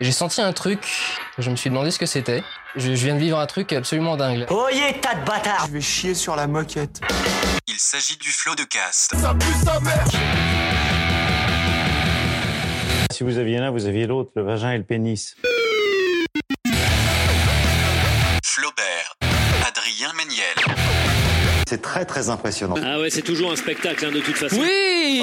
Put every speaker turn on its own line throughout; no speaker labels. J'ai senti un truc, je me suis demandé ce que c'était. Je, je viens de vivre un truc absolument dingue.
Oyez, tas de bâtards
Je vais chier sur la moquette.
Il s'agit du flot de cast.
Si vous aviez l'un, vous aviez l'autre, le vagin et le pénis.
Flaubert. Adrien Méniel.
C'est très très impressionnant.
Ah ouais, c'est toujours un spectacle hein, de toute façon.
Oui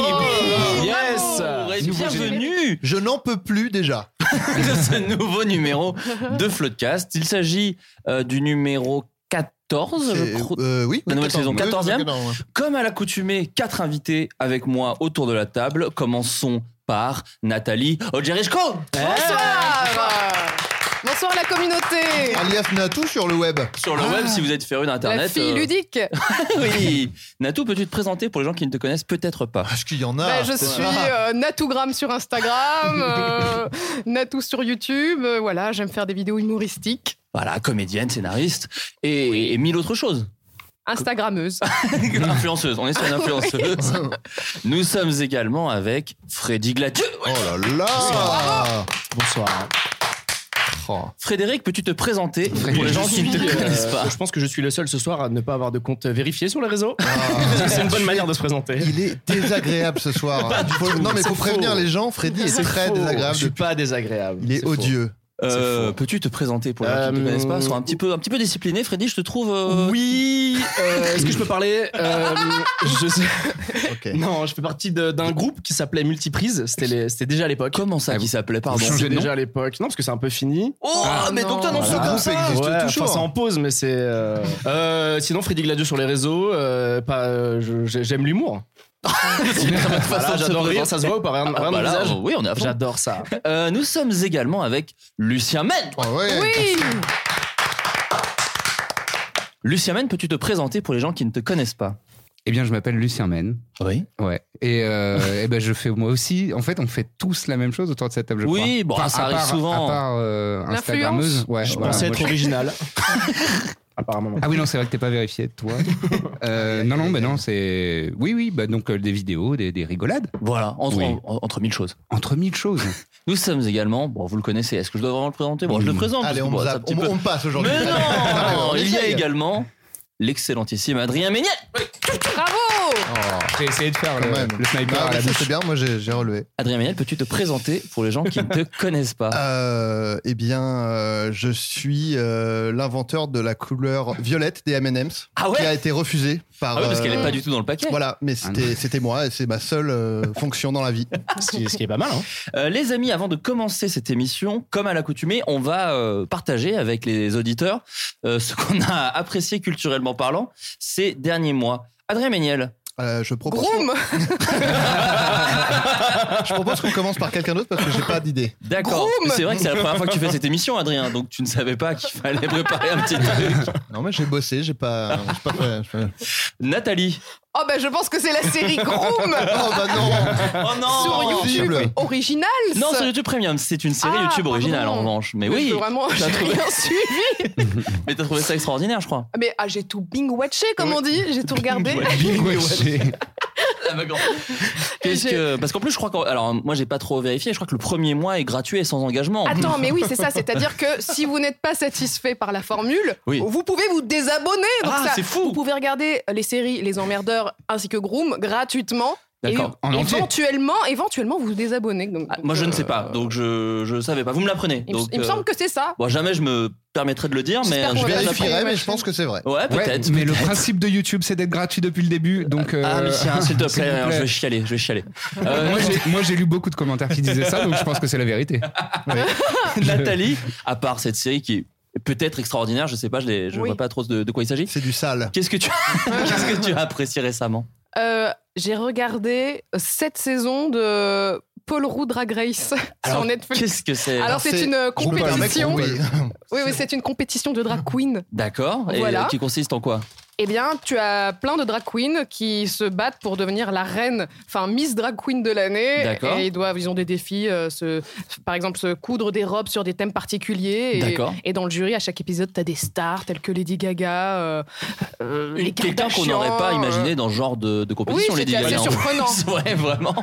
Yes
Nouveau
Oh, Bienvenue
Je n'en peux Oh plus déjà.
de ce nouveau numéro de Floodcast. Il s'agit euh, du numéro 14, je
Et,
crois.
euh, oui,
La nouvelle saison, 14e.
Oui, non, ouais.
Comme à l'accoutumée, quatre invités avec moi autour de la table. Commençons par Nathalie Odjerichko
Bonsoir.
Bonsoir la communauté
Alias Natou sur le web.
Eh.
Ah.
Sur le web, si vous êtes féru d'internet.
La fille
euh,
ludique
oui. Natou, peux-tu te présenter pour les gens qui ne te connaissent peut-être pas
Parce Ah, qu'il y en a.
Bah, Je suis euh, Natougram sur Instagram, euh, Natou sur YouTube, euh, voilà, j'aime faire des vidéos humoristiques,
Voilà, comédienne, scénariste et, et mille autres choses.
Instagrammeuse.
influenceuse, on est sur une influenceuse. Nous sommes également avec Freddy Gladieux.
Oh là là
Bonsoir.
Oh.
Frédéric, peux-tu te présenter pour
Je
les gens qui
suis,
ne te
euh,
connaissent pas
Je pense que je suis le seul ce soir à ne pas avoir de compte vérifié sur les réseaux. C'est une bonne manière de se présenter.
Ah. Il est désagréable ce soir. Faut- non mais
C'est
faut prévenir
faux.
les gens, Freddy est,
C'est
très
faux.
désagréable.
Je suis
depuis-
pas désagréable.
Il est
C'est faux.
odieux.
Euh,
faux.
Peux-tu te présenter pour les gens qui ne te
Euh,
connaissent pas Sois un petit peu, un petit peu discipliné, Freddy. Je te trouve. euh,
Oui. euh, Est-ce que je peux parler Euh, je sais-
Ok.
Non, je fais partie de- d'un groupe qui s'appelait Multiprise. C'était les- c'était déjà à l'époque.
Comment ça qui s'appelait Pardon.
Vous changez
Non
déjà à l'époque. Non, parce que c'est un peu fini.
Oh,
Ah,
mais donc toi non
non,
c'est
voilà.
comme
groupe
ça.
existe
enfin,
toujours.
c'est en pause, mais c'est. euh, euh, sinon, Freddy Gladieux sur les réseaux. euh, pas, euh, je- j'ai- J'aime l'humour.
C'est une très bonne façon
Voilà,
de se
J'adore rire,
présenter.
ça se voit ou pas Rien,
Ah,
rien dans
bah
le
là,
visage
oui, on est à fond.
J'adore ça.
Euh, nous sommes également avec Lucien Men.
Ah ouais.
Oui
Lucien Men, peux-tu te présenter pour les gens qui ne te connaissent pas
Eh bien, je m'appelle Lucien Mène.
Oui.
Ouais. Et, euh, eh ben, je fais moi aussi. En fait, on fait tous la même chose autour de cette table. je crois.
Oui, bon,
Enfin,
ça
à
arrive
part-
souvent.
À part euh,
L'influence.
Instagrammeuse. Ouais,
Je
voilà,
pensais
moi,
être original. Apparemment. non.
Ah oui, non, c'est vrai que t'es pas vérifié, toi. Euh, non, non, mais non, c'est. Oui, oui, bah, donc euh, des vidéos, des, des rigolades,
Voilà, entre,
Oui.
en- entre mille choses.
entre mille choses.
Nous sommes également, bon, vous le connaissez, est-ce que je dois vraiment le présenter Bon, je le
Mm.
présente.
Allez,
parce que,
on,
bon, c'est un
zappe.
petit
On-
peu-
on passe aujourd'hui.
Mais non
on
Il y a
essaye.
également l'excellentissime Adrien Méniel.
Bravo
Oh,
J'ai essayé de faire
quand
le,
même.
le sniper
Ah,
à
mais
la
ça,
bouche.
c'est bien, moi j'ai j'ai relevé.
Adrien Méniel, peux-tu te présenter pour les gens qui ne te connaissent pas
Euh, eh bien, euh, je suis euh, l'inventeur de la couleur violette des M&M's
Ah
qui
ouais
a été refusée par.
Ah oui, parce qu'elle
euh,
n'est pas du tout dans le paquet.
Voilà, mais
Ah non.
c'était c'était moi et c'est ma seule euh, fonction dans la vie.
Ce qui, ce qui est pas mal. Hein.
Euh, les amis, avant de commencer cette émission, comme à l'accoutumée, on va euh, partager avec les auditeurs euh, ce qu'on a apprécié culturellement parlant ces derniers mois. Adrien Méniel.
Euh, je propose.
Groom
Je propose qu'on commence par quelqu'un d'autre parce que j'ai pas d'idée.
D'accord.
Groom
C'est vrai que c'est la première fois que tu fais cette émission, Adrien, donc tu ne savais pas qu'il fallait préparer un petit truc.
Non, mais j'ai bossé, j'ai pas. j'ai pas fait- j'ai pas-
Nathalie.
Oh bah je pense que c'est la série Groom
Oh bah non
Oh
sur
horrible.
YouTube Original
Non, c'est YouTube Premium, c'est une série
Ah,
YouTube originale
pardon.
en revanche. Mais oui,
Vraiment, j'ai
t'as trouvé-
rien suivi
mais t'as trouvé ça extraordinaire, je crois.
Mais ah, j'ai tout bing-watché comme on dit, j'ai tout regardé.
Qu'est-ce
J'ai-
que parce qu'en plus je crois que alors moi j'ai pas trop vérifié, je crois que le premier mois est gratuit et sans engagement.
Attends, mais oui, c'est ça, c'est-à-dire que si vous n'êtes pas satisfait par la formule,
Oui.
vous pouvez vous désabonner. Donc
Ah,
ça-
c'est fou.
Vous pouvez regarder les séries Les Emmerdeurs ainsi que Groom gratuitement. Et
D'accord.
En entier.
éventuellement, éventuellement, vous vous désabonnez. Donc, euh,
Ah, moi je ne
Euh,
sais pas, donc je je savais pas. Vous me l'apprenez.
Il, me-
Donc
il me
euh,
semble que c'est ça.
bon jamais je me permettrai de le dire, mais
J'espère
euh,
qu'on
je
Je
vais
l'a
l'apprendre.
vérifierai, mais je pense que c'est vrai.
Ouais
Ouais,
peut-être.
mais le
peut-être.
principe de YouTube, c'est d'être gratuit depuis le début. Donc,
Ah mais
euh,
tiens, s'il te plaît, hein,
s'il vous
je vais chialer, je vais chialer. Euh,
Moi, j'ai- Moi, j'ai lu beaucoup de commentaires qui disaient ça, donc je pense que c'est la vérité.
Nathalie, à part cette série qui est peut-être extraordinaire, je sais pas, je, l'ai- je
Oui.
vois pas trop de, de quoi il s'agit.
C'est du sale.
Qu'est-ce que tu qu'est-ce que tu as apprécié récemment
Euh, J'ai regardé sept saisons de Paul Roux Drag Race sur
Alors,
Netflix.
Qu'est-ce que c'est
Alors, c'est une euh,
Roux Drag Race,
compétition.
oui.
Oui, oui, c'est une compétition de drag queen.
D'accord. Et
Voilà.
qui consiste en quoi
Eh bien, tu as plein de drag queens qui se battent pour devenir la reine, enfin Miss Drag Queen de l'année.
D'accord.
Et ils doivent, ils ont des défis, euh, se- par exemple, se coudre des robes sur des thèmes particuliers. Et,
D'accord.
Et dans le jury, à chaque épisode, tu as des stars telles que Lady Gaga, euh, euh, les
Quelqu'un qu'on n'aurait pas
Kardashians, euh,
imaginé dans ce genre de, de compétition,
Oui,
les
c'était assez surprenant.
C'est vrai, vraiment.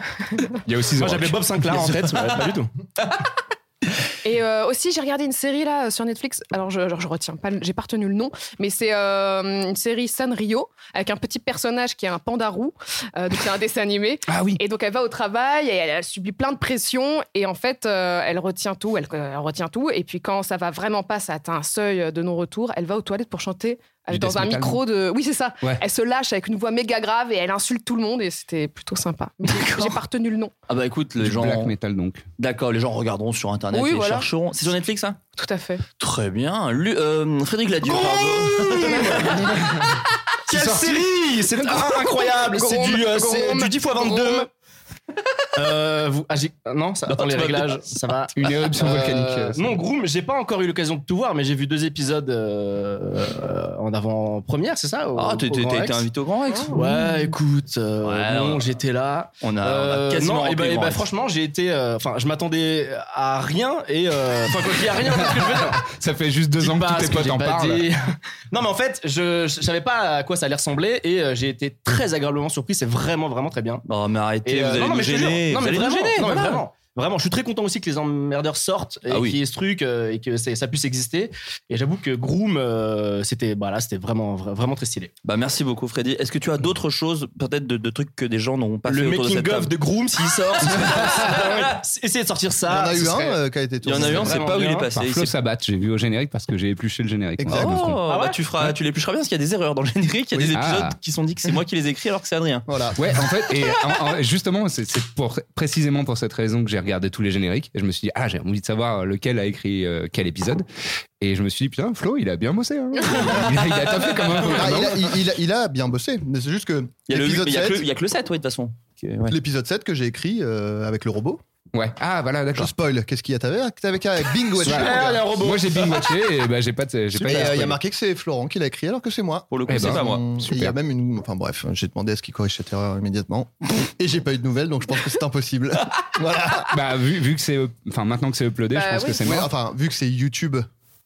Il y a aussi
Moi j'avais Bob Sinclair en tête, mais pas du tout.
Et euh, aussi, j'ai regardé une série là euh, sur Netflix. Alors, je, genre, je retiens pas, le- j'ai pas retenu le nom, mais c'est euh, une série Sanrio avec un petit personnage qui est un panda roux. Euh, donc, c'est un dessin animé.
Ah oui.
Et donc, elle va au travail et elle, elle subit plein de pression. Et en fait, euh, elle retient tout, elle, elle retient tout. Et puis, quand ça va vraiment pas, ça atteint un seuil de non-retour, elle va aux toilettes pour chanter euh,
Du
dans
death
un
metal.
micro de. Oui, c'est ça.
Ouais.
Elle se lâche avec une voix méga grave et elle insulte tout le monde. Et c'était plutôt sympa. Mais j'ai-
D'accord.
j'ai pas retenu le nom.
Ah bah écoute, les
Du
gens.
black metal donc.
D'accord, les gens regarderont sur internet
Oui,
et
voilà.
chercheront. C'est sur Netflix, ça
Tout à fait.
Très bien. Lu- euh, Frédéric Ladieu,
Oh
pardon.
Quelle
sorti.
série C'est
Ah,
incroyable C'est du, euh, c'est
Grom,
du 10 x 22
Grom.
euh, vous, ah, j'ai- non, ça, attends, les
tu vas
réglages, ça va.
Une éruption
Euh,
volcanique. euh, c'est-
non, Groom, j'ai pas encore eu l'occasion de tout voir, mais j'ai vu deux épisodes euh, euh, en avant-première, c'est ça au-
Ah, t'es-
au
t'es-
Grand
t'as
Rex
été invité au Grand Rex Mmh.
Mmh.
Ouais, écoute, euh,
Ouais,
bon,
ouais.
j'étais là.
On a, on
Euh,
a quasiment
non, et
rempli
bah,
le
et
Grand
bah,
Rex.
franchement, j'ai été. euh, Enfin, je m'attendais à rien et. euh, Enfin, quand je dis à rien, c'est ce que je veux dire.
Ça fait juste deux
Dis
ans
pas
que tous
ce
tes potes
j'ai
en
pas
parlent.
dit. non, mais en fait, je, je savais pas à quoi ça allait ressembler et euh, j'ai été très agréablement surpris. C'est vraiment, vraiment très bien.
Oh, mais arrêtez,
Et,
vous
euh,
allez
non,
nous
mais je te jure,
gêner.
non,
vous
mais
allez nous
vraiment,
gêner,
non, mais
voilà.
vraiment. Vraiment, je suis très content aussi que les emmerdeurs sortent et
Ah oui.
qu'il y ait ce truc euh, et que c'est- ça puisse exister. Et j'avoue que Groom, euh, c'était voilà, c'était vraiment, vra- vraiment très stylé.
Bah, merci beaucoup, Freddy. Est-ce que tu as d'autres choses, peut-être de, de trucs que des gens n'auront pas fait
le
autour de
making
cette
of
table
de Groom, s'il sort, ce serait- essayez de
Il
sortir
y en
ça.
a
ce
eu
serait-
un euh, qui a été
Il y
tourné.
en a eu un, on
c'est
sait
vraiment
pas où il est
bien.
passé.
Par
Il
Flo
s'est-
Sabat, j'ai vu au générique parce que j'ai épluché le générique.
Exact.
Voilà, je me trompe.
Oh,
Ah
bah,
ouais
tu, feras, tu les plus bien parce qu'il y a des erreurs dans le générique. Il y a
Oui.
des épisodes
Ah.
qui sont dit que c'est moi qui les écris alors que c'est Adrien.
Voilà.
Ouais, en fait, et en- en- justement, c'est c'est pour, précisément pour cette raison que j'ai regardé tous les génériques. Et je me suis dit, ah, j'ai envie de savoir lequel a écrit euh, quel épisode. Et je me suis dit, putain, Flo, il a bien bossé. hein. Il, a, il a taffé quand même.
Ah, il, a, il- il a- il a bien bossé, mais c'est juste que
Il y a, le,
l'épisode
il y a que le-
7,
il y a que le 7, ouais, de toute façon.
l'épisode 7 que j'ai écrit euh, avec le robot.
Ouais. Ah, voilà,
Je
d'accord.
spoil, qu'est-ce qu'il y a T'avais t'avais qu'à bingo
Ouais. Eh, allez, un robot.
Moi, j'ai bing watché et bah, j'ai pas. de- j'ai
Il
pas été
y
spoilé.
a marqué que c'est Florent qui l'a écrit alors que c'est moi.
Pour le coup,
Eh
c'est
ben.
pas moi.
Hum,
Super.
et Il y a même une. Enfin bref, j'ai demandé à ce qu'il corrige cette erreur immédiatement. et j'ai pas eu de nouvelles, donc je pense que c'est impossible. voilà.
Bah, vu, vu que c'est. Enfin, maintenant que c'est uploadé,
Bah
je pense
oui.
que c'est
Ouais,
mort.
enfin, vu que c'est YouTube,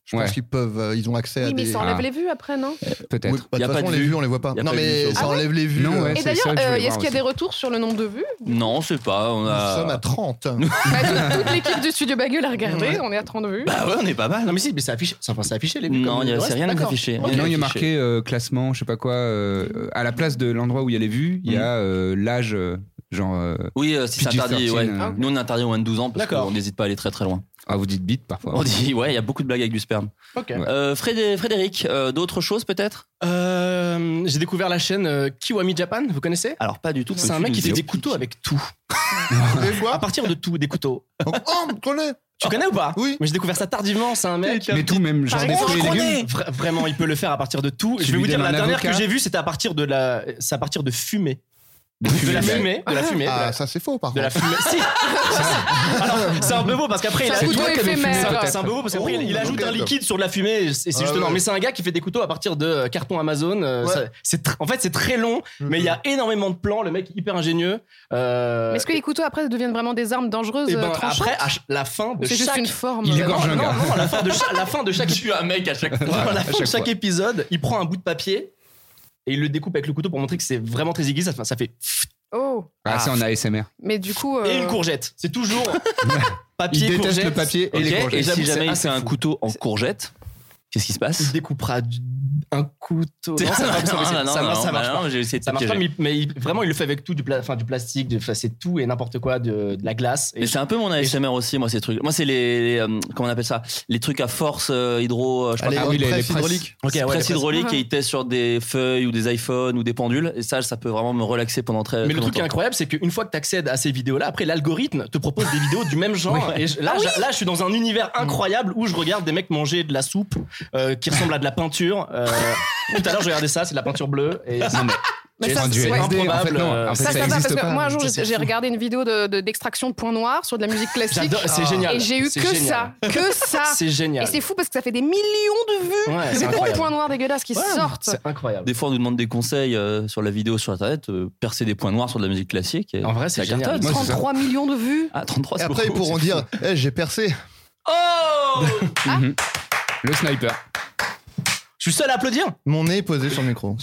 je
Ouais,
pense qu'ils peuvent. euh, ils ont accès à
Oui, mais
des.
ça enlève
Ah.
les vues après, non
peut-être.
Oui, bah,
Y
de
a
toute
pas
façon,
de
les
vues.
vues, on les voit pas.
Y a
non,
pas de
mais
vues, Ah
ça
ça.
enlève les vues.
Non, ouais,
euh,
Et
c'est
d'ailleurs,
ça que je voulais
euh, est-ce
voir
qu'il y a des
aussi.
retours sur le nombre de vues
Non, c'est pas. On
Nous
a...
sommes à 30.
Bah, toute, toute l'équipe du studio Bagel a regardé, on est à 30 vues.
Bah ouais, on est pas mal.
Non, mais si, mais c'est affiché, c'est- enfin, c'est affiché les vues.
Non,
comme
il y a-
le
c'est
reste.
rien de
D'accord.
affiché.
Ok.
Rien
non, il y a
affiché.
marqué euh, classement, je sais pas quoi. euh, à la place de l'endroit où il y a les vues, il y a euh, l'âge, euh, genre. euh,
Mm. Oui, euh, si c'est
PG-13,
interdit, ouais.
euh,
Nous, on est interdit au moins de 12 ans parce
D'accord.
qu'on n'hésite pas à aller très très loin.
ah, vous dites bite parfois.
On dit, ouais, il y a beaucoup de blagues avec du sperme.
Ok.
Ouais.
Euh, Frédé- Frédéric, euh, d'autres choses peut-être
Euh, J'ai découvert la chaîne euh, Kiwami Japan, vous connaissez
Alors, pas du tout.
C'est un mec qui fait des couteaux avec tout.
Des
À
fois,
partir de tout, des couteaux.
donc, oh, on connaît
Tu connais ou pas
Oui.
Mais j'ai découvert ça tardivement, c'est un mec.
Mais tout, même genre
Par
des
exemple,
fruits et
je
légumes.
connais. Vra- vraiment, il peut le faire à partir de tout.
Tu
je vais
lui
vous dire,
donnes
la
un
dernière
avocat
que j'ai vue, c'était à partir de la, c'est à partir de fumée,
Des
de la
fumées.
fumée, de la fumée, de la-
Ah, ça c'est faux par
de la
contre.
fumée. Si. Alors, c'est un peu beau parce qu'après il
C'est un
ajoute-
couteau
C'est un-
éphémère.
C'est un peu beau parce qu'après
Oh,
il
bah,
ajoute
ok,
un liquide sur de la fumée. et C'est c'est
Ah
juste énorme.
ouais.
Mais c'est un gars qui fait des couteaux à partir de euh, carton Amazon. euh,
Ouais.
ça- C'est tr- en fait c'est très long, mais il y a énormément de plans. Le mec est hyper ingénieux. Euh,
Mais est-ce que les couteaux après deviennent vraiment des armes dangereuses
et ben,
euh, tranchantes
après à ch- la fin de
C'est juste
chaque
une forme.
Il
euh,
égorge un
non,
gars.
non, à la fin de cha- à la fin de chaque
Tu un mec à chaque
fois.
à la
à
fin de
chaque
chaque
fois.
épisode, il prend un bout de papier et il le découpe avec le couteau pour montrer que c'est vraiment très aiguë. Ça, fait- ça fait
Oh,
Ah, c'est en ASMR.
mais du coup. euh,
et une courgette. C'est toujours
Il
papier
déteste
courgette.
le papier et
Ok,
les
et
courgettes.
j'avoue,
si
c'est
jamais il
assez
fait un
fou.
couteau en courgette, qu'est-ce qui se passe
Il découpera du- un couteau. Non, ça, va, c'est impossible.
non,
Ça-
non,
ça
non,
marche
non,
pas.
j'ai essayé de
Ça
te
marche pas,
piéger.
mais, il- mais il- vraiment, il le fait avec tout, du, pla- enfin, du plastique, de- enfin, c'est tout et n'importe quoi, de, de la glace. Et
Mais c'est un peu mon ASMR aussi, moi, ces trucs. Moi, c'est les, les, euh, comment on appelle ça Les trucs à force euh, hydro, euh, je sais pas
Allez,
Ah oui, les-
presse
les presses.
hydraulique.
Ok, ouais,
presse
les presses.
hydraulique
presses.
et ils testent sur des feuilles ou des iPhones ou des pendules. Et ça, ça peut vraiment me relaxer pendant très,
Euh,
Mais
très
le truc qui est
longtemps.
incroyable, c'est qu'une fois que tu accèdes à ces vidéos-là, après l'algorithme te propose des vidéos du même genre. Et je- là,
Ah
je, là, je suis dans un univers
Mm.
incroyable où je regarde des mecs manger de la soupe euh, qui ressemble à de la peinture. euh, tout à l'heure, je regardais ça, c'est de la peinture bleue. Et
Non, mais
Mais ça,
prends du
c'est- ouais.
LSD. En fait, non.
Improbable,
En fait,
ça, ça va parce
existe
que
pas. hein.
moi un jour
Ça,
j'ai
c'est
j'ai
fou.
regardé une vidéo de- de- d'extraction de, point noir sur de la musique classique
J'adore, c'est génial.
et j'ai eu
C'est
que
génial.
ça que ça
C'est génial.
et c'est fou parce que ça fait des millions de vues
Ouais, c'est
des gros
incroyable.
points noirs dégueulasses qui sortent
C'est incroyable.
Des fois, on nous demande des conseils euh, sur la vidéo sur Internet, euh, percer des points noirs sur de la musique classique. Et
En vrai, c'est
ça
génial.
cartonne.
Moi, c'est ça.
33 millions de vues
Ah, 33,
Et
c'est
après, ils
beaucoup,
pourront
c'est
dire Eh, j'ai percé.
Oh
Mhm. Le sniper.
Je suis seul à applaudir.
Mon nez est posé sur le micro.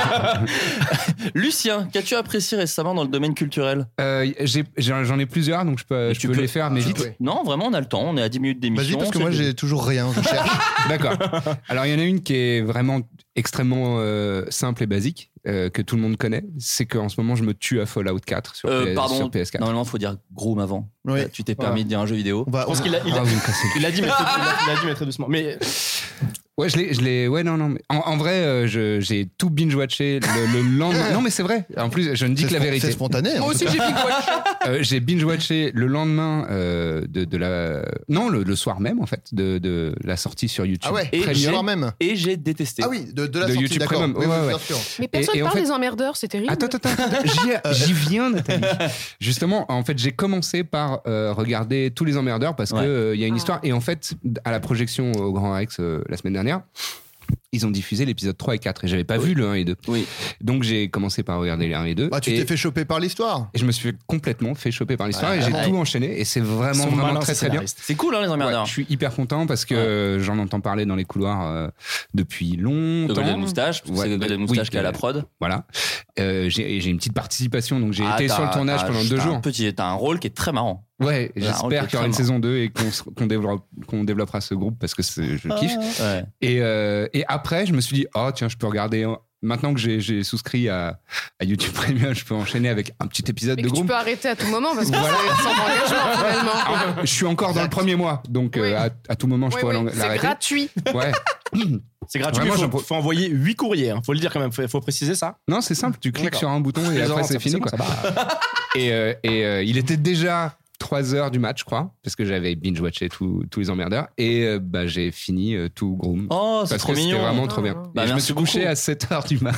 fou. Lucien, qu'as-tu apprécié récemment dans le domaine culturel
Euh, j'ai- j'ai- J'en ai, plusieurs, donc je peux,
Mais
je
tu
peux
peux-
les faire, mais
tu
vite.
peux.
Non, vraiment, on a le temps. On est à 10 minutes
Vas-y,
d'émission.
Bah, parce que
c'est
moi,
bon.
j'ai toujours rien. Je cherche.
D'accord.
Ah.
Alors, il y en a une qui est vraiment extrêmement euh, simple et basique, euh, que tout le monde connaît. C'est qu'en ce moment, je me tue à Fallout 4 sur,
Euh,
PS,
pardon.
sur PS4.
Normalement, faut dire Groom avant.
Oui.
Euh, Tu t'es
Voilà.
permis de dire un jeu vidéo.
On va-
Je pense
on-
qu'il a, il
Ah,
a,
vous me cassez le
il a dit, mais très, il a- il a dit, mais très doucement. Mais
Ouais, je l'ai, je l'ai. Ouais, non, non. mais En, en vrai, euh, je- j'ai tout binge watché le, le lendemain. Non, mais c'est vrai. En plus, je ne dis
c'est
que la
spon- C'est
vérité.
spontané. en
moi
tout
aussi
cas.
j'ai fait quoi
Euh, j'ai binge watché le lendemain euh, de, de la. Non, le, le soir même en fait de, de la sortie sur YouTube.
Ah ouais,
Et
et
j'ai-
même.
Et j'ai détesté.
Ah oui, de, de la
De
sortie,
YouTube
d'accord.
Premium,
Oui,
ouais,
oui,
ouais.
bien sûr.
mais personne
et en
parle
fait-
des emmerdeurs c'est terrible
Attends, attends, attends. J'y, j'y viens, Nathalie. Justement, en fait, j'ai commencé par euh, regarder tous les emmerdeurs parce que
Ouais.
qu'il y a une
Ah.
histoire. Et en fait, à la projection au Grand Rex euh, la semaine dernière, ils ont diffusé l'épisode 3 et 4 et j'avais pas vu le 1 et 2.
Oui. Ah,
Donc j'ai commencé par regarder les 1 et 2.
Bah, tu
et
t'es fait choper par l'histoire.
Et je me suis complètement fait choper par l'histoire
Ouais,
et j'ai
ouais.
tout enchaîné et c'est
ils
vraiment,
sont
vraiment
malins,
très
ces
très bien.
scénaristes.
C'est cool, hein, les
Ouais,
emmerdeurs.
je suis hyper content parce que euh, j'en entends parler dans les couloirs euh, depuis
Le
longtemps.
gars de la moustache, parce que
Ouais,
c'est le gars de la
oui,
moustache qui est à la
euh,
prod.
Voilà. Euh, j'ai j'ai une petite participation, donc j'ai
Ah,
été sur
t'as-
le tournage
t'as-
pendant deux
t'as un
jours.
Petit, t'as un rôle qui est très marrant.
Ouais,
ok,
j'espère qu'il y aura
très
une
bien.
saison 2 et qu'on se- qu'on développe- qu'on développera ce groupe parce que c'est- je kiffe.
Ouais.
Et, euh, et après, je me suis dit, oh tiens, je peux regarder. hein. Maintenant que j'ai- j'ai souscrit à, à YouTube Premium, je peux enchaîner avec un petit épisode
mais
de
que tu
groupe.
peux arrêter à tout moment parce que
Voilà.
c'est sans engagement finalement
Ah, je suis encore dans le premier mois, donc
Oui.
euh, à, à tout moment, je
Oui,
pourrais
oui,
l'en-
c'est
l'arrêter.
gratuit
Ouais.
c'est gratuit.
Vraiment,
Il faut,
j'en pro-
faut envoyer 8 courriers. hein. Faut le dire quand même. Faut, faut préciser ça.
Non, c'est simple, tu cliques
D'accord.
sur un bouton et
Les
après
oranges,
c'est
ça-
fini.
c'est bon,
Quoi.
ça
et euh, et euh, il était déjà 3 heures du match, je crois, parce que j'avais binge-watché tous tous les emmerdeurs. Et euh, bah, j'ai fini euh, tout Groom.
Oh, c'est
parce
trop
que c'était
mignon.
vraiment trop bien.
Oh.
Bah,
Et je me
merci
suis couché
beaucoup.
à 7 heures du mat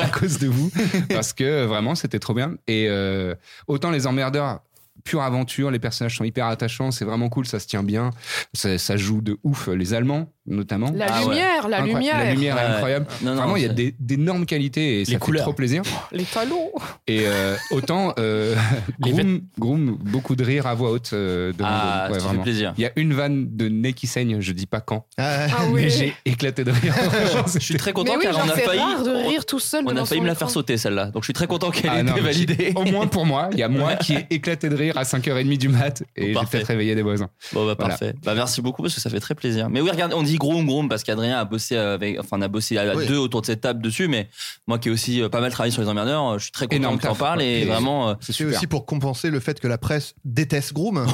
à cause de vous, parce que euh, vraiment c'était trop bien. Et euh, autant les emmerdeurs, pure aventure, les personnages sont hyper attachants, c'est vraiment cool, ça se tient bien, ça, ça joue de ouf, euh, les Allemands notamment.
la
Ah ouais.
lumière la
Incroyable.
lumière
La lumière
Ouais.
est incroyable.
Non, non,
Vraiment, il y a
c'est-
des- d'énormes qualités et ça fait
couleurs.
trop plaisir.
les talons
Et euh, autant euh,
Les
Groom, Groom, beaucoup de rire à voix haute euh, devant Groom.
Ah,
Ouais,
ça fait
vraiment.
plaisir.
Il y a une vanne de nez qui saigne, je dis pas quand,
Ah,
ah
mais
oui
j'ai éclaté de rire.
Je suis très content
mais oui
car
genre
on a
c'est
failli.
rare de rire tout seul
On
devant
a failli
son
me la
écran.
faire sauter celle-là, donc je suis très content qu'elle
Ah
ait
non,
été
mais
validée.
Au moins pour moi, il y a moi qui ai éclaté de rire à 5h30 du mat et j'ai
Parfait.
peut-être réveillé des voisins.
Bon bah
Voilà.
parfait. Bah merci beaucoup parce que ça fait très plaisir. Mais oui, regarde, on dit groom groom parce qu'Adrien a bossé avec, enfin on a bossé à
Oui.
deux autour de cette table dessus, mais moi qui ai aussi euh, pas mal travaillé sur les emmerdeurs, euh, je suis très content
Énorme
que t'en
taf.
parles et
Et-
vraiment. euh,
C'est
C'est
super.
aussi pour compenser le fait que la presse déteste Groom.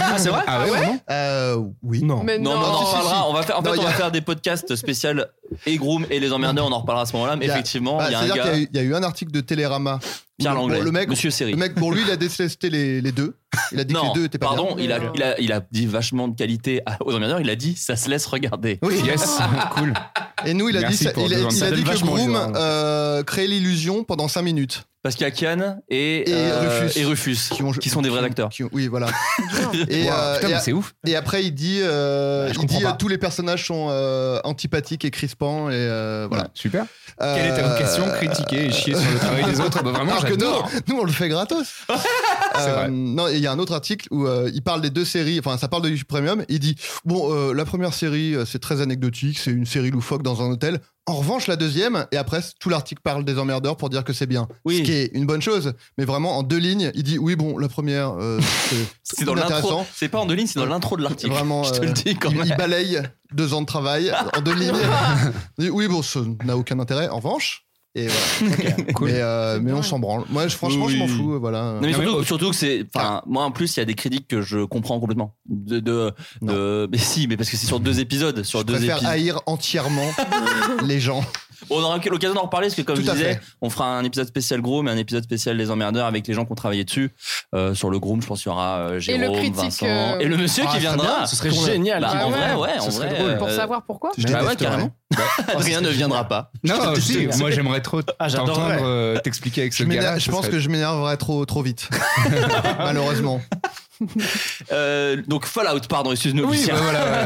Ah, c'est vrai.
Ah ouais, vraiment
Euh, oui.
Non.
mais
Non,
non,
mais on en
si, si,
reparlera.
si.
On va faire, en
Non,
fait,
il
on
y a-
va faire des podcasts spécial et Groom et les emmerdeurs. On en reparlera à ce moment-là. Mais
Il y a-
effectivement,
Bah,
il y a un
C'est-à-dire
gars,
qu'il y a eu- il y, a eu un article de Télérama.
Pierre
Bon,
Langlais,
le mec-
Monsieur Seri.
Le mec, pour lui, il a détesté les, les deux. Il a dit que
Non,
les deux étaient pas
pardon,
bien.
il a,
Non.
il, a, il a dit vachement de qualité à- aux emmerdeurs. Il a dit ça se laisse regarder.
Oui.
Yes, cool.
Et nous, il a dit,
Merci
ça-
pour
il a,
deux ans.
il
Ça
a
donne
dit que
vachement hein. envie de
Groom
voir.
euh, créait l'illusion pendant 5 minutes.
Parce qu'il y a Kian et,
Et
euh,
Rufus.
et Rufus,
ont-
qui sont des vrais
qui ont-
acteurs.
qui ont- oui, voilà.
non.
Et,
Wow,
euh,
putain,
et
mais
a-
c'est ouf.
Et après, il dit, euh,
Bah, je
il
comprends
dit
pas.
euh, tous les personnages sont euh, antipathiques et crispants. Et euh, voilà.
Voilà, super.
Euh,
Quelle était votre question Critiquer et chier sur le travail des autres Bah, Vraiment,
Alors que nous,
j'adore.
nous, on le fait gratos.
C'est vrai.
Euh, Non, et il y a un autre article où euh, il parle des deux séries, enfin ça parle de YouTube Premium, il dit, bon, euh, la première série, euh, c'est très anecdotique, c'est une série loufoque dans un hôtel. En revanche, la deuxième, et après, tout l'article parle des emmerdeurs pour dire que c'est bien.
Oui.
Ce qui est une bonne chose, mais vraiment en deux lignes, il dit, oui, bon, la première, euh, c'est
C'est dans l'intro.
intéressant.
C'est pas en deux lignes, c'est dans l'intro de l'article.
Vraiment,
je te le
euh,
dis quand
Il, il
même.
balaye deux ans de travail en deux lignes. Il dit, oui, bon, ça n'a aucun intérêt. En revanche, et voilà.
Cool.
Mais, euh,
C'est
mais on
dingue.
s'en branle. Moi, je- franchement, je m'en
Oui.
fous. euh, Voilà.
Non, mais
Non, mais
surtout,
au-
surtout que c'est.
Ah.
Enfin, moi en plus, il y a des critiques que je comprends complètement. De, de,
Non.
de- mais si, mais parce que c'est sur deux épisodes, sur
je
deux
préfère
épisodes.
haïr entièrement les gens.
Bon, on aura l'occasion d'en reparler parce que, comme
Tout
je
à
disais,
fait.
on fera un épisode spécial gros, mais un épisode spécial des emmerdeurs avec les gens qui ont travaillé dessus. Euh, sur le groom, je pense qu'il y aura euh, Jérôme,
le critique,
Vincent
euh,
et le monsieur
Ah, ça
qui
serait
viendra.
bien, ce serait génial.
Bah,
Ah
en vrai,
ouais,
ouais, en
ce serait
vrai,
drôle. Pour
euh,
savoir pourquoi Je
Bah ouais,
détesterais.
carrément. Adrien ne viendra pas.
Non,
Je te
si,
jure.
moi j'aimerais trop
Ah, j'adorerais.
t'entendre euh, t'expliquer avec ce
Je, m'énerve-
gars.
je pense que je m'énerverais trop, trop vite. Malheureusement.
Euh, donc Fallout, pardon, excuse-nous.
Oui,
Lucien.
bah voilà,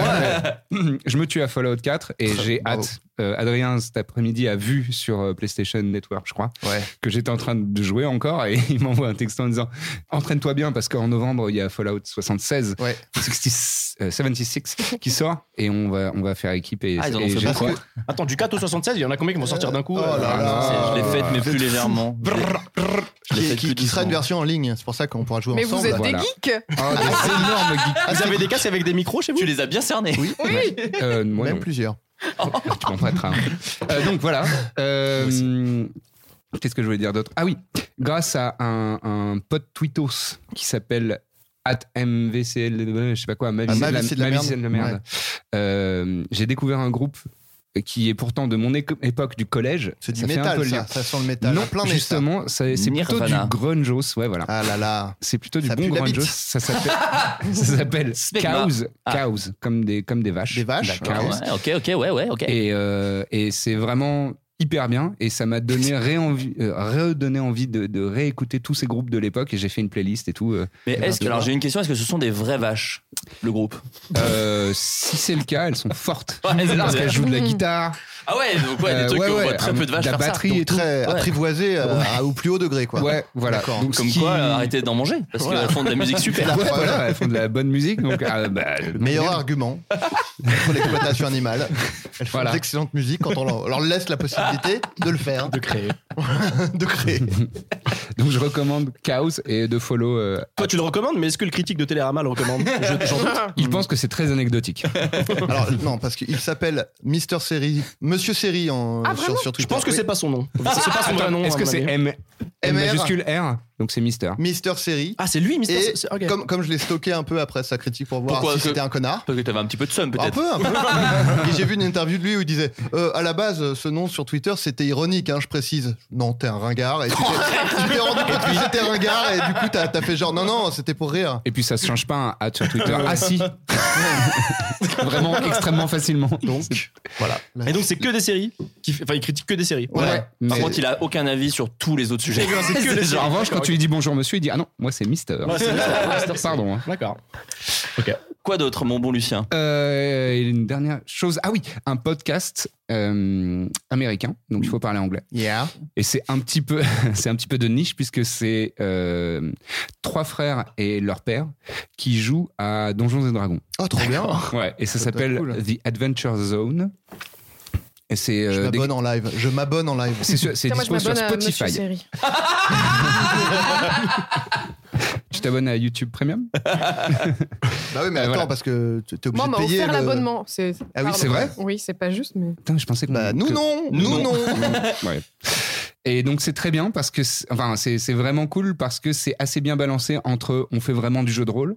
voilà. je me tue à Fallout 4 et j'ai hâte. euh, Adrien, cet après-midi, a vu sur euh, PlayStation Network, je crois, que j'étais en train de jouer encore et il m'envoie un texto en disant Entraîne-toi bien parce qu'en novembre, il y a Fallout 76, 66, euh, 76 qui sort et on va, on va faire équipe. Et,
Ah, ils en ont
et
fait
j'ai
beaucoup.
trop-
Attends, du 4 au 76, il y en a combien qui vont sortir d'un coup euh,
Oh là là.
Je l'ai faite, mais plus légèrement.
Qui, qui- qui sera une version en ligne. C'est pour ça qu'on pourra jouer
Mais
ensemble. Ah,
vous êtes des geeks
énorme
Vous avez des casques avec des micros chez vous
Tu les as bien cernés.
Ah, Oui,
Oui
Euh, moi,
même
non.
plusieurs.
tu m'en prêteras. Euh, donc voilà. Euh, Qu'est-ce que je voulais dire d'autre Ah oui, grâce à un, un pote Twitos qui s'appelle at MVCL, euh, je sais pas quoi, ma vie,
Ah,
c'est
ma
de la,
vie, c'est de la
ma vie,
merde.
c'est de la merde.
Ouais.
Euh, J'ai découvert un groupe qui est pourtant de mon éco- époque du collège.
C'est du
Ça fait un
métal,
peu le lien.
ça. Ça sent le métal.
Non,
en plein nez, ça.
justement, ça- c'est plutôt du
Nirvana.
grungeos, ouais voilà.
Ah là là.
C'est plutôt du
Ça
bon
pue la bite.
grungeos. Ça s'appelle, ça s'appelle
Smegma.
cows,
Ah.
cows, comme des comme des vaches.
Des vaches.
La cows.
Ouais, ok, ok, ouais, ouais, ok.
Et, euh, et c'est vraiment hyper bien. Et ça m'a donné réenvi- euh, redonné envie de, de réécouter tous ces groupes de l'époque. Et j'ai fait une playlist et tout. euh.
mais est-ce que, alors j'ai une question, est-ce que ce sont des vraies vaches, le groupe
Euh, si c'est le cas, elles sont fortes.
Ouais, c'est
parce
ça.
qu'elles jouent de la guitare.
Ah ouais, donc ouais,
Euh,
des trucs
ouais,
qu'on
ouais,
voit très
euh,
peu de vaches
la
faire ça.
batterie
Donc,
et tout.
Très
Ouais.
apprivoisé euh, à- au plus haut degré, quoi.
Ouais, voilà.
D'accord.
Donc, ce
Comme
qui-
quoi, euh, arrêtez d'en manger, parce
Voilà.
qu'elles font de la musique super.
Ouais, voilà, elles font de la bonne musique. Donc, ah, bah,
Meilleur argument contre l'exploitation animale. Elles font
Voilà.
d'excellentes musiques quand on leur, leur laisse la possibilité de le faire,
De créer.
de créer.
donc je recommande Chaos et de follow. euh,
Toi, tu le recommandes, mais est-ce que le critique de Télérama le recommande Je- j'en doute.
Il pense que c'est très anecdotique.
Alors non, parce qu'il s'appelle Mister Série, Monsieur Série en
Ah,
sur,
vraiment
sur
Je
Twitter.
pense que c'est pas son nom. C'est pas son vrai nom.
Ah, Est-ce
à
que
mon
c'est
avis.
M, M
MR?
majuscule R Donc c'est Mister.
Mister Série.
Ah, c'est lui, Mister.
Et
c'est- ok.
comme, comme je l'ai stocké un peu après sa critique pour voir
Pourquoi
si
que-
c'était un connard.
Parce que t'avais un petit peu de somme
Un
peut-être.
peu, un peu. Et j'ai vu une interview de lui où il disait euh, à la base, euh, ce nom sur Twitter, c'était ironique, hein, je précise. Non, t'es un ringard. Et tu t'es tu t'es rendu compte que c'était ringard et du coup, t'as t'as fait genre non, non, c'était pour rire.
Et puis ça se change pas un hat sur Twitter. ah si Vraiment extrêmement facilement. Donc,
Voilà.
Et donc, c'est que des séries. qui fait- Enfin, il critique que des séries.
Ouais.
mais-
Par contre, il a aucun avis sur tous les autres sujets.
C'est que des
en
séries.
revanche, quand tu lui dis bonjour monsieur, il dit ah non, moi c'est Mister.
Ouais, c'est ça.
Pardon. hein.
D'accord.
Quoi d'autre, mon bon Lucien
Euh, et une dernière chose. Ah oui, un podcast euh, américain, donc il faut parler anglais.
Yeah.
Et c'est un petit peu, c'est un petit peu de niche puisque c'est euh, trois frères et leur père qui jouent à Donjons et Dragons.
Oh, trop bien.
Ouais. Et ça,
Ça doit être
s'appelle
cool.
The Adventure Zone. Et c'est
Je
euh, des-
m'abonne en live. Je m'abonne en live.
c'est sur- c'est
Tiens, moi, je
dispo sur
m'abonne à Monsieur
Spotify.
Série.
Tu t'abonnes à YouTube Premium
Bah oui, mais
Euh,
attends,
voilà.
parce que t'es t'es
Moi,
obligé
on m'a
de payer.
offert
le-
l'abonnement. c'est-
Ah oui,
pardon.
c'est vrai
Oui, c'est pas juste, mais.
Putain, je pensais qu'on.
Bah, nous
que-
non, nous, non.
Ouais. Et donc c'est très bien parce que c'est- enfin c'est c'est vraiment cool parce que c'est assez bien balancé entre on fait vraiment du jeu de rôle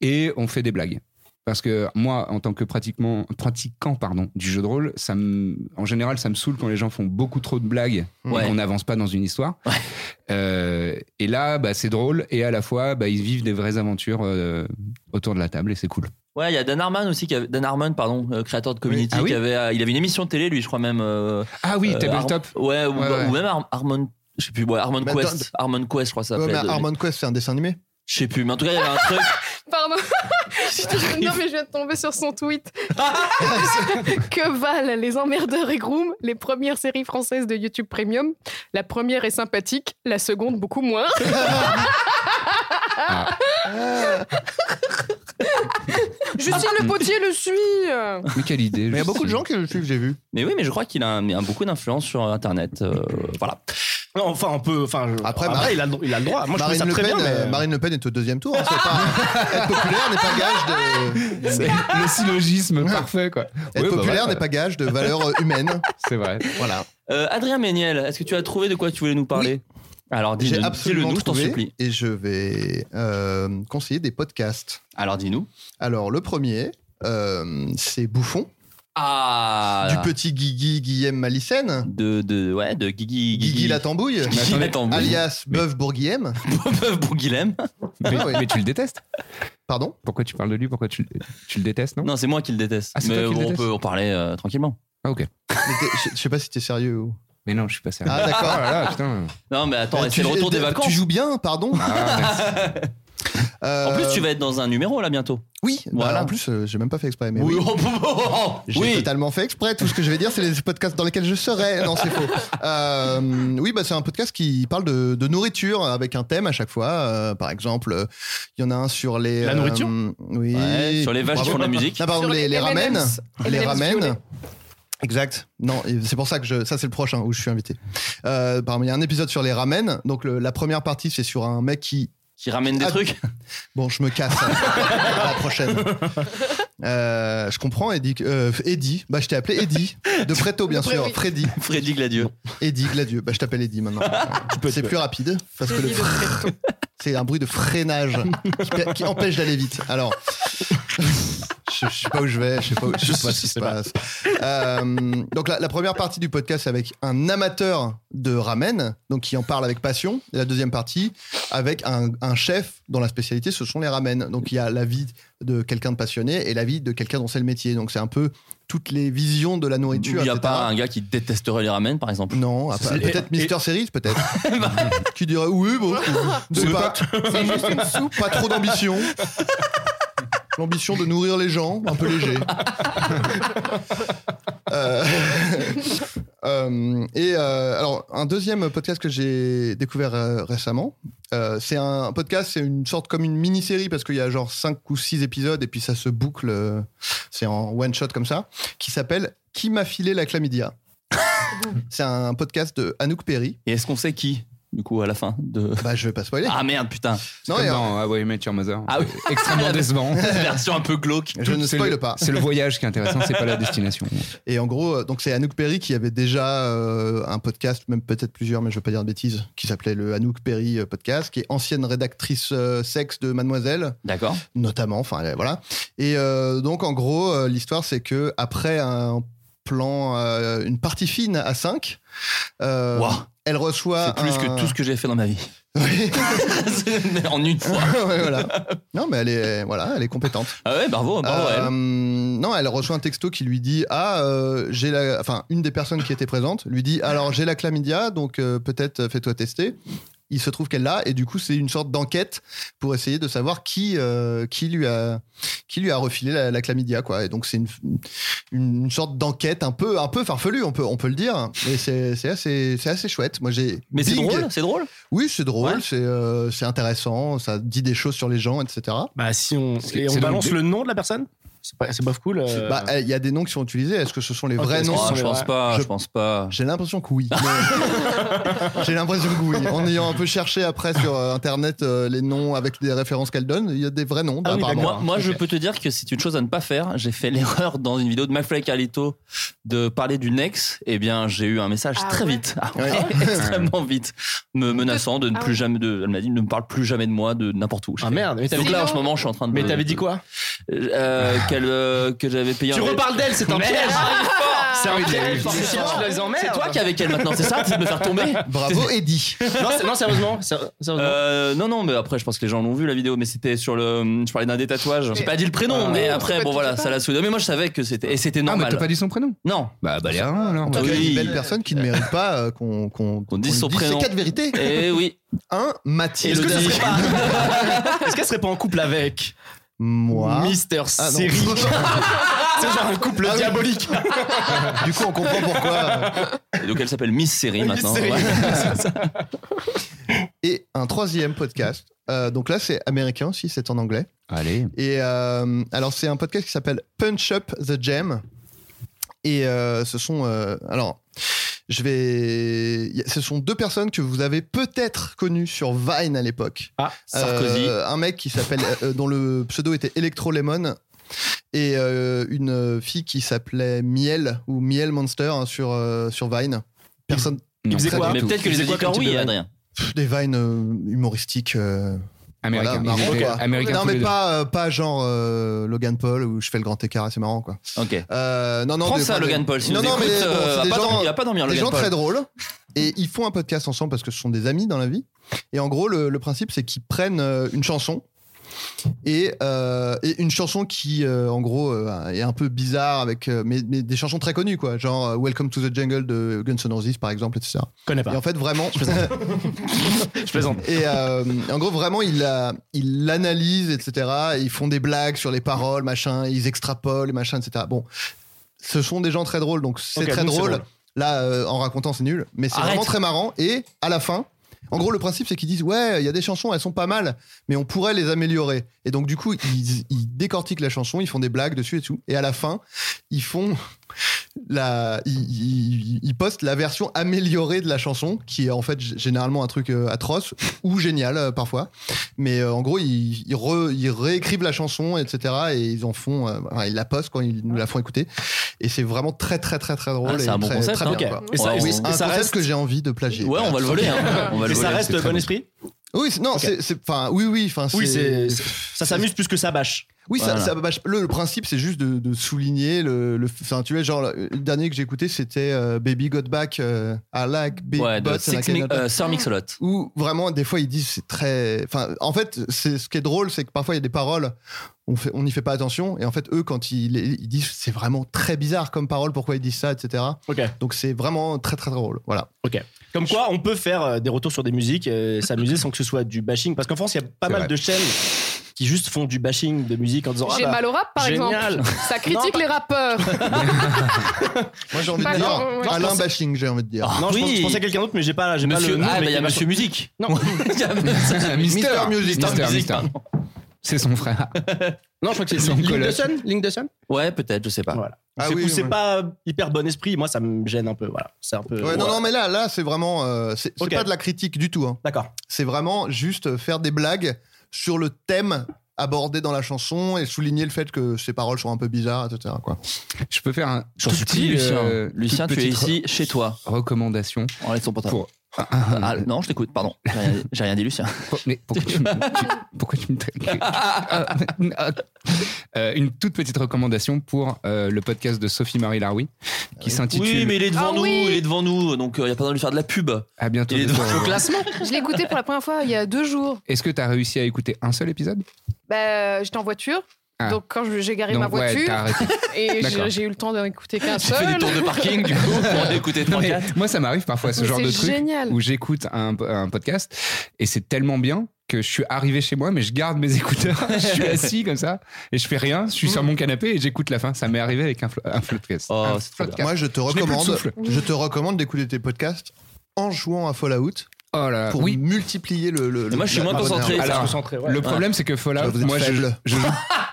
et on fait des blagues. Parce que moi, en tant que pratiquement, pratiquant pardon, du jeu de rôle, ça me, en général, ça me saoule quand les gens font beaucoup trop de blagues
Ouais.
et qu'on n'avance pas dans une histoire.
Ouais.
Euh, et là, bah, c'est drôle et à la fois, bah, ils vivent des vraies aventures euh, autour de la table et c'est cool.
Ouais, il y a Dan Harmon aussi, qui avait- Dan Harmon, pardon, euh, créateur de Community,
Ah oui
qui avait, euh, il avait une émission de télé, lui, je crois même. euh,
Ah oui,
euh,
tabletop.
Har- ouais, ou, bah,
Ouais, ouais.
ou même Har- Harmon, je sais plus, ouais, Harmon
Mais attends,
Quest, Harmon Quest, je crois que ça
Ouais, mais
s'appelait.
euh,
Harmon Quest, c'est un dessin animé.
Je sais plus, mais en tout cas, il y avait un truc.
Pardon. non, mais je viens de tomber sur son tweet. que valent les emmerdeurs et grooms, les premières séries françaises de YouTube Premium La première est sympathique, la seconde beaucoup moins.
Ah.
Justine Le Potier le suit.
Mais quelle idée.
Mais il y a
je
beaucoup de
sais.
gens qui le suivent, j'ai vu.
Mais oui, mais je crois qu'il a, un- un- beaucoup d'influence sur Internet. euh, voilà.
Non, enfin, on peut. Enfin, je-
Après,
après,
Marine-
il, a, le dro- il a le droit. Moi, je trouve
Marine
ça
Le,
très
Pen,
bien.
euh,
mais-
Marine Le Pen est au deuxième tour. hein, c'est pas- être populaire n'est pas gage de.
C'est le syllogisme parfait, quoi.
Être
Ouais, bah
populaire
ouais,
n'est pas gage de valeur euh, humaine.
C'est vrai.
Voilà.
Euh, Adrien Méniel, est-ce que tu as trouvé de quoi tu voulais nous parler Alors, dis-le
J'ai
dis-le
absolument
nous, je t'en
trouvé
supplie.
et je vais euh, conseiller des podcasts.
Alors, dis-nous.
Alors le premier, euh, c'est Bouffon.
Ah
Du petit Guigui Guillaume Malicène.
De, de, ouais, de Guigui.
Guigui la tambouille.
Guigui Attendez, la tambouille.
Alias Bœuf Bourguillem.
Bœuf Bourguilhem.
Mais,
Ah oui.
mais tu le détestes
Pardon
Pourquoi tu parles de lui Pourquoi tu, le- tu le détestes, non
Non, c'est moi qui le déteste.
Ah, c'est
Mais
toi qui le
bon, on
détestes
peut en parler euh, tranquillement.
Ah, ok.
Mais t'es- Je je sais pas si t'es sérieux ou.
Mais non, je suis pas sérieux.
Ah, d'accord.
Oh là là, putain.
Non, mais attends,
Euh,
c'est
tu-
le retour des
euh,
vacances.
Tu joues bien, pardon.
Ah,
En plus, tu vas être dans un numéro là bientôt.
euh, Oui, bah,
Voilà. oh,
en plus, euh, j'ai même pas fait exprès. Mais oui. J'ai
oui.
totalement fait exprès. Tout ce que je vais dire, c'est les podcasts dans lesquels je serai. Non, c'est faux. Euh, oui, bah, c'est un podcast qui parle de, de nourriture avec un thème à chaque fois. Euh, par exemple, euh, il y en a un sur les.
La
euh,
nourriture
Oui.
Ouais, sur les vaches
Bravo.
qui font de la musique.
Non, par
Sur
exemple, les,
les
les ramen.
M&M's.
Les
M&M's violets.
ramen. Exact. Non, et c'est pour ça que je, ça c'est le prochain où je suis invité. Euh, pardon, il y a un épisode sur les ramen. Donc le- la première partie c'est sur un mec qui
Qui ramène des
Ah,
trucs.
Bon, je me casse. à la prochaine. Euh, je comprends, Eddie. euh, Eddie. Bah, je t'ai appelé Eddie. De Preto, bien
De près,
sûr.
oui.
Freddy.
Freddy Gladieux.
Eddie, Gladieux. Bah, je t'appelle Eddie maintenant. c'est plus rapide. Parce que le
Freddy de
fre- c'est un bruit de freinage qui, pa- qui empêche d'aller vite. Alors. Je, je sais pas où je vais, je sais pas, où- je sais pas ce qui se passe. Euh, donc la, la première partie du podcast c'est avec un amateur de ramen, donc qui en parle avec passion. Et la deuxième partie avec un, un chef dont la spécialité ce sont les ramen. Donc il y a la vie de quelqu'un de passionné et la vie de quelqu'un dont c'est le métier. Donc c'est un peu toutes les visions de la
Il
nourriture.
n'y a
etc.
pas un gars qui détesterait les ramen, par exemple.
Non, à part-
C'est-
peut-être Mister Series, peut-être. qui dirait oui, bon, je sais
C'est
pas. C'est juste une soupe. Pas trop d'ambition. L'ambition de nourrir les gens, un peu léger. Euh, euh, et euh, alors, un deuxième podcast que j'ai découvert euh, récemment, euh, c'est un podcast, c'est une sorte comme une mini-série parce qu'il y a genre 5 ou 6 épisodes et puis ça se boucle, euh, c'est en one-shot comme ça, qui s'appelle Qui m'a filé la chlamydia C'est un podcast de Anouk Perry.
Et est-ce qu'on sait qui, du coup, à la fin de...
Bah, je vais pas spoiler.
Ah merde, putain.
non,
Comme
et, euh,
dans Ah ouais, Met Your Mother.
Ah oui.
C'est Extrêmement décevant.
Version un peu glauque.
je ne
C'est
spoil
le-
pas.
C'est le voyage qui est intéressant, c'est pas la destination.
Et en gros, euh, donc c'est Anouk Perry qui avait déjà euh, un podcast, même peut-être plusieurs, mais je veux pas dire de bêtises, qui s'appelait le Anouk Perry euh, podcast, qui est ancienne rédactrice euh, sexe de Mademoiselle,
D'accord.
notamment. Enfin euh, voilà. Et euh, donc en gros, euh, l'histoire c'est que après un plan, euh, une partie fine à 5
Wow.
elle reçoit
C'est plus
un-
que tout ce que j'ai fait dans ma vie.
Oui.
en une fois.
Ouais, voilà. Non, mais elle est voilà, elle est compétente.
Ah ouais, bravo, bravo à
Euh,
elle.
Non, elle reçoit un texto qui lui dit Ah, euh, j'ai la. Enfin, une des personnes qui était présente lui dit Alors, j'ai la chlamydia, donc euh, peut-être euh, fais-toi tester. Il se trouve qu'elle l'a, et du coup, c'est une sorte d'enquête pour essayer de savoir qui, euh, qui, lui, a, qui lui a refilé la, la chlamydia, quoi. Et donc, c'est une, une, une sorte d'enquête un peu, un peu farfelue, on peut, on peut le dire. Et c'est c'est assez, c'est assez chouette. Moi, j'ai.
Mais c'est
Bing.
drôle, c'est drôle.
Oui, c'est drôle,
Ouais.
c'est euh, c'est intéressant, ça dit des choses sur les gens, etc.
Bah, si on,
C'est-
et on
c'est donc
balance
des-
le nom de la personne C'est pas, c'est pas cool. euh,
Bah, il y a des noms qui sont utilisés. Est-ce que ce sont les
Ok,
vrais
est-ce
noms
que
Oh,
c'est
je pense
vrai.
pas, je
Je-
pense pas.
J'ai l'impression que oui. Mais- J'ai l'impression que oui. En ayant un peu cherché après sur euh, internet euh, les noms avec des références qu'elle donne, il y a des vrais noms.
Ah oui,
apparemment.
Moi, moi, je peux te dire que c'est une chose à ne pas faire. J'ai fait l'erreur dans une vidéo de McFly et Carlito de parler d'une ex. Eh bien, j'ai eu un message
Ah
très
ouais.
vite, après, extrêmement vite, me menaçant de ne
Ah
plus
ouais.
jamais de. Elle m'a dit ne me parle plus jamais de moi, de n'importe où. J'ai
Ah
fait-
merde, mais t'avais
Donc
dit,
là, en
non.
ce moment, je suis en train de.
mais t'avais dit quoi
Euh, qu'elle, euh, Que j'avais payé.
Tu
un-
reparles d'elle, c'est un
Merde,
piège
Ah,
C'est un piège.
C'est
C'est
toi,
toi-
je les emmerde.
c'est toi qui es avec elle maintenant, c'est ça Tu veux me faire tomber
Bravo Eddie.
Non, c'est- non, sérieusement, sér- sérieusement.
Euh, non, non, mais après, je pense que les gens l'ont vu la vidéo, mais c'était sur le. Je parlais d'un Euh, des tatouages. J'ai pas dit le prénom,
Ah,
mais
oui,
après,
c'est
bon
pas-
voilà,
c'est
ça
pas-
l'a soudé. Mais moi, je savais que c'était. Et c'était
Ah, mais
normal.
t'as pas dit son prénom
Non.
Bah, bah, les reins, alors.
En tout
Oui.
cas, il y a une belle personne qui ne mérite pas euh, qu'on qu'on
Qu'on dise
qu'on
son
lui
prénom.
Ces quatre vérités.
Et oui.
Un Mathilde.
Est-ce que ça
le
serait pas- Est-ce qu'elle serait pas en couple avec
Moi.
Mister
Ah, non.
Série C'est genre un couple
Ah oui.
diabolique.
du coup, on comprend pourquoi.
Et donc, elle s'appelle Miss Série maintenant.
Série.
Ouais.
Et un troisième podcast. Euh, donc là, c'est américain aussi, c'est en anglais.
Allez.
Et euh, alors, c'est un podcast qui s'appelle Punch Up the Jam. Et euh, ce sont. euh, alors, je vais. y a- Ce sont deux personnes que vous avez peut-être connues sur Vine à l'époque.
Ah,
Sarkozy.
Euh, un mec qui s'appelle. euh, dont le pseudo était Electro Lemon. Et euh, une fille qui s'appelait Miel ou Miel Monster hein, sur, euh, sur Vine. Personne.
Non,
faisait
très
quoi
bien
Mais
du tout.
peut-être que
Il
les
faisait quoi
éditeurs,
comme type
oui,
de
Adrien.
Pff, Des Vines euh, humoristiques. euh,
Américain.
Voilà,
Ils
Marvel,
étaient
quoi.
américains
non,
tous
mais
les deux.
pas, euh, pas genre euh, Logan Paul où je fais le grand écart et c'est marrant quoi.
Ok.
Euh, non, non,
Prends
des-
ça,
pas des-
Logan Paul, s'il
non,
nous
non, mais
écoute,
bon,
euh,
c'est
va
des
pas
gens,
dormir- il va pas dormir,
Des
Logan
gens
Paul.
très drôles et ils font un podcast ensemble parce que ce sont des amis dans la vie. Et en gros, le, le principe c'est qu'ils prennent euh, une chanson. Et, euh, et une chanson qui, euh, en gros, euh, est un peu bizarre, avec, euh, mais, mais des chansons très connues, quoi, genre euh, Welcome to the Jungle de Guns N' Roses, par exemple, etc.
Connais pas.
Et en fait, vraiment,
Je plaisante.
et euh, en gros, vraiment, ils la- ils l'analysent, etc. Ils font des blagues sur les paroles, machin. Ils extrapolent, machin, etc. Bon, ce sont des gens très drôles, donc c'est
Ok,
très
donc c'est
drôle.
drôle.
Là, euh, en racontant, c'est nul, mais c'est
Arrête.
vraiment très marrant. Et à la fin, en gros, le principe, c'est qu'ils disent ouais, il y a des chansons, elles sont pas mal, mais on pourrait les améliorer. Et donc, du coup, ils, ils décortiquent la chanson, ils font des blagues dessus et tout. Et à la fin, ils font la, ils, ils- ils postent la version améliorée de la chanson, qui est en fait g- généralement un truc euh, atroce ou génial euh, parfois. Mais euh, en gros, ils, ils, re- ils réécrivent la chanson, etc. Et ils en font, euh, enfin, ils la postent quand ils nous la font écouter. Et c'est vraiment très très très très drôle.
Ah, c'est
et
un bon
très,
concept,
très
hein.
bien,
Ok.
quoi.
Et ça-
Oui,
et
un
ça
concept
reste-
que j'ai envie de plagier.
Ouais, on va le voler, hein. On va
Mais
le
ça
voler.
reste
C'est très
bon
bien.
esprit
Oui, c'est- non, c'est- c'est, enfin, oui, oui, enfin,
Oui,
c'est,
c'est- c'est- ça s'amuse plus que ça bâche.
oui, ça-
Voilà.
ça, bah, je- le, le principe, c'est juste de, de souligner le. le enfin, tu vois, genre, le, le dernier que j'ai écouté, c'était euh, Baby Got Back euh, I Like Big
Ouais, de
Butts and I
Six Mi-
Cannot-
euh, Sir Mixolot.
Où vraiment, des fois, ils disent, c'est très. Enfin, en fait, c'est ce qui est drôle, c'est que parfois, il y a des paroles, on fait, on n'y fait pas attention, et en fait, eux, quand ils, ils disent, c'est vraiment très bizarre comme parole, pourquoi ils disent ça, etc.
Ok.
Donc, c'est vraiment très, très drôle. Voilà.
Ok. Comme quoi, on peut faire euh, des retours sur des musiques, euh, s'amuser sans que ce soit du bashing. Parce qu'en France, il y a pas
C'est
mal
vrai.
de chaînes qui juste font du bashing de musique en disant Ah
J'ai
bah,
mal au rap, par
génial. bah,
exemple. Ça critique les rappeurs.
Moi, j'ai envie de
Pas
dire
grand- ouais.
Alain Bashing, j'ai envie de dire.
Non, je, pense- je pensais à quelqu'un d'autre, mais j'ai pas, j'ai pas le.
Monsieur-
nom,
ah,
mais
bah, il y a
qui m'a
Monsieur
sorti.
Musique.
Non.
Mister
Mister Music.
Mister
Mister
Mister. C'est son frère.
Non, je crois que
Son
c'est Link
coloc.
de Sun. Link de Sun.
Ouais, peut-être, je sais pas.
Voilà.
Ah
c'est
oui,
ou c'est
ouais.
pas hyper bon esprit. Moi, ça me gêne un peu. Voilà. C'est un peu.
Euh,
Ouais, non, non, mais là, là, c'est vraiment, euh, c'est c'est
Ok.
pas de la critique du tout. hein.
D'accord.
C'est vraiment juste faire des blagues sur le thème abordé dans la chanson et souligner le fait que ces paroles sont un peu bizarres, etc. Quoi.
Je peux faire un
J'en
tout
supplie,
petit,
Lucien.
euh,
Lucien,
toute
tu es
petite
ici, chez toi.
Recommandation
Enlève ton pantalon.
pour.
Ah, non, je t'écoute, pardon. J'ai rien- J'ai rien dit, Lucien.
Pour- mais pourquoi tu, me- tu- pourquoi tu me traites- Ah, ah, euh, Une toute petite recommandation pour euh, le podcast de Sophie-Marie Laroui qui s'intitule
Euh, Oui, mais il est devant
Ah
nous,
oui.
il est devant nous, donc il n'y a pas besoin de lui faire de la pub.
À bientôt.
Il est
docteur
devant le
Heureux.
classement.
Je l'ai écouté pour la première fois il y a deux jours.
Est-ce que tu as réussi à écouter un seul épisode
Bah, j'étais en voiture.
Ah.
Donc quand je- j'ai garé
Donc,
ma
ouais,
voiture
t'as arrêté.
et
D'accord.
j'ai j'ai eu le temps d'en écouter qu'un
Tu fais des
seul.
tours de parking, du coup, pour écouter
Non, mais
3-4.
moi, ça m'arrive parfois ce
Mais
genre
c'est
de truc
génial.
où j'écoute un, un podcast et c'est tellement bien que je suis arrivé chez moi, mais je garde mes écouteurs. je suis assis comme ça et je fais rien. Je suis sur mon canapé et j'écoute la fin. Ça m'est arrivé avec un, flo- un podcast.
Oh,
Un
c'est trop
podcast.
Moi, je te
n'ai plus de
recommande,
souffle.
je te recommande d'écouter tes podcasts en jouant à Fallout
Oh là là.
pour
Oui.
multiplier le. le- le-
moi, je suis
la-
moins
la bonne
concentré.
heure.
Alors, le problème, c'est que Fallout,
Vous êtes
moi, je,
faible.
je joue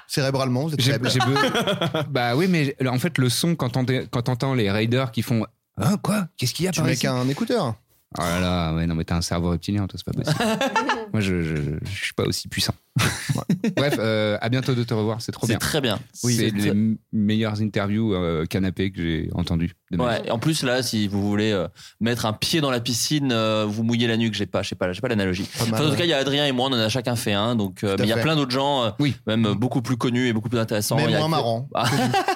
Cérébralement, vous êtes
J'ai-
faible.
j'ai be- bah oui, mais en fait, le son, quand t'entends- quand t'entends les raiders qui font Hein, quoi Qu'est-ce qu'il y a
Tu
par
mets
ici
qu'un écouteur.
Oh là là, ouais, non, mais t'as un cerveau reptilien, toi, c'est pas possible. Moi, je, je, je suis pas aussi puissant. Ouais. Bref, euh, à bientôt de te revoir, c'est trop
C'est
bien.
très bien.
c'est
C'est
les
très-
m- meilleures interviews euh, canapé que j'ai entendues. de ma vie.
Ouais, et en plus là, si vous voulez euh, mettre un pied dans la piscine, euh, vous mouillez la nuque, j'ai pas, j'ai pas, j'ai pas l'analogie.
Pas mal,
Enfin, en tout
ouais.
cas, il y a Adrien et moi, on en a chacun fait un, donc euh,
Tout à
mais il y a
fait.
plein d'autres gens, euh,
Oui.
même euh, beaucoup plus connus et beaucoup plus intéressants.
Mais
Il y a
moins
que-
marrant.
Ah.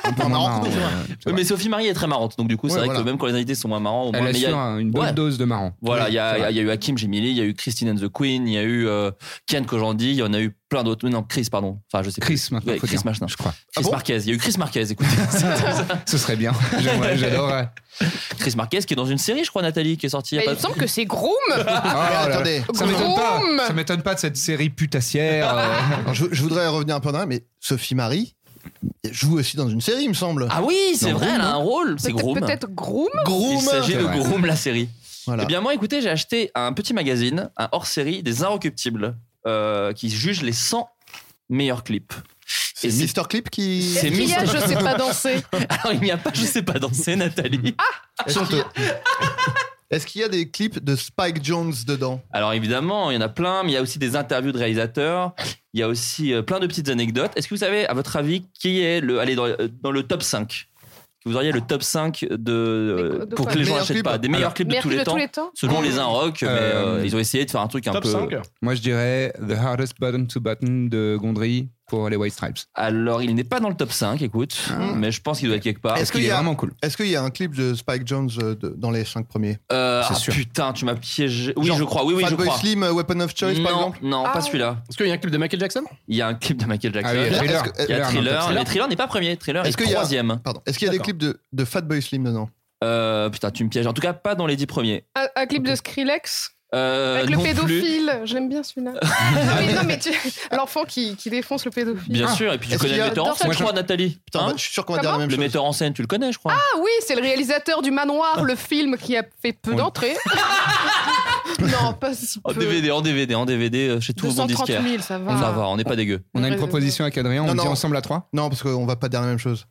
Un peu
Non, non,
marrant.
non, ouais, c'est
Oui,
vrai.
mais Sophie Marie est très marrante, donc du coup, c'est
Ouais,
vrai
voilà.
que même quand les invités sont moins marrants, au moins,
Elle
mais il y a-
assure un- une bonne
Ouais.
dose de marrant.
Voilà, il y,
c'est
a,
vrai.
il y a eu Hakim Jimili, il y a eu Christine and the Queen, il y a eu euh, Ken Kojandi, il y en a eu plein d'autres. Non, Chris, pardon. Enfin, je sais
Chris,
plus.
maintenant,
Ouais,
faut
Chris,
dire,
machin.
je crois. Ah
Chris
bon
Marquez, il y a eu Chris Marquez, écoutez.
Ce serait bien. J'aimerais- J'adorerais.
Chris Marquez qui est dans une série, je crois, Nathalie, qui est sortie il y a
Mais
pas
Bah, il me semble que c'est Groom.
Oh là là.
attendez.
Ça m'étonne pas.
Groom.
Ça m'étonne pas de cette série putassière. euh,
Alors, je, je voudrais revenir un peu en arrière, mais Sophie Marie joue aussi dans une série, il me semble.
Ah oui, c'est
Non,
vrai, elle a un rôle, c'est
Peut-être-
Groom.
Peut-être Groom.
Il
Groom
s'agit
C'est
de
vrai.
Groom, la série.
Voilà.
Eh bien, moi, écoutez, j'ai acheté un petit magazine, un hors-série des Inrecuptibles, euh, qui juge les 100 meilleurs clips.
C'est
Et c'est-
Mister Clip qui.
C'est
Est-ce qu'il y a
Mister-
Je sais pas danser
Alors, il n'y a pas Je sais pas danser, Nathalie.
Est-ce qu'il y a- Est-ce qu'il y a des clips de Spike Jones dedans
Alors, évidemment, il y en a plein, mais il y a aussi des interviews de réalisateurs. Il y a aussi euh, plein de petites anecdotes. Est-ce que vous savez, à votre avis, qui est le, allez, dans, euh, dans le top 5 que vous auriez le top 5 de, euh,
de
pour
quoi
que les gens
Meilleurs
n'achètent
clips
pas. Des meilleurs clips de,
Meilleurs
tous,
clips
les
de tous les temps
Selon
Ah.
les un rock, mais euh, ils ont essayé de faire un truc un peu.
Moi, je dirais The Hardest Button to Button de Gondry pour les White Stripes. Ah.
Alors, il n'est pas dans le top 5, écoute, mais je pense qu'il doit être quelque part.
Est-ce qu'il y a- Est-ce qu'il y a un clip de Spike Jones euh, de- dans les 5 premiers
Euh,
C'est
ah,
sûr.
putain, tu m'as piégé. Oui,
Genre
je crois. Oui, oui, je
Fatboy
crois.
Slim, euh, Weapon of Choice,
non,
par exemple
Non,
Ah.
Ah.
pas celui-là.
Est-ce qu'il y a un clip de Michael Jackson
Il y a un clip de Michael Jackson.
Ah oui,
il y a
Thriller.
Il y a
Thriller, non,
Thriller.
Thriller.
Mais Thriller n'est pas premier. Thriller est,
Est-ce qu'il y a-
troisième.
Pardon. Est-ce qu'il y a des
D'accord.
clips de, de Fatboy Slim dedans
Euh, putain, tu me pièges. En tout cas, pas dans les dix premiers.
Un, un clip de Skrillex
Euh,
avec le
non plus.
pédophile. J'aime bien celui-là. non, mais, non, mais tu- l'enfant qui, qui défonce le pédophile.
Bien sûr, et puis tu
Ah. Est-ce
connais
qu'il y
le
a-
metteur en
J'adore
scène,
ça.
je crois, Nathalie.
Putain,
Hein
bah, je suis sûr qu'on va dire la même
Le
chose.
metteur en scène, tu le connais, je crois.
Ah oui, c'est le réalisateur du Manoir, le film qui a fait peu d'entrées. non, pas si
Ah,
En
peu.
DVD, en DVD, en DVD, euh, chez tout le monde
230
disquaire.
000, ça va.
Ça va, on n'est pas dégueu.
On a une proposition avec Adrien, on
Non,
le dit
non.
ensemble à trois
Non, parce qu'on va pas dire la même chose.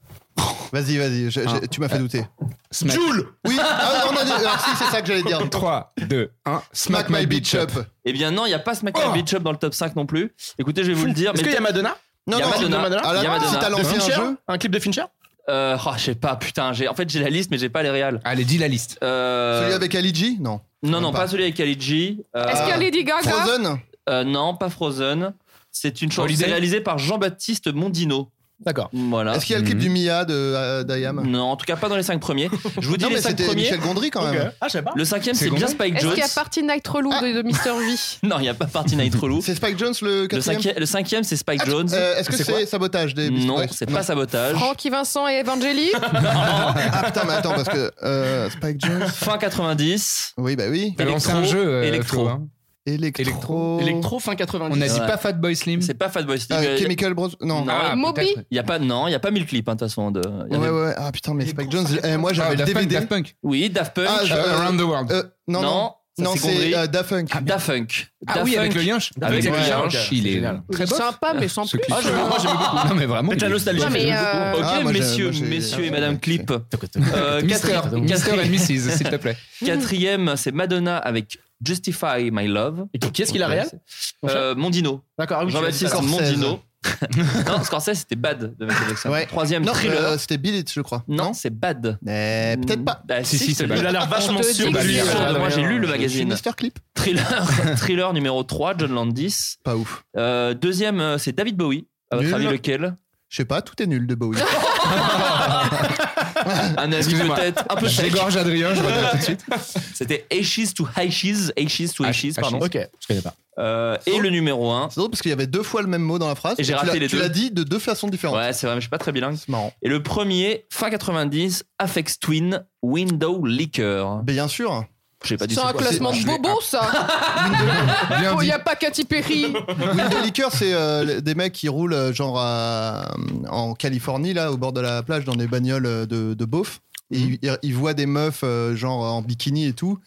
Vas-y, vas-y, je- je-
Ah.
tu m'as fait douter.
Smack.
Joule Oui, ah, on a dit- alors, si, c'est ça que j'allais dire.
3, 2, 1,
Smack, my bitch Oh. up.
Eh bien, non, il n'y a pas Smack My Bitch Up dans le top 5 non plus. Écoutez, je vais vous le dire.
Est-ce
mais-
qu'il y a Madonna
Non,
Il y a
non,
Madonna.
à la-
Il y a
Ah, si
Madonna.
t'as lancé un
Fincher
jeu,
Un clip de Fincher
Euh, oh, je sais pas, putain. j'ai- En fait, j'ai la liste, mais j'ai pas les réals.
Allez, dis la liste.
Euh,
celui avec Ali G Non.
Non, non,
Même
pas. celui avec Ali G. Euh,
Est-ce qu'il y a Lady Gaga
Frozen
euh, non, pas Frozen. C'est une chanson
Holiday
c'est réalisée par Jean-Baptiste Mondino.
D'accord. Mhm.
Voilà.
Est-ce qu'il y a le clip du Mia de euh, d'Ayam
Non, en tout cas pas dans les 5 premiers. Je vous dis
Non,
les
mais
5
c'était
premiers.
Michel Gondry quand même.
Ok. Ah, je sais pas.
Le cinquième,
C'est
c'est bien
Gondry
Spike
Est-ce
Jones.
qu'il y a Party Night trop
Ah.
lourde de Mr. V
Non, il n'y a pas Party Night Relou.
C'est Spike Jones le
Le
quatrième
cinquième, le cinquième, c'est Spike
Ah,
Jones.
euh, Est-ce que
C'est
c'est
quoi
sabotage des Beastie
non,
Boys
c'est pas sabotage.
Francky Vincent et Evangeli
Ah putain, mais attends, parce que euh, Spike Jones.
Fin 90.
Oui, bah oui.
T'as lancé un
Électro,
jeu, euh,
électro.
Flo, hein.
Electro.
Électro fin 90.
On a dit
Ouais.
pas Fatboy Slim.
C'est pas Fatboy Slim.
Ah,
euh,
Chemical Bros. Non.
Non.
Ah,
Moby.
peut-être.
Il y a pas non, il y a pas mille clips hein, de toute façon de il y
Ouais,
avait-
ouais. Ah putain, mais Spike Jones. eh, moi,
Ah,
j'avais le
Daft Punk,
DVD.
Daft Punk.
Oui, Daft Punk.
Ah, je-
Euh,
euh,
Around the World.
euh, non, non.
ça,
Non, c'est
Gondry.
euh, Da Funk.
Daft Punk.
Ah oui,
Daft
avec
Punk.
le Yinch.
Avec le
Yinch,
Yinch.
Il est
Génial.
très beau.
Sympa, mais sans plus.
Ah, je- moi, j'aime beaucoup.
Non, mais vraiment.
Faites la
il est-
nostalgie.
Non, mais, euh,
Ok,
Ah, moi, j'ai-
messieurs,
moi, j'ai-
messieurs et
ah,
madame
ouais,
Clip. Euh,
Mister,
quatrième-
Mister and Mrs, s'il te plaît.
Quatrième, c'est Madonna avec Justify My Love.
Et qui qui est-ce qui la réal
Euh, Mondino.
D'accord, ah oui, tu l'as dit tout à
Jean-Baptiste
l'heure.
Scorsese.
Mondino. non, Scorsese, c'était Bad de Michael Jackson.
Ouais.
Troisième,
Non,
Thriller.
euh, c'était Bill It, je crois.
non, c'est Bad.
Eh, peut-être pas.
Bah,
Si, si,
je te
c'est
le
Bad.
dis.
Il a l'air vachement
On te
sûr.
dit
de
Bah,
que
lui,
bien
c'est
euh,
sûr, de moi, j'ai lu le
C'est
magazine.
Mister Clip.
Thriller, thriller numéro 3, John Landis.
Pas ouf.
Euh, deuxième, euh, c'est David Bowie. À votre
Nul.
avis, lequel
Je sais pas, tout est nul de Bowie.
Un avis
Excusez-moi.
peut-être un peu
Je
sec.
dégorge Adrien, je regarde tout de suite.
C'était Ashes to Ashes, Ashes to
Ah,
Ashes, pardon.
Ok, je connais pas.
Euh, et le numéro 1.
Oh. C'est drôle parce qu'il y avait deux fois le même mot dans la phrase.
Et j'ai
tu
raté
l'as-
les
Tu
deux.
l'as dit de deux façons différentes.
Ouais, c'est vrai, mais je suis pas très bilingue.
C'est marrant.
Et le premier, fin 90, Afex Twin, Window Liquor.
Bien sûr.
J'ai pas du
C'est
tout.
un classement de
Je l'ai-
bobos, ça
Bien
Il
dit.
n'y a pas Katy Perry
Window Liquor, c'est euh, les- des mecs qui roulent euh, genre à- en Californie, là, au bord de la plage, dans des bagnoles euh, de, de beauf. Et
Mhm.
ils- ils, ils voient des meufs, euh, genre en bikini et tout.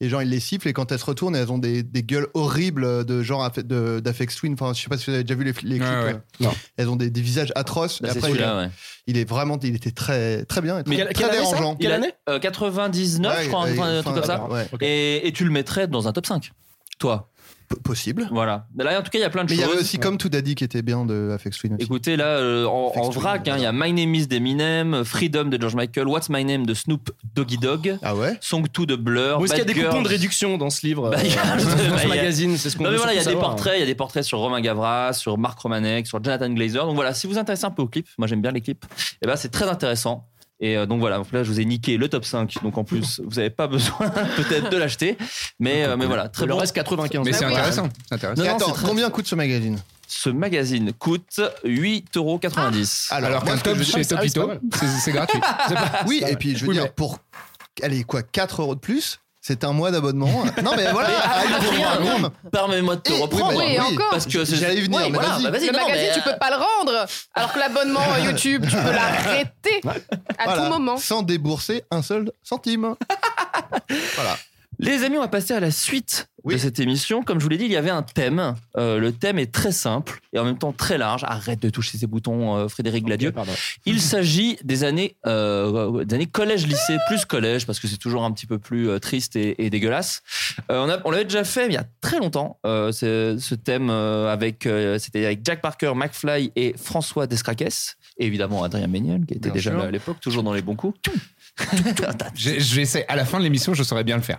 Et genre, ils les sifflent. Et quand elles se retournent, elles ont des, des gueules horribles de genre affe- de- d'Afex Twin. Enfin, je sais pas si vous avez déjà vu les, fl- les clips.
Ouais, ouais.
euh,
Non.
Elles ont des, des visages atroces.
Bah,
et
c'est
après, il,
celui-là, ouais.
il est vraiment, il était très, très bien. Et très,
Mais quelle-
très
quelle année, ça
dérangeant.
Quelle
Il a-
année
euh, 99,
Ouais,
je crois,
et-
un
enfin,
truc comme ça.
ouais.
Et, et tu le mettrais dans un top 5. Toi,
P- Possible.
voilà. Là, en tout cas, il y a plein de
Mais il y
choses.
avait aussi Comme To Daddy qui était bien de Afex Twin. aussi.
Écoutez, là, euh, en, en
Effectivement,
vrac, hein, il y a My Name is d'Eminem, Freedom de George Michael, What's My Name de Snoop Doggy Dog,
Ah ouais
Song 2 de Blur.
Bon, Est-ce qu'il y a
Bad
des coupons
Girls.
de réduction dans ce livre
Bah, il y a-
euh, Dans
bah, il y a-
ce magazine, c'est ce qu'on
Non, mais
veut
voilà, il y a des
surtout savoir.
portraits, il y a des portraits sur Romain Gavras, sur Marc Romanek, sur Jonathan Glazer. Donc voilà, si vous vous intéressez un peu aux clips, moi j'aime bien les clips, et ben c'est très intéressant. Et euh, donc voilà, donc là je vous ai niqué le top 5, donc en plus vous n'avez pas besoin peut-être de l'acheter, mais, euh, mais voilà, très
Il
bon.
en reste 95.
Mais
Bah
c'est
oui.
intéressant. c'est intéressant.
Non,
Et
non,
attends,
c'est très-
combien coûte ce magazine
Ce magazine coûte 8,90€.
Ah, Alors
moi,
qu'un
ce que
top
je- Ah,
chez
c'est pas
Topito,
mal.
c'est c'est gratuit.
Oui, et puis je veux
Oui,
dire,
mais-
pour. Allez, quoi, 4 euros de plus C'est un mois d'abonnement. non, mais voilà, ah, allez, pour moi,
rien,
même.
Permets-moi de te
Eh, oui,
reprendre.
bah,
Oui,
oui.
encore
Parce que c'est-
J'allais y venir, mais
voilà,
vas-y.
bah,
Le
non,
magazine,
mais,
tu peux pas le rendre Alors que l'abonnement à YouTube, tu peux l'arrêter à
Voilà,
tout moment.
Sans débourser un seul centime. voilà.
Les amis, on va passer à la suite de cette émission. Comme je vous l'ai dit, il y avait un thème. Euh, le thème est très simple et en même temps très large. Arrête de toucher ces boutons, euh, Frédéric Gladieux. il s'agit des années, euh, des années collège-lycée, plus collège, parce que c'est toujours un petit peu plus euh, triste et, et dégueulasse. Euh, on a- on l'avait déjà fait mais il y a très longtemps, euh, ce, ce thème euh, avec, euh, c'était avec Jack Parker, McFly et François Descraques. Et évidemment Adrien Méniel, qui était
Bien
déjà
sûr.
là à l'époque, toujours dans les bons coups.
J'ai- je vais essayer- à la fin de l'émission, je saurais bien le faire.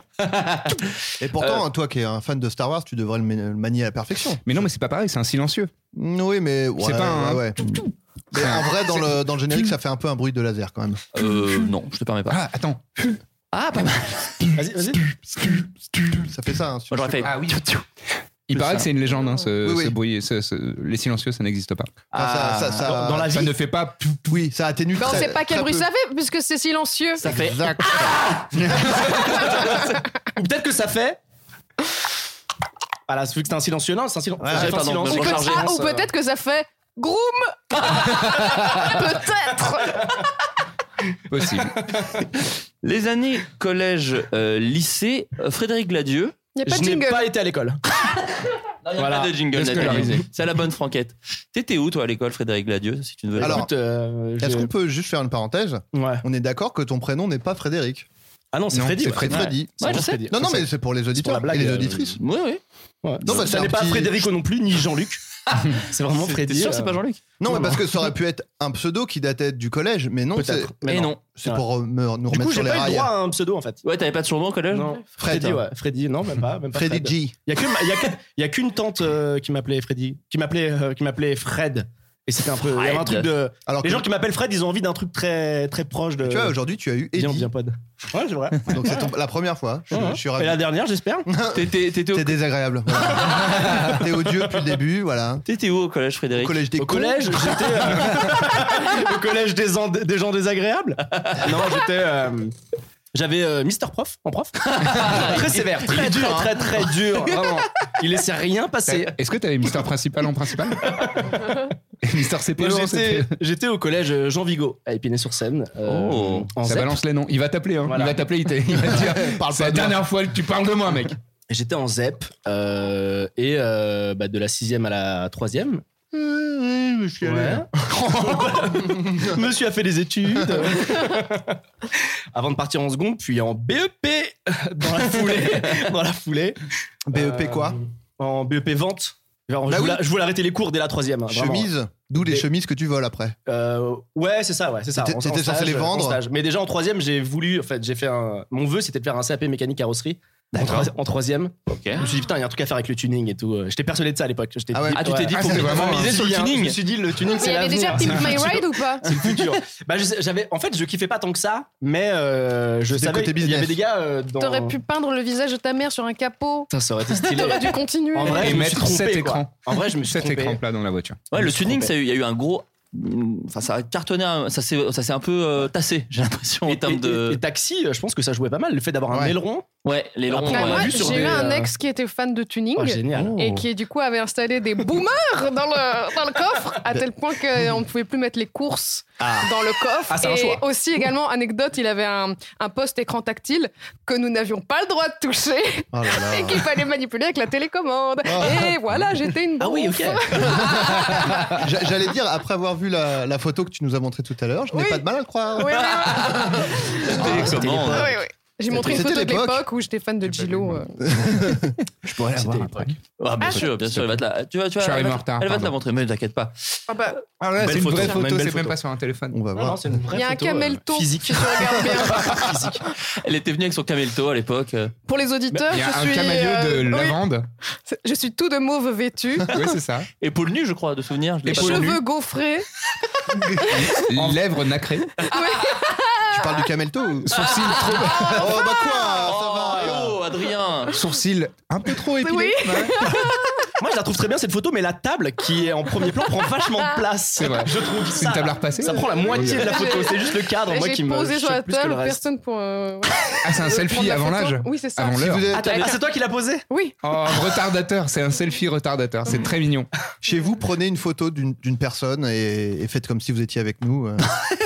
Et pourtant, toi qui es un fan de Star Wars, tu devrais le ma- le manier à la perfection.
Euh.
Mm,
Mais non, mais c'est pas pareil, c'est un silencieux.
Oui, mais.
C'est pas un- hein.
ouais, ouais. Mais en vrai, dans le, dans le générique, ça fait un peu un bruit de laser quand même.
Euh, non, je te permets pas.
Ah, attends.
Ah, pas mal.
Vas-y, vas-y. Ça fait ça. hein, sur-
Moi, j'aurais fait.
Ah oui. Il paraît
ça.
que c'est une légende, hein, ce,
Oui, oui.
ce bruit. ce- ce- les silencieux, ça n'existe pas.
Ah, ça- ça- ça- Dans- dans la
ça
vie.
ne fait pas.
Oui, ça atténue.
Bah, on
très-
sait pas quel
très
bruit
peu.
ça fait puisque c'est silencieux.
Ça fait.
Ou peut-être que ça fait. Voilà, c'est vu que c'est un silencieux, non, c'est un silencieux.
ouais, pardon, je
Ou, peut-
hein,
ah, ou peut-être que ça fait groom. peut-être.
Possible.
Les années collège, euh, lycée, euh, Frédéric Gladieux.
Il y a pas de
je n'ai
jingle.
pas été à l'école.
Non, il y a
Voilà.
pas de jingle,
Déscolarisé.
Nathalie. C'est à la bonne franquette. T'étais où, toi, à l'école, Frédéric Gladieux, si tu ne veux
Alors,
Écoute, euh, j'ai-
Est-ce qu'on peut juste faire une parenthèse On est d'accord que ton prénom n'est pas Frédéric.
Ah non, c'est
Non,
Freddy.
c'est
ouais.
C'est
Freddy.
Freddy.
Ouais,
C'est
je
pour
sais.
Freddy. Non, non,
C'est
mais c'est pour les
pour la
auditeurs
blague,
et les
euh,
auditrices.
Oui, oui.
Ouais.
Non, bah,
ça
c'est
n'est
un
pas
petit-
Frédéric non plus, ni Jean-Luc. c'est vraiment
T'es
Freddy.
sûr que c'est
euh,
pas Jean-Luc
Non, mais
non,
parce que ça aurait pu être un pseudo qui datait du collège, mais non, c'est
Peut-être. mais
Eh
non.
non.
c'est
Ouais.
pour euh, me- nous
Du
remettre
coup, j'ai
sur les
pas eu
rails.
droit hein. à un pseudo en fait.
Ouais, t'avais pas de surnom au collège
Non.
Fred,
Freddy,
hein.
ouais. Freddy, non, même pas. Même pas
Freddy
Fred.
G.
Il y a que- il y a que- il y a qu'une tante euh, qui m'appelait Freddy, qui m'appelait, euh, qui m'appelait Fred. Et c'était un peu. Il y avait un
Fred.
truc de.
Alors
Les
que-
gens qui m'appellent Fred, ils ont envie d'un truc très, très proche de.
Tu vois, aujourd'hui, tu as eu
Viens,
Eddie.
viens, pod. Ouais, c'est vrai.
Donc c'est ton- la première fois. Je,
Ouais,
je suis
ouais. Et
ravi.
la dernière, j'espère.
T'étais t'étais
T'es
au-
désagréable. Voilà. T'es odieux depuis le début, voilà.
t'étais où au collège, Frédéric
Au collège des
Au
cons.
collège, j'étais. euh, au collège des, en- des gens désagréables Non, j'étais. euh, j'avais euh, Mister Prof en prof. très sévère, très dur,
hein.
très,
hein.
très dur. Vraiment. Il laissait rien passer.
T'as- Est-ce que t'avais Mister Principal en principal Et Mister CP
Moi,
non,
j'étais-
c'était-
J'étais au collège euh, Jean Vigo à Épinay-sur-Seine. euh,
Oh.
en
Ça
ZEP.
balance les noms. Il va t'appeler. Hein.
Voilà.
Il va t'appeler. Il, t'a- il va te dire.
Parle
C'est
pas
la
de moi.
dernière fois que tu parles de moi, mec.
J'étais en ZEP euh, et euh, bah, de la 6 à la 3
Oui, oui, je suis allé.
Monsieur a fait des études. Avant de partir en seconde, puis en BEP dans la foulée. dans la foulée.
BEP E quoi
Euh, En BEP vente. Genre,
Bah
je,
oui.
voulais, je voulais arrêter les cours dès la troisième. hein, vraiment.
Chemise. D'où les
Mais-
chemises que tu voles après.
Euh, ouais, c'est ça, ouais, c'est ça.
T'étais-
En- en
t'étais censé
stage,
les
en
vendre
stage. Mais déjà en troisième, j'ai voulu, en fait, j'ai fait un. Mon vœu, c'était de faire un CAP mécanique carrosserie. En, troi- en troisième.
Ok.
Je me suis dit, putain, il y a un truc à faire avec le tuning et tout. Euh, J'étais persuadé de ça à l'époque. J'étais
Ah ouais.
Ah, tu t'es dit,
Ah,
faut
c'était
faut
vraiment
miser
un
sur le
tuning.
tuning.
Je me suis dit, le tuning,
Mais il
c'est
y avait
l'avenir.
déjà
C'est
Pimp
le
My
futur.
Ride ou pas
C'est le futur. bah, je sais- j'avais, en fait, je kiffais pas tant que ça, mais euh, je
C'était
savais
côté
il y
business.
avait des gars euh, dans.
T'aurais pu peindre le visage de ta mère sur un capot.
Putain, ça aurait été stylé.
T'aurais dû continuer.
En vrai,
Et
je me
mettre
suis trompé,
sept
quoi.
écrans.
En vrai, je me suis
Cet
trompé.
écran plat dans la voiture.
Ouais, le
Je me
tuning,
trompais.
ça a eu- il y a eu un gros. mm, Enfin, ça a cartonné, un- ça s'est ça s'est un peu euh, tassé, j'ai l'impression, en
Et- et-
termes
et,
de.
et taxi, euh, je pense que ça jouait pas mal. Le fait d'avoir un
Ouais.
aileron.
Ouais, les
Après,
longs.
Ah,
on l'a
moi,
vu sur
j'ai eu
des,
un
euh,
ex qui était fan de tuning.
Oh, génial.
et qui du coup avait installé des boomers dans le, dans le coffre à tel point qu'on ne pouvait plus mettre les courses
Ah.
dans le coffre
Ah, c'est un
et
choix.
aussi également anecdote il avait un, un poste écran tactile que nous n'avions pas le droit de toucher
Oh là là.
et qu'il fallait manipuler avec la télécommande et voilà j'étais une
Oh. Ah oui,
bouffe.
ok.
J'a- J'allais dire, après avoir vu la, la photo que tu nous as montrée tout à l'heure, je n'ai
Oui.
pas de mal à le croire.
Oui, oui,
Ah, c'était
comment,
les-
oui, oui, oui. j'ai montré une
C'était
photo de
l'époque.
l'époque où j'étais fan de Gillo euh.
Je pourrais l'avoir après.
Ah, bien
Ah,
sûr, bien sûr, elle va te la. Tu vas, tu
Je suis
vas, elle
arrivé
va-
en retard.
elle va te
pardon.
la montrer, mais t'inquiète pas.
Ah bah,
Ah là,
Belle
c'est une
photo.
vraie
Vraiment une
photo,
belle
c'est même
photo.
pas sur un téléphone.
On va voir.
il y a un
euh,
camelto si tu regardes bien.
Elle était venue avec son camelto à l'époque. euh.
pour les auditeurs
Il y a
je
un
suis
caméléo de
euh, oui,
lavande.
c'est- je suis tout de mauve vêtu
Oui, c'est ça.
Épaule nue, je crois, de souvenir. je l'ai pas
Épaule
vu.
nue.
cheveux gaufrés euh,
Lèvres nacrées.
Ah,
Tu parles du Camelto ou...
Sourcils trop,
Oh bah quoi Ça
Oh,
va
oh, Adrien
sourcils un peu trop épilés.
oui
Moi, je la trouve très bien cette photo, mais la table qui est en premier plan prend vachement de place.
C'est vrai.
Je trouve
C'est
ça.
une table à repasser.
Ça prend la moitié de la photo. C'est juste le cadre, moi,
J'ai
qui me.
posé sur
choque
la
plus que
table,
le reste.
personne pour. euh, ouais,
Ah, c'est un
euh, prendre
selfie
la
avant
photo.
l'âge.
Oui, c'est ça.
Avant
Si
l'heure.
vous êtes-
Ah, t'as- ah, c'est toi qui l'as posé
Oui.
Oh, retardateur. C'est un selfie retardateur. C'est très mignon.
Chez vous, prenez une photo d'une d'une personne et, et faites comme si vous étiez avec nous. euh.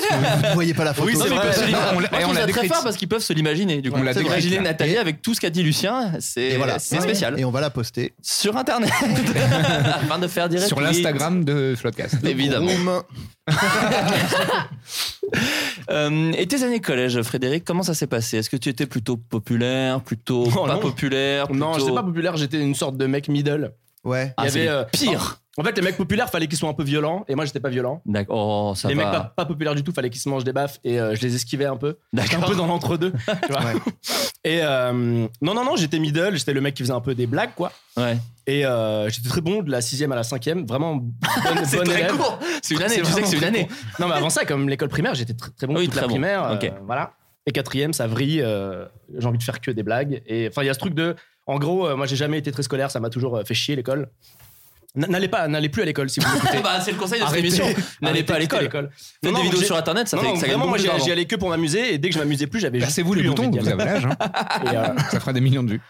Vous ne voyez pas la photo.
Oui, c'est vrai.
Non,
On,
on l'a- on l'a
très
décrite.
fort parce qu'ils peuvent se l'imaginer. Du coup,
On l'a décrite.
imaginer Nathalie avec tout ce qu'a dit Lucien, c'est
Et voilà.
c'est spécial.
Et on va la poster.
Sur Internet, afin de faire direct.
Sur l'Instagram de Floodcast.
Évidemment.
Room.
Euh, et tes années collège, Frédéric, comment ça s'est passé Est-ce que tu étais plutôt populaire, plutôt
Oh,
pas
non.
populaire
Non,
plutôt-
j'étais pas populaire, j'étais une sorte de mec middle.
Ouais.
Ah,
Il y
c'est
avait
les
euh,
pires.
En fait, les mecs populaires, fallait qu'ils soient un peu violents, et moi, j'étais pas violent.
D'accord. Oh, ça
les
va.
mecs pas, pas populaires du tout, fallait qu'ils se mangent des baffes et euh, je les esquivais un peu. J'étais un
D'accord.
peu dans l'entre-deux. tu vois. Et euh, non, non, non, j'étais middle, j'étais le mec qui faisait un peu des blagues, quoi.
Ouais.
Et euh, j'étais très bon de la 6 à la 5 vraiment bonne,
C'est
bonne
très
élève.
court. C'est une année, tu sais que c'est une
vraiment
année.
très court. Non, mais avant ça, comme l'école primaire, j'étais très, très bon
Oui,
toute
très
la
bon.
primaire. euh,
Ok.
voilà. Et quatrième, ça vrille, euh, j'ai envie de faire que des blagues. Et enfin, il y a ce truc de. En gros, euh, moi, j'ai jamais été très scolaire, ça m'a toujours euh, fait chier l'école. N- N'allez pas, n'allez plus à l'école si vous m'écoutez.
Bah, c'est le conseil de cette
Arrêtez.
émission. N'allez
Arrêtez
pas à
de quitter
l'école. Faites des vidéos
j'ai-
sur Internet, ça
non,
fait-
non,
ça gagne
vraiment, moi,
beaucoup
j'y
d'argent.
j'y allais que pour m'amuser et dès que je m'amusais plus, j'avais juste.
Passez-vous les
plus
boutons,
envie d'y
vous
aller.
avez l'âge. hein.
Et, euh,
Ça fera des millions de vues.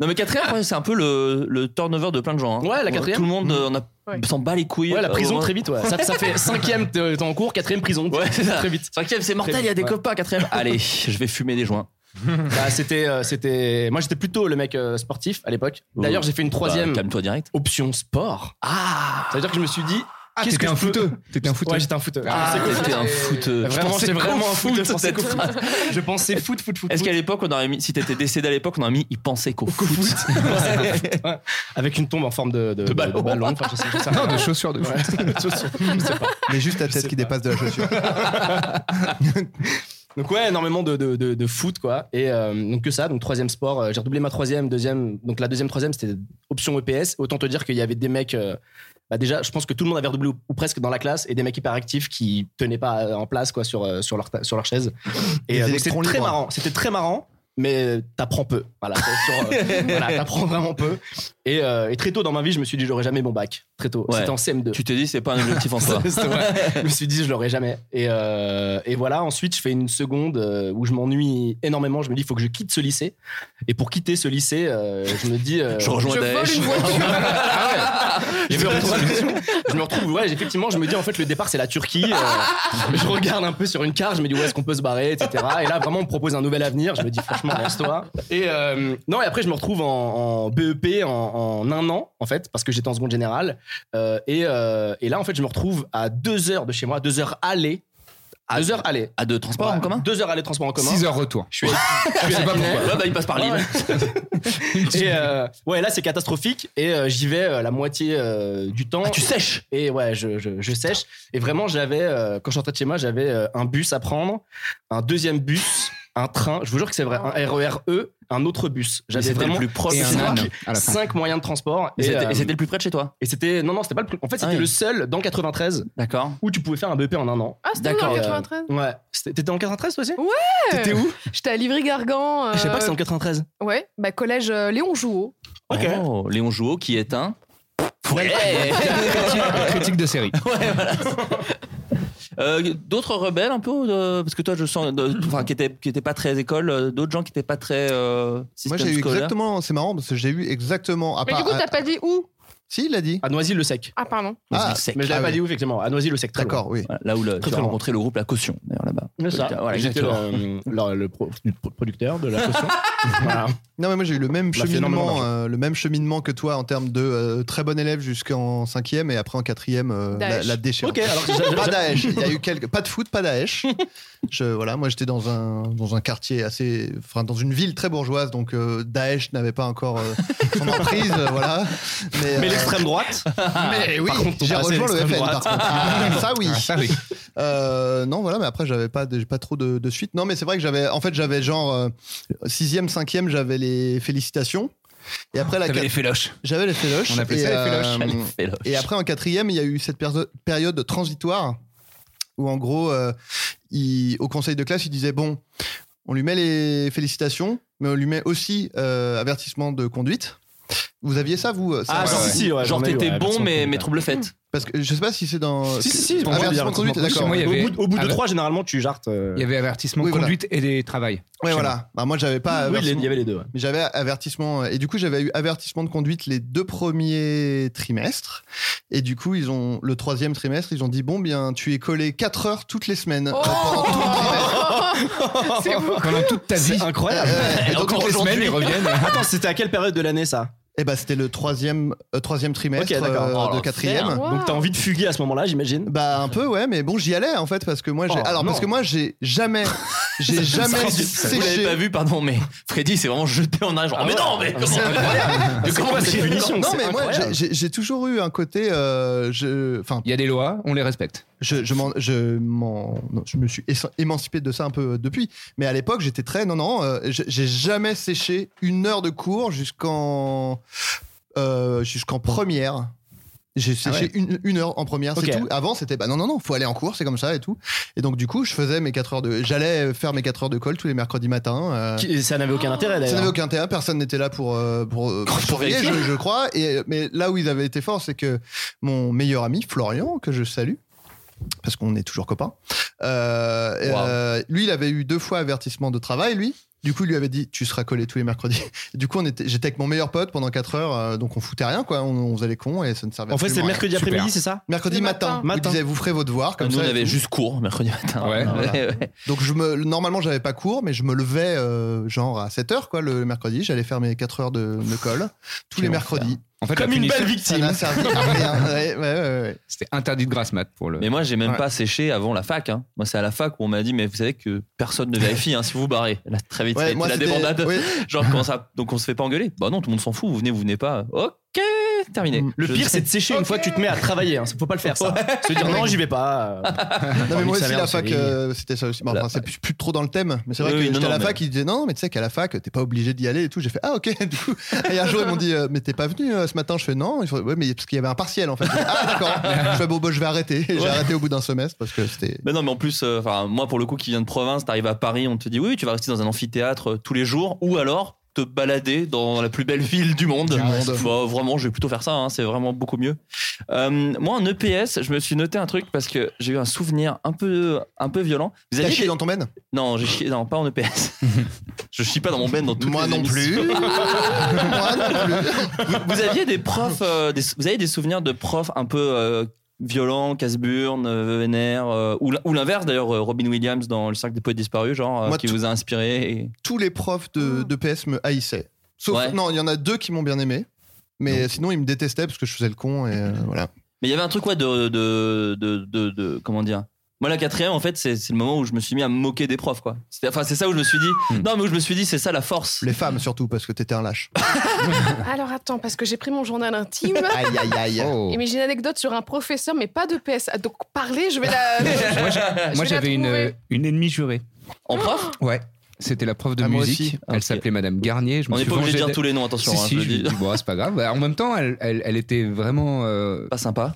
Non, mais quatrième, ouais, c'est un peu le, le turnover de plein de gens. hein.
Ouais, la quatrième. Mmh.
Tout le monde euh, on a-
Ouais.
s'en bat les couilles.
Ouais, la prison
Euh,
très vite, ouais. Ça, ça fait cinquième, euh, t'es t'es en cours, quatrième prison.
Ouais, c'est ça.
très vite.
Cinquième, c'est mortel,
Très
il y a des
vite, ouais.
copains. Quatrième, allez, je vais fumer des joints.
Bah, c'était, euh, c'était. Moi, j'étais plutôt le mec euh, sportif à l'époque. D'ailleurs, j'ai fait une
Bah,
troisième
Calme-toi direct.
option sport.
Ah
C'est-à-dire que je me suis dit.
Ah,
qu'est-ce
t'étais
que
un
je peux-
fouteux. T'étais un fouteux.
Ouais, j'étais un footeur.
Ah,
Je pensais
t'étais
qu'au
un
foot.
foot.
Vraiment, j'étais vraiment un footeur. Je pensais qu'au foot. Je pensais foot, foot, foot.
Est-ce
foot.
qu'à l'époque, on aurait mis, si t'étais décédé à l'époque, on aurait mis, il pensait qu'au foot.
Ouais. Avec une tombe en forme de, de, de
ballon.
Enfin, je sais, je sais
Non,
rien.
de chaussures de foot.
Mais juste la tête qui dépasse de la chaussure.
Donc ouais, énormément de, de, de, de foot quoi. Et euh, donc que ça, donc troisième sport, euh, j'ai redoublé ma troisième, deuxième. Donc la deuxième, troisième, c'était option EPS. Autant te dire qu'il y avait des mecs. euh, bah déjà, je pense que tout le monde avait redoublé ou, ou presque dans la classe et des mecs hyper actifs qui tenaient pas euh, en place quoi sur euh, sur leur ta- sur leur chaise.
Des
Et euh, donc, c'était
électrons
très
libres.
marrant. C'était très marrant. Mais t'apprends peu, voilà. Sur, euh, voilà, t'apprends vraiment peu. Et, euh, et très tôt dans ma vie, je me suis dit j'aurai jamais mon bac. Très tôt,
Ouais.
c'était en CM2.
tu te dis, c'est pas un objectif en soi.
C'est vrai. je me suis dit, je l'aurai jamais. Et, euh, et voilà, ensuite, je fais une seconde euh, où je m'ennuie énormément. Je me dis, il faut que je quitte ce lycée. Et pour quitter ce lycée, euh, je me dis. euh, Ah
Je rejoins
Je vole
Daesh.
une voiture.
je me retrouve. je me retrouve- ouais, effectivement, je me dis, en fait, le départ, c'est la Turquie. Euh, je regarde un peu sur une carte, je me dis, où est-ce qu'on peut se barrer, etc. Et là, vraiment, on me propose un nouvel avenir. Je me dis, franchement, lance-toi. Et euh, non, et après, je me retrouve en, en BEP en, en un an, en fait, parce que j'étais en seconde générale. Euh, et, euh, et là, en fait, je me retrouve à deux heures de chez moi, deux heures aller.
À-
Deux heures aller.
À deux transports en commun
Deux heures aller, transport en commun.
6 heures retour.
Je suis, je suis à Guingamp.
Ouais, bah, il passe par Lille.
Et euh, ouais, là, c'est catastrophique. Et euh, j'y vais euh, la moitié euh, du temps.
Ah, tu sèches
Et ouais, je, je, je sèche. Et vraiment, j'avais, euh, quand je rentrais de chez moi, j'avais euh, un bus à prendre, un deuxième bus, un train, je vous jure que c'est vrai, un RER E, un autre bus. J'avais
C'était
vraiment
le plus proche
Et
de
un
c'est
chez toi.
âne
vrai.
à la fin.
cinq moyens de transport.
Et
Et,
c'était
euh,
et c'était le plus près de chez toi.
et c'était, non, non, c'était pas le plus. En fait, c'était
Ah oui.
le seul dans 93
D'accord.
où tu pouvais faire un BEP en un an.
Ah, c'était
D'accord.
en
Et, euh,
93
Ouais. C'était- T'étais en 93 toi aussi
Ouais.
T'étais où
J'étais à Livry-Gargan.
Je sais pas que
euh,
c'était en 93.
Ouais, bah collège euh, Léon Jouot.
Ok.
Oh, Léon Jouot qui est un. Ouais.
Critique de série.
Ouais, voilà. Euh, d'autres rebelles un peu euh, parce que toi je sens de- enfin qui étaient qui étaient pas très école euh, d'autres gens qui étaient pas très euh,
Moi,
système
j'ai eu
scolaire.
exactement. C'est marrant parce que j'ai eu
Ah,
exactement. À
Mais
part-
du coup,
à-
t'as pas dit où
Si, il l'a dit.
À Noisy-le-Sec.
Ah, pardon.
Ah,
Noisy-le-Sec.
Mais je l'avais
Ah
pas
oui.
dit où, effectivement. À Noisy-le-Sec. très
D'accord, oui.
Voilà, là où le,
Très,
tu as
très loin.
rencontré le groupe La Caution d'ailleurs là-bas
loin. C'est ça.
voilà
J'étais
exactement
le, le- euh, le pro- le pro- producteur de la caution. Voilà.
Non, mais moi j'ai eu le même
Bah, c'est énormément
cheminement,
d'argent.
euh, le même cheminement que toi en termes de euh, très bon élève jusqu'en cinquième et après en quatrième euh, la,
Daesh.
la déchirure.
Ok, alors, j'a-
pas
j'a-
Daesh. Il y a eu quelques, pas de foot, pas Daesh. Je, voilà, moi j'étais dans un dans un quartier assez, enfin dans une ville très bourgeoise, donc euh, Daesh n'avait pas encore euh, son emprise, euh, voilà. Mais,
Mais
euh,
l'extrême droite.
mais oui,
Ah, par contre,
j'ai
on passe à
rejoint le
l'extrême
FN. Par
droite.
contre. Ah, ça oui.
Ah, ça, oui.
Euh, non, voilà, mais après, j'avais pas, de- j'ai pas trop de, de suite. Non, mais c'est vrai que j'avais, en fait, j'avais genre 6ème, 5ème, j'avais les félicitations. Et après, la
T'avais
quat-
les féloches.
j'avais les féloches.
On appelait
Et,
ça les féloches.
euh,
Fais-le.
et après, en quatrième, il y a eu cette perso- période transitoire où, en gros, euh, il- au conseil de classe, il disait bon, on lui met les félicitations, mais on lui met aussi euh, avertissement de conduite. Vous aviez ça, vous ça,
Ah,
ouais,
genre,
ouais.
si, si, ouais, Genre, on a eu, t'étais ouais, bon, version mais- conduite, mais ouais. trouble faite.
Parce que je sais pas si c'est dans.
Si, si, si.
Ah,
moi, il y a
version
avertissement
conduite,
conduite,
d'accord.
moi, il y avait- Au bout de- au bout de trois, généralement, tu jartes. euh,
Il y avait
avertissement,
Oui, voilà.
conduite et travail.
Ouais,
Chez
voilà. Alors moi, j'avais pas.
Oui, il y-
avertissement.
il y avait les deux, ouais.
Mais j'avais avertissement. Et du coup, j'avais eu avertissement de conduite les deux premiers trimestres. Et du coup, ils ont le troisième trimestre, ils ont dit bon, bien, tu es collé 4 heures toutes les semaines.
Oh
Pendant tout le trimestre.
Pendant toute ta vie.
C'est incroyable.
Et donc, toutes les semaines, ils reviennent.
Attends, c'était à quelle période de l'année ça Eh ben, c'était le troisième, euh, troisième trimestre
Ok, d'accord.
euh,
Oh,
de
l'enfer.
quatrième.
Donc, t'as envie de fuguer à ce moment-là, j'imagine
Bah un peu, ouais, mais bon, j'y allais en fait parce que moi, j'ai...
Oh,
alors parce
non.
que moi, j'ai jamais, j'ai jamais
Vous l'avez
séché. Ah
pas vu, pardon, mais Freddy s'est vraiment jeté en arrière. Genre, mais non, mais comment
C'est incroyable.
Mais
C'est
comment
quoi
c'est-
cette punition Non,
C'est
mais moi,
incroyable.
j'ai- j'ai j'ai toujours eu un côté. euh, je- Enfin,
il y a des lois, on les respecte.
Je, je, m'en- je, m'en- non, je me suis éce- émancipé de ça un peu euh, depuis, mais à l'époque, j'étais très. Non, non, euh, j'ai j'ai jamais séché une heure de cours jusqu'en euh, jusqu'en première. J'ai
Ah
séché
ouais.
une, une heure en première, c'est
Ok.
tout. Avant, c'était bah non, non, non, faut aller en cours, c'est comme ça et tout. Et donc, du coup, je faisais mes 4 heures de. J'allais faire mes 4 heures de colle tous les mercredis matins. euh,
Qui- Ça n'avait aucun intérêt
ça
d'ailleurs.
n'avait aucun intérêt, personne n'était là pour, euh, pour, euh, pour surveiller, je,
vérifier.
je crois. Et, euh, mais là où ils avaient été forts, c'est que mon meilleur ami, Florian, que je salue, parce qu'on est toujours copains, euh, euh, lui, il avait eu deux fois avertissement de travail, lui. Du coup, il lui avait dit Tu seras collé tous les mercredis. Du coup, on était- j'étais avec mon meilleur pote pendant 4 heures, euh, donc on foutait rien, quoi. On, on faisait les cons et ça ne
Ah bah
servait
En fait,
absolument
c'est
à rien.
hein.
mercredi
Super.
après-midi, c'est ça
Mercredi
Le
matin.
matin.
Vous,
Matin.
disiez, vous ferez votre devoir. Comme
Nous,
ça,
on
et
avait
tout.
juste cours mercredi matin.
Ouais.
Ah, Voilà.
Donc je me normalement j'avais pas cours mais je me levais euh, genre à 7h quoi le mercredi, j'allais faire mes 4 heures de, de colle tous les mercredis.
En fait, Comme la une punition- belle victime.
Ça n'a servi à rien. Ah, Ouais, ouais, ouais, ouais.
C'était interdit de grasse mat pour le.
Mais moi, j'ai même
Ouais.
pas séché avant la fac. hein. Moi, c'est à la fac où on m'a dit, mais vous savez que personne ne vérifie hein, si vous vous barrez. Là, très vite,
Ouais,
ça a été
moi,
la
c'était-
débandade.
oui.
Genre, comment ça Donc, on se fait pas engueuler. Bah non, tout le monde s'en fout. Vous venez, vous venez pas. Ok, terminé.
Le
Je-
pire, c'est de sécher une fois que tu te mets à travailler. Hein. Faut pas le faire, ça. Se dire non, j'y vais pas.
Non mais moi aussi la fac euh, c'était ça aussi. Bon, enfin c'est plus, plus trop dans le thème mais c'est vrai
Oui,
que
oui, non,
j'étais à la
non,
fac ils disaient non mais tu sais qu'à la fac t'es pas obligé d'y aller et tout j'ai fait ah ok du coup et un jour ils m'ont dit euh, mais t'es pas venu euh, ce matin je fais non Ils font, ouais mais parce qu'il y avait un partiel en fait ah d'accord je fais bon bah, je vais arrêter Et j'ai
Ouais.
arrêté au bout d'un semestre parce que c'était
Mais non, mais en plus, euh, enfin, moi, pour le coup, qui viens de province, t'arrives à Paris, on te dit oui, oui, tu vas rester dans un amphithéâtre euh, tous les jours, ou alors te balader dans la plus belle ville du monde.
Du monde.
Faut- vraiment, je vais plutôt faire ça, hein, c'est vraiment beaucoup mieux. Euh, moi, en EPS, je me suis noté un truc parce que j'ai eu un souvenir un peu, un peu violent.
T'as chié dans ton ben
Non, j'ai chié, non, pas en EPS. je chie pas dans mon ben dans toutes
Moi
les
non
émissions.
plus. Moi non plus.
vous, vous aviez des profs, euh, des- vous avez des souvenirs de profs un peu euh, violents, casse-burnes, euh, vénères, euh, ou l'in- ou l'inverse d'ailleurs, euh, Robin Williams dans Le cercle des poètes disparus, genre, euh,
Moi,
qui
tout-
vous a inspiré. et-
tous les profs de, de PS me haïssaient. Sauf,
Ouais.
non, il y en a deux qui m'ont bien aimé. Mais sinon, ils me détestaient parce que je faisais le con et euh, voilà.
Mais il y avait un truc, ouais, de, de, de, de- de- Comment dire Moi, la quatrième, en fait, c'est c'est le moment où je me suis mis à me moquer des profs, quoi. C'était- Enfin, c'est ça où je me suis dit. Hmm. non, mais où je me suis dit, c'est ça la force.
Les femmes surtout parce que t'étais un lâche.
Alors attends, parce que j'ai pris mon journal intime.
Aïe, aïe, aïe. Oh.
Et mais j'ai une anecdote sur un professeur, mais pas de PS. Ah, Donc parler, je vais la.
Moi,
je
j'ai- moi,
vais la
j'avais une,
trouver.
euh, une ennemie jurée.
En prof
Ouais. C'était la prof de
Ah, moi aussi.
musique. Elle s'appelait Madame Garnier. Je me
On n'est
suis
pas
vengé
obligé de dire
d'elle.
tous les noms, attention,
Si,
hein,
si,
je le
je me
dis.
dis, bon, c'est pas grave. En même temps, elle, elle- elle était vraiment. euh,
pas sympa.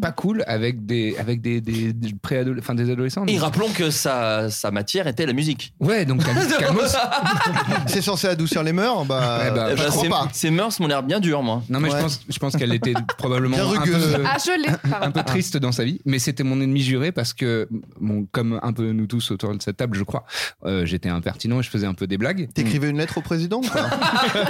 Pas cool avec des, avec des, des, des préado- enfin, des adolescents.
Et rappelons que sa, sa matière était la musique.
Ouais, donc calme- calmos.
C'est censé adoucir les mœurs Bah,
Eh ben,
je
Euh, Bah,
crois
ces-
pas.
Ces mœurs m'ont l'air bien dures, moi.
Non, mais
Ouais.
je pense, je pense qu'elle était probablement
Bien
un peu,
rugueuse.
Ah, je l'ai, pardon.
un peu triste dans sa vie, mais c'était mon ennemi juré parce que, bon, comme un peu nous tous autour de cette table, je crois, euh, j'étais impertinent et je faisais un peu des blagues. Mm.
T'écrivais une lettre au président ou pas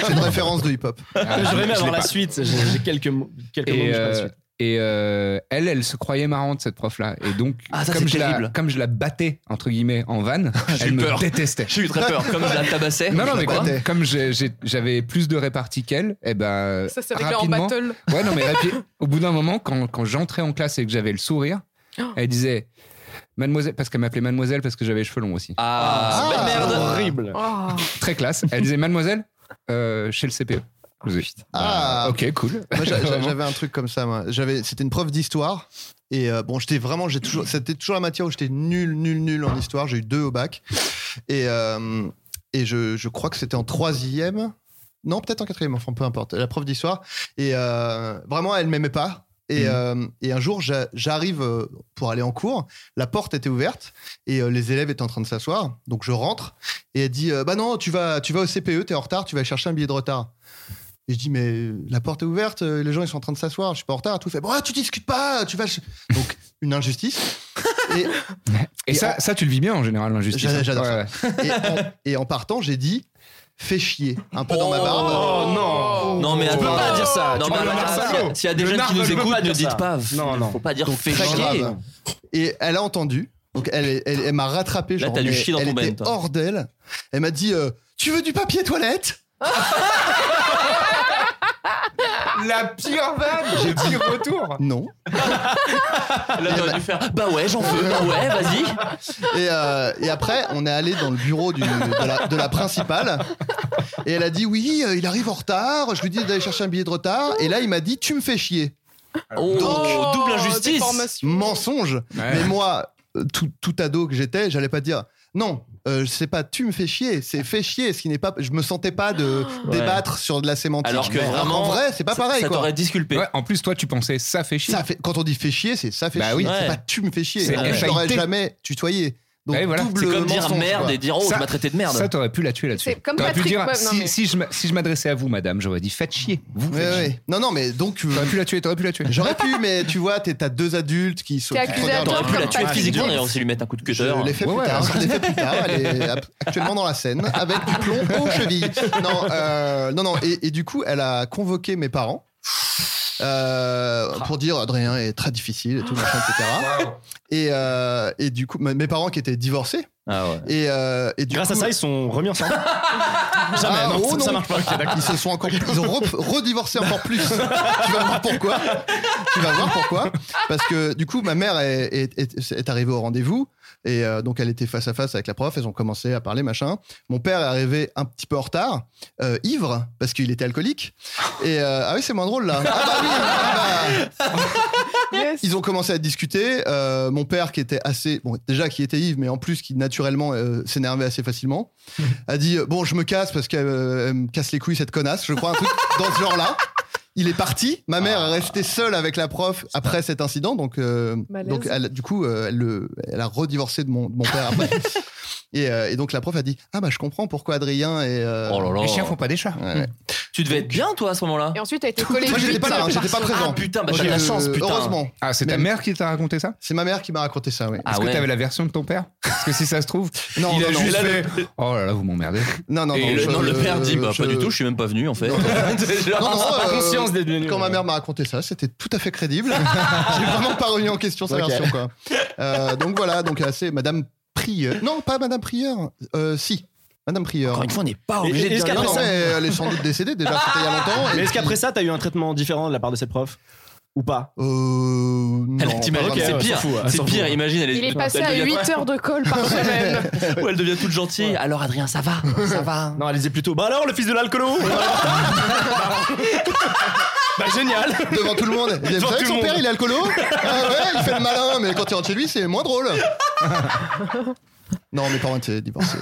C'est une référence de hip-hop.
Ah,
J'aurais aimé
je
avoir
l'ai
la
pas.
suite. J'ai j'ai quelques mots. Quelques mots,
Et,
mais j'ai pas la
euh,
suite.
et euh, elle, elle se croyait marrante, cette prof-là. Et donc,
Ah, ça,
comme,
c'est
je la,
terrible.
comme je la battais, entre guillemets, en vanne,
J'ai
elle
eu
me
peur.
détestait.
J'ai eu très peur, comme je la tabassais.
Non, non,
Je
mais
la
comme,
battais.
comme j'ai- j'ai- j'avais plus de réparties qu'elle, et ben.
Ça, c'est réglé en
rapidement-
battle.
Ouais, non, mais rapi- au bout d'un moment, quand, quand j'entrais en classe et que j'avais le sourire, elle disait. Mademoiselle, parce qu'elle m'appelait mademoiselle parce que j'avais les cheveux longs aussi. Oh.
Ah, belle merde.
Horrible.
Très classe. Elle disait mademoiselle euh, chez le CPE. Je vous ai-
Ah.
Ah, ok, cool.
Moi, j'a- j'a-
Vraiment.
j'avais un truc comme ça. moi. J'avais, c'était une preuve d'histoire. Et euh, bon, j'étais vraiment, j'ai toujours, c'était toujours la matière où j'étais nul, nul, nul en histoire. J'ai eu deux au bac. Et, euh, et je, je crois que c'était en troisième. Non, peut-être en quatrième, enfin peu importe. La prof d'histoire. Et euh, vraiment, elle m'aimait pas. Et, euh, et un jour, j'a- j'arrive euh, pour aller en cours. La porte était ouverte et euh, les élèves étaient en train de s'asseoir. E, Donc je rentre et elle dit euh, Bah non, tu vas, tu vas au CPE, t'es en retard, tu vas chercher un billet de retard. Et je dis, mais la porte est ouverte, euh, les gens ils sont en train de s'asseoir, je suis pas en retard. Tout fait, bon, ah, tu discutes pas, tu vas. ch- Donc, une injustice. Et,
Et, ça, ça, tu le vis bien en général, l'injustice.
J'a- J'adore
hein. Ouais,
ça. Et, en, et en partant, j'ai dit fais chier un peu dans ma barbe.
Oh non
Non, mais
Tu peux
attends.
pas dire ça.
Non,
Tu
mais
parles
alors,
à Marcelo.
s'il y a- s'il y a des
Le
jeunes qui
narbe
nous
ne peut
écoute,
pas
ne
dire
dites
ça.
pas.
Non, non.
Faut pas dire fais
Très
chier.
grave. Et elle a entendu. Donc elle, est- elle, elle m'a rattrapé.
Là,
genre,
t'as dû
mais
chier dans
elle
ton bain,
était
toi.
hors d'elle. Elle m'a dit euh, Tu veux du papier toilette
La pire vanne, Ah, j'ai dit retour.
Non.
Là, t'aurais dû faire. Bah ouais, j'en veux.
Ah
Bah ouais, vas-y.
Et, euh, et après, on est allé dans le bureau du- de, la, de la principale. Et elle a dit Oui, euh, il arrive en retard. Je lui dis d'aller chercher un billet de retard. Et là, il m'a dit Tu me fais chier.
Oh,
Donc,
double injustice.
mensonge. Mais moi, euh, tout, tout ado que j'étais, j'allais pas dire non. Euh, c'est pas tu me fais chier, c'est fais chier, ce qui n'est pas. Je me sentais pas de débattre sur de la sémantique.
Alors que
Mais
vraiment,
en vrai, c'est pas
ça-
pareil.
ça
quoi.
t'aurait disculpé.
Ouais, en plus, toi, tu pensais ça fait chier.
Ça fait- quand on dit fais chier, c'est ça fait
Bah
chier.
oui.
C'est
Ouais.
pas tu me fais chier.
C'est
je t'aurais
F.I.T..
jamais tutoyé. Donc
Ouais, voilà.
double
C'est comme dire
mensonge,
merde
quoi.
et dire oh,
Ça-
tu m'as traité de merde.
Ça, t'aurais pu la tuer là-dessus.
C'est comme
T'aurais pu
Patrick,
dire,
ouais, non,
si,
mais-
si je, m'a- si je m'adressais à vous, madame, j'aurais dit, faites chier. Vous,
Ouais,
faites
ouais.
chier.
Non, non, mais donc. euh,
T'aurais pu la tuer, t'aurais pu la tuer.
J'aurais pu, mais tu vois, t'es- t'as deux adultes qui sont.
T'es
qui
accusé
regardent
à
leur
T'aurais pu
film.
la tuer
Ah,
physiquement
je
d'ailleurs aussi lui mettre un coup de cutter.
Je l'ai fait
Ouais,
plus
ouais,
tard.
alors-
Je l'ai fait plus tard. Elle est ap- actuellement dans la scène avec du plomb aux chevilles. Non, euh, non, non. Et, et du coup, elle a convoqué mes parents. euh,
Ah.
pour dire Adrien est très difficile et tout machin etc et, euh, et du coup m- mes parents qui étaient divorcés
Ah ouais.
et, euh, et du
Grâce
coup-
à ça, ils sont remis ensemble. Jamais,
Ah,
non,
oh
ça-
non.
ça marche pas. Ok, d'accord.
ils se sont encore ils ont re- redivorcé encore plus tu vas voir pourquoi tu vas voir pourquoi parce que du coup ma mère est, est- est- est arrivée au rendez-vous et euh, donc elle était face à face avec la prof elles ont commencé à parler machin mon père est arrivé un petit peu en retard euh, ivre parce qu'il était alcoolique et euh, ah oui c'est moins drôle là Ah bah oui, ah bah.
Yes.
Ils ont commencé à discuter. Euh, mon père, qui était assez, bon, déjà qui était ivre, mais en plus qui naturellement euh, s'énervait assez facilement, a dit euh, bon, je me casse parce qu'elle euh, elle me casse les couilles cette connasse. Je crois un truc dans ce genre-là. Il est parti. Ma mère est restée seule avec la prof après cet incident. Donc, euh,
Malaise.
donc elle- du coup, euh, elle, le- elle a redivorcé de mon, de mon père après. et, euh, et donc la prof a dit ah bah je comprends pourquoi Adrien et euh,
Oh là là.
Les chiens font pas des chats. Mmh.
ouais, ouais.
Tu devais être bien toi à ce moment-là.
Et ensuite, t'as été collé.
Moi j'étais pas là, hein, j'étais pas présent.
Ah putain, bah t'as
Donc,
de la
euh,
chance putain.
Heureusement,
Ah, c'est ta
Mais-
mère qui t'a raconté ça
c'est ma mère qui m'a raconté ça. Oui.
Ah
Est-ce que
ouais.
t'avais la version de ton père Parce que si ça se trouve,
Non,
il a
non, non.
juste
Là,
fait Oh là là, vous m'emmerdez.
Non, non,
Et
non,
le,
je-
non, euh, le père dit bah
je-
pas du tout, je suis même pas venu en fait.
Non, non, euh,
conscience d'être venu.
Quand ma mère m'a raconté ça, c'était tout à fait crédible. J'ai vraiment pas remis en question sa
Ok.
version, quoi. Euh, donc voilà, donc assez Madame Prieur. Non, pas Madame Prieur. Euh, si, Madame Prieur.
Encore une fois, on n'est pas
Et-
obligé
et-
de
est-ce
dire
Non,
qu'après
non,
ça-
mais euh, elle est sans doute décédée déjà, c'était il y a longtemps.
Mais
et
est-ce
puis-
qu'après ça, t'as eu un traitement différent de la part de cette prof Ou pas
Euh. Non,
Elle t'imagines
pas
que
vraiment.
c'est
ouais,
pire.
s'en fout, ouais,
C'est
s'en
pire,
fout.
imagine. Elle est,
Il est
elle
passé à
devient-
8 heures de colle par semaine.
Ouais, elle devient toute gentille. Alors Adrien, ça va Ça va
Non, elle disait plutôt Bah alors, le fils de l'alcoolo Bah génial
Devant tout le monde. Il y a- Vous
Devant
savez que
tout
son
le
père,
monde.
il est alcoolo Ah ouais, il fait le malin, mais quand il rentre chez lui, c'est moins drôle. Non, mes parents étaient divorcés.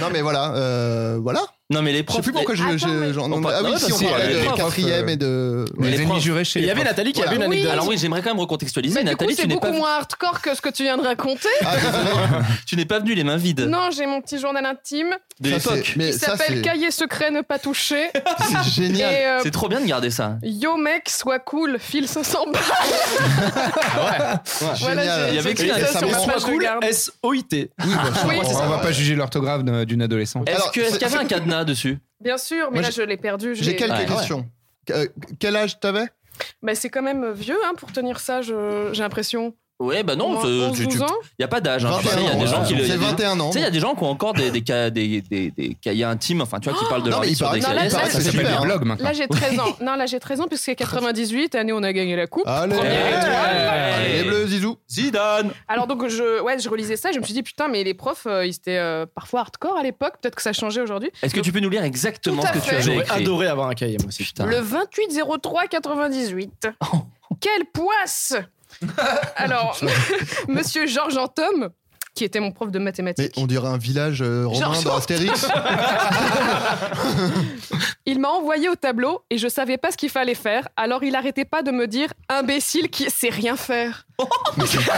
Non, mais voilà, euh, voilà.
Non, mais
Je
les
sais
profs.
plus pourquoi je.
Attends,
je-
mais-
j'en-
On parle-
ah oui,
ouais,
si,
parce
on
que
parlait
les
de
profs,
quatrième
euh,
et de.
Mais
Ouais.
les,
les
ennemis
profs.
jurés chez
Et il y
les
avait
profs.
Nathalie qui
Voilà.
avait une
Oui.
anecdote.
Alors oui, j'aimerais quand même recontextualiser.
Mais du coup,
Nathalie,
c'est
tu n'es
beaucoup
pas,
moins hardcore que ce que tu viens de raconter.
Ah, désolé.
tu n'es pas venu les mains vides
Non, j'ai mon petit journal intime
de
Ça, c'est-
l'époque.
mais
qui
ça,
s'appelle
c'est-
Cahier secret ne pas toucher.
C'est
Et
génial.
euh,
C'est trop bien de garder ça.
yo mec, sois cool, file 500 balles. Ah Voilà,
Génial.
j'ai-
Il y avait
j'ai
qui
écrit
là,
ça
ça
sur
me
ma
rend
page de garde.
S-O-I-T.
Oui, bah,
Oui.
c'est
On
ça.
va pas juger l'orthographe d'un- d'une adolescente.
Est-ce
Alors,
que- est-ce
c'est-
qu'il y avait un cadenas dessus
Bien sûr, mais
Moi,
là je
j'ai-
l'ai perdu. je
J'ai
l'ai-
quelques
Ouais. Ah,
questions. Euh, quel âge t'avais
Bah, c'est quand même vieux hein, pour tenir ça, je- j'ai l'impression.
Ouais, bah
Au
non,
moins
il
11, 12 ans.
n'y a pas d'âge. hein, tu sais,
21
Il y a
ans.
des gens qui le. il y
C'est
a des-
21 ans.
Tu sais, il y a des gens qui ont encore des, des, cas- des, des, des cahiers intimes, enfin, Ah, tu vois, qui parlent de
Non,
leur
mais
vie
il
sur
paraît
des
Non,
que il
là,
cahiers.
paraît
là,
que
Ça
c'est
s'appelle
super.
des
hein.
blogs maintenant.
Là j'ai 13 ans. Non, là j'ai 13 ans puisque c'est 98, année on a gagné la coupe.
Allez.
Première étoile.
Ouais.
Les bleus, Zizou.
Zidane
Alors donc je, ouais, je relisais ça, je me suis dit putain mais les profs euh, ils étaient euh, parfois hardcore à l'époque, peut-être que ça a changé aujourd'hui.
Est-ce que tu peux nous lire exactement
Tout à
ce que tu
fait.
avais
J'aurais
écrit
adoré avoir un cahier, moi aussi.
Putain.
Le 28 03 98. Quelle poisse Alors Monsieur Georges Antome qui était mon prof de
Mais
mathématiques.
on dirait un village euh, romain
Genre-
dans Astérix.
Il m'a envoyé au tableau et je savais pas ce qu'il fallait faire, alors il arrêtait pas de me dire imbécile qui sait rien faire.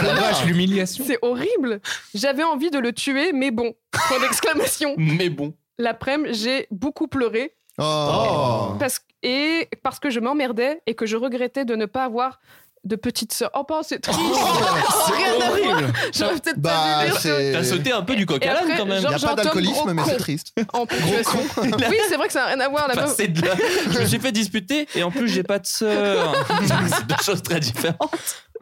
La vache, l'humiliation.
C'est horrible. J'avais envie de le tuer, mais bon. Point d'exclamation.
Mais bon.
L'après-midi, j'ai beaucoup pleuré.
Oh.
Parce, et parce que je m'emmerdais et que je regrettais de ne pas avoir de petite sœur. Oh, pas, c'est triste. Rien à
Oh.
voir. J'aurais peut-être
Bah,
pas dû dire ça.
T'as sauté un peu du coq
Et
à l'âne
après,
quand même.
genre, j'entends gros con
triste.
En ponctuation. Oui, c'est vrai que ça n'a rien à voir. La
Enfin,
meuf-
c'est de la- Je me suis fait disputer et en plus j'ai pas de sœur. c'est deux choses très différentes.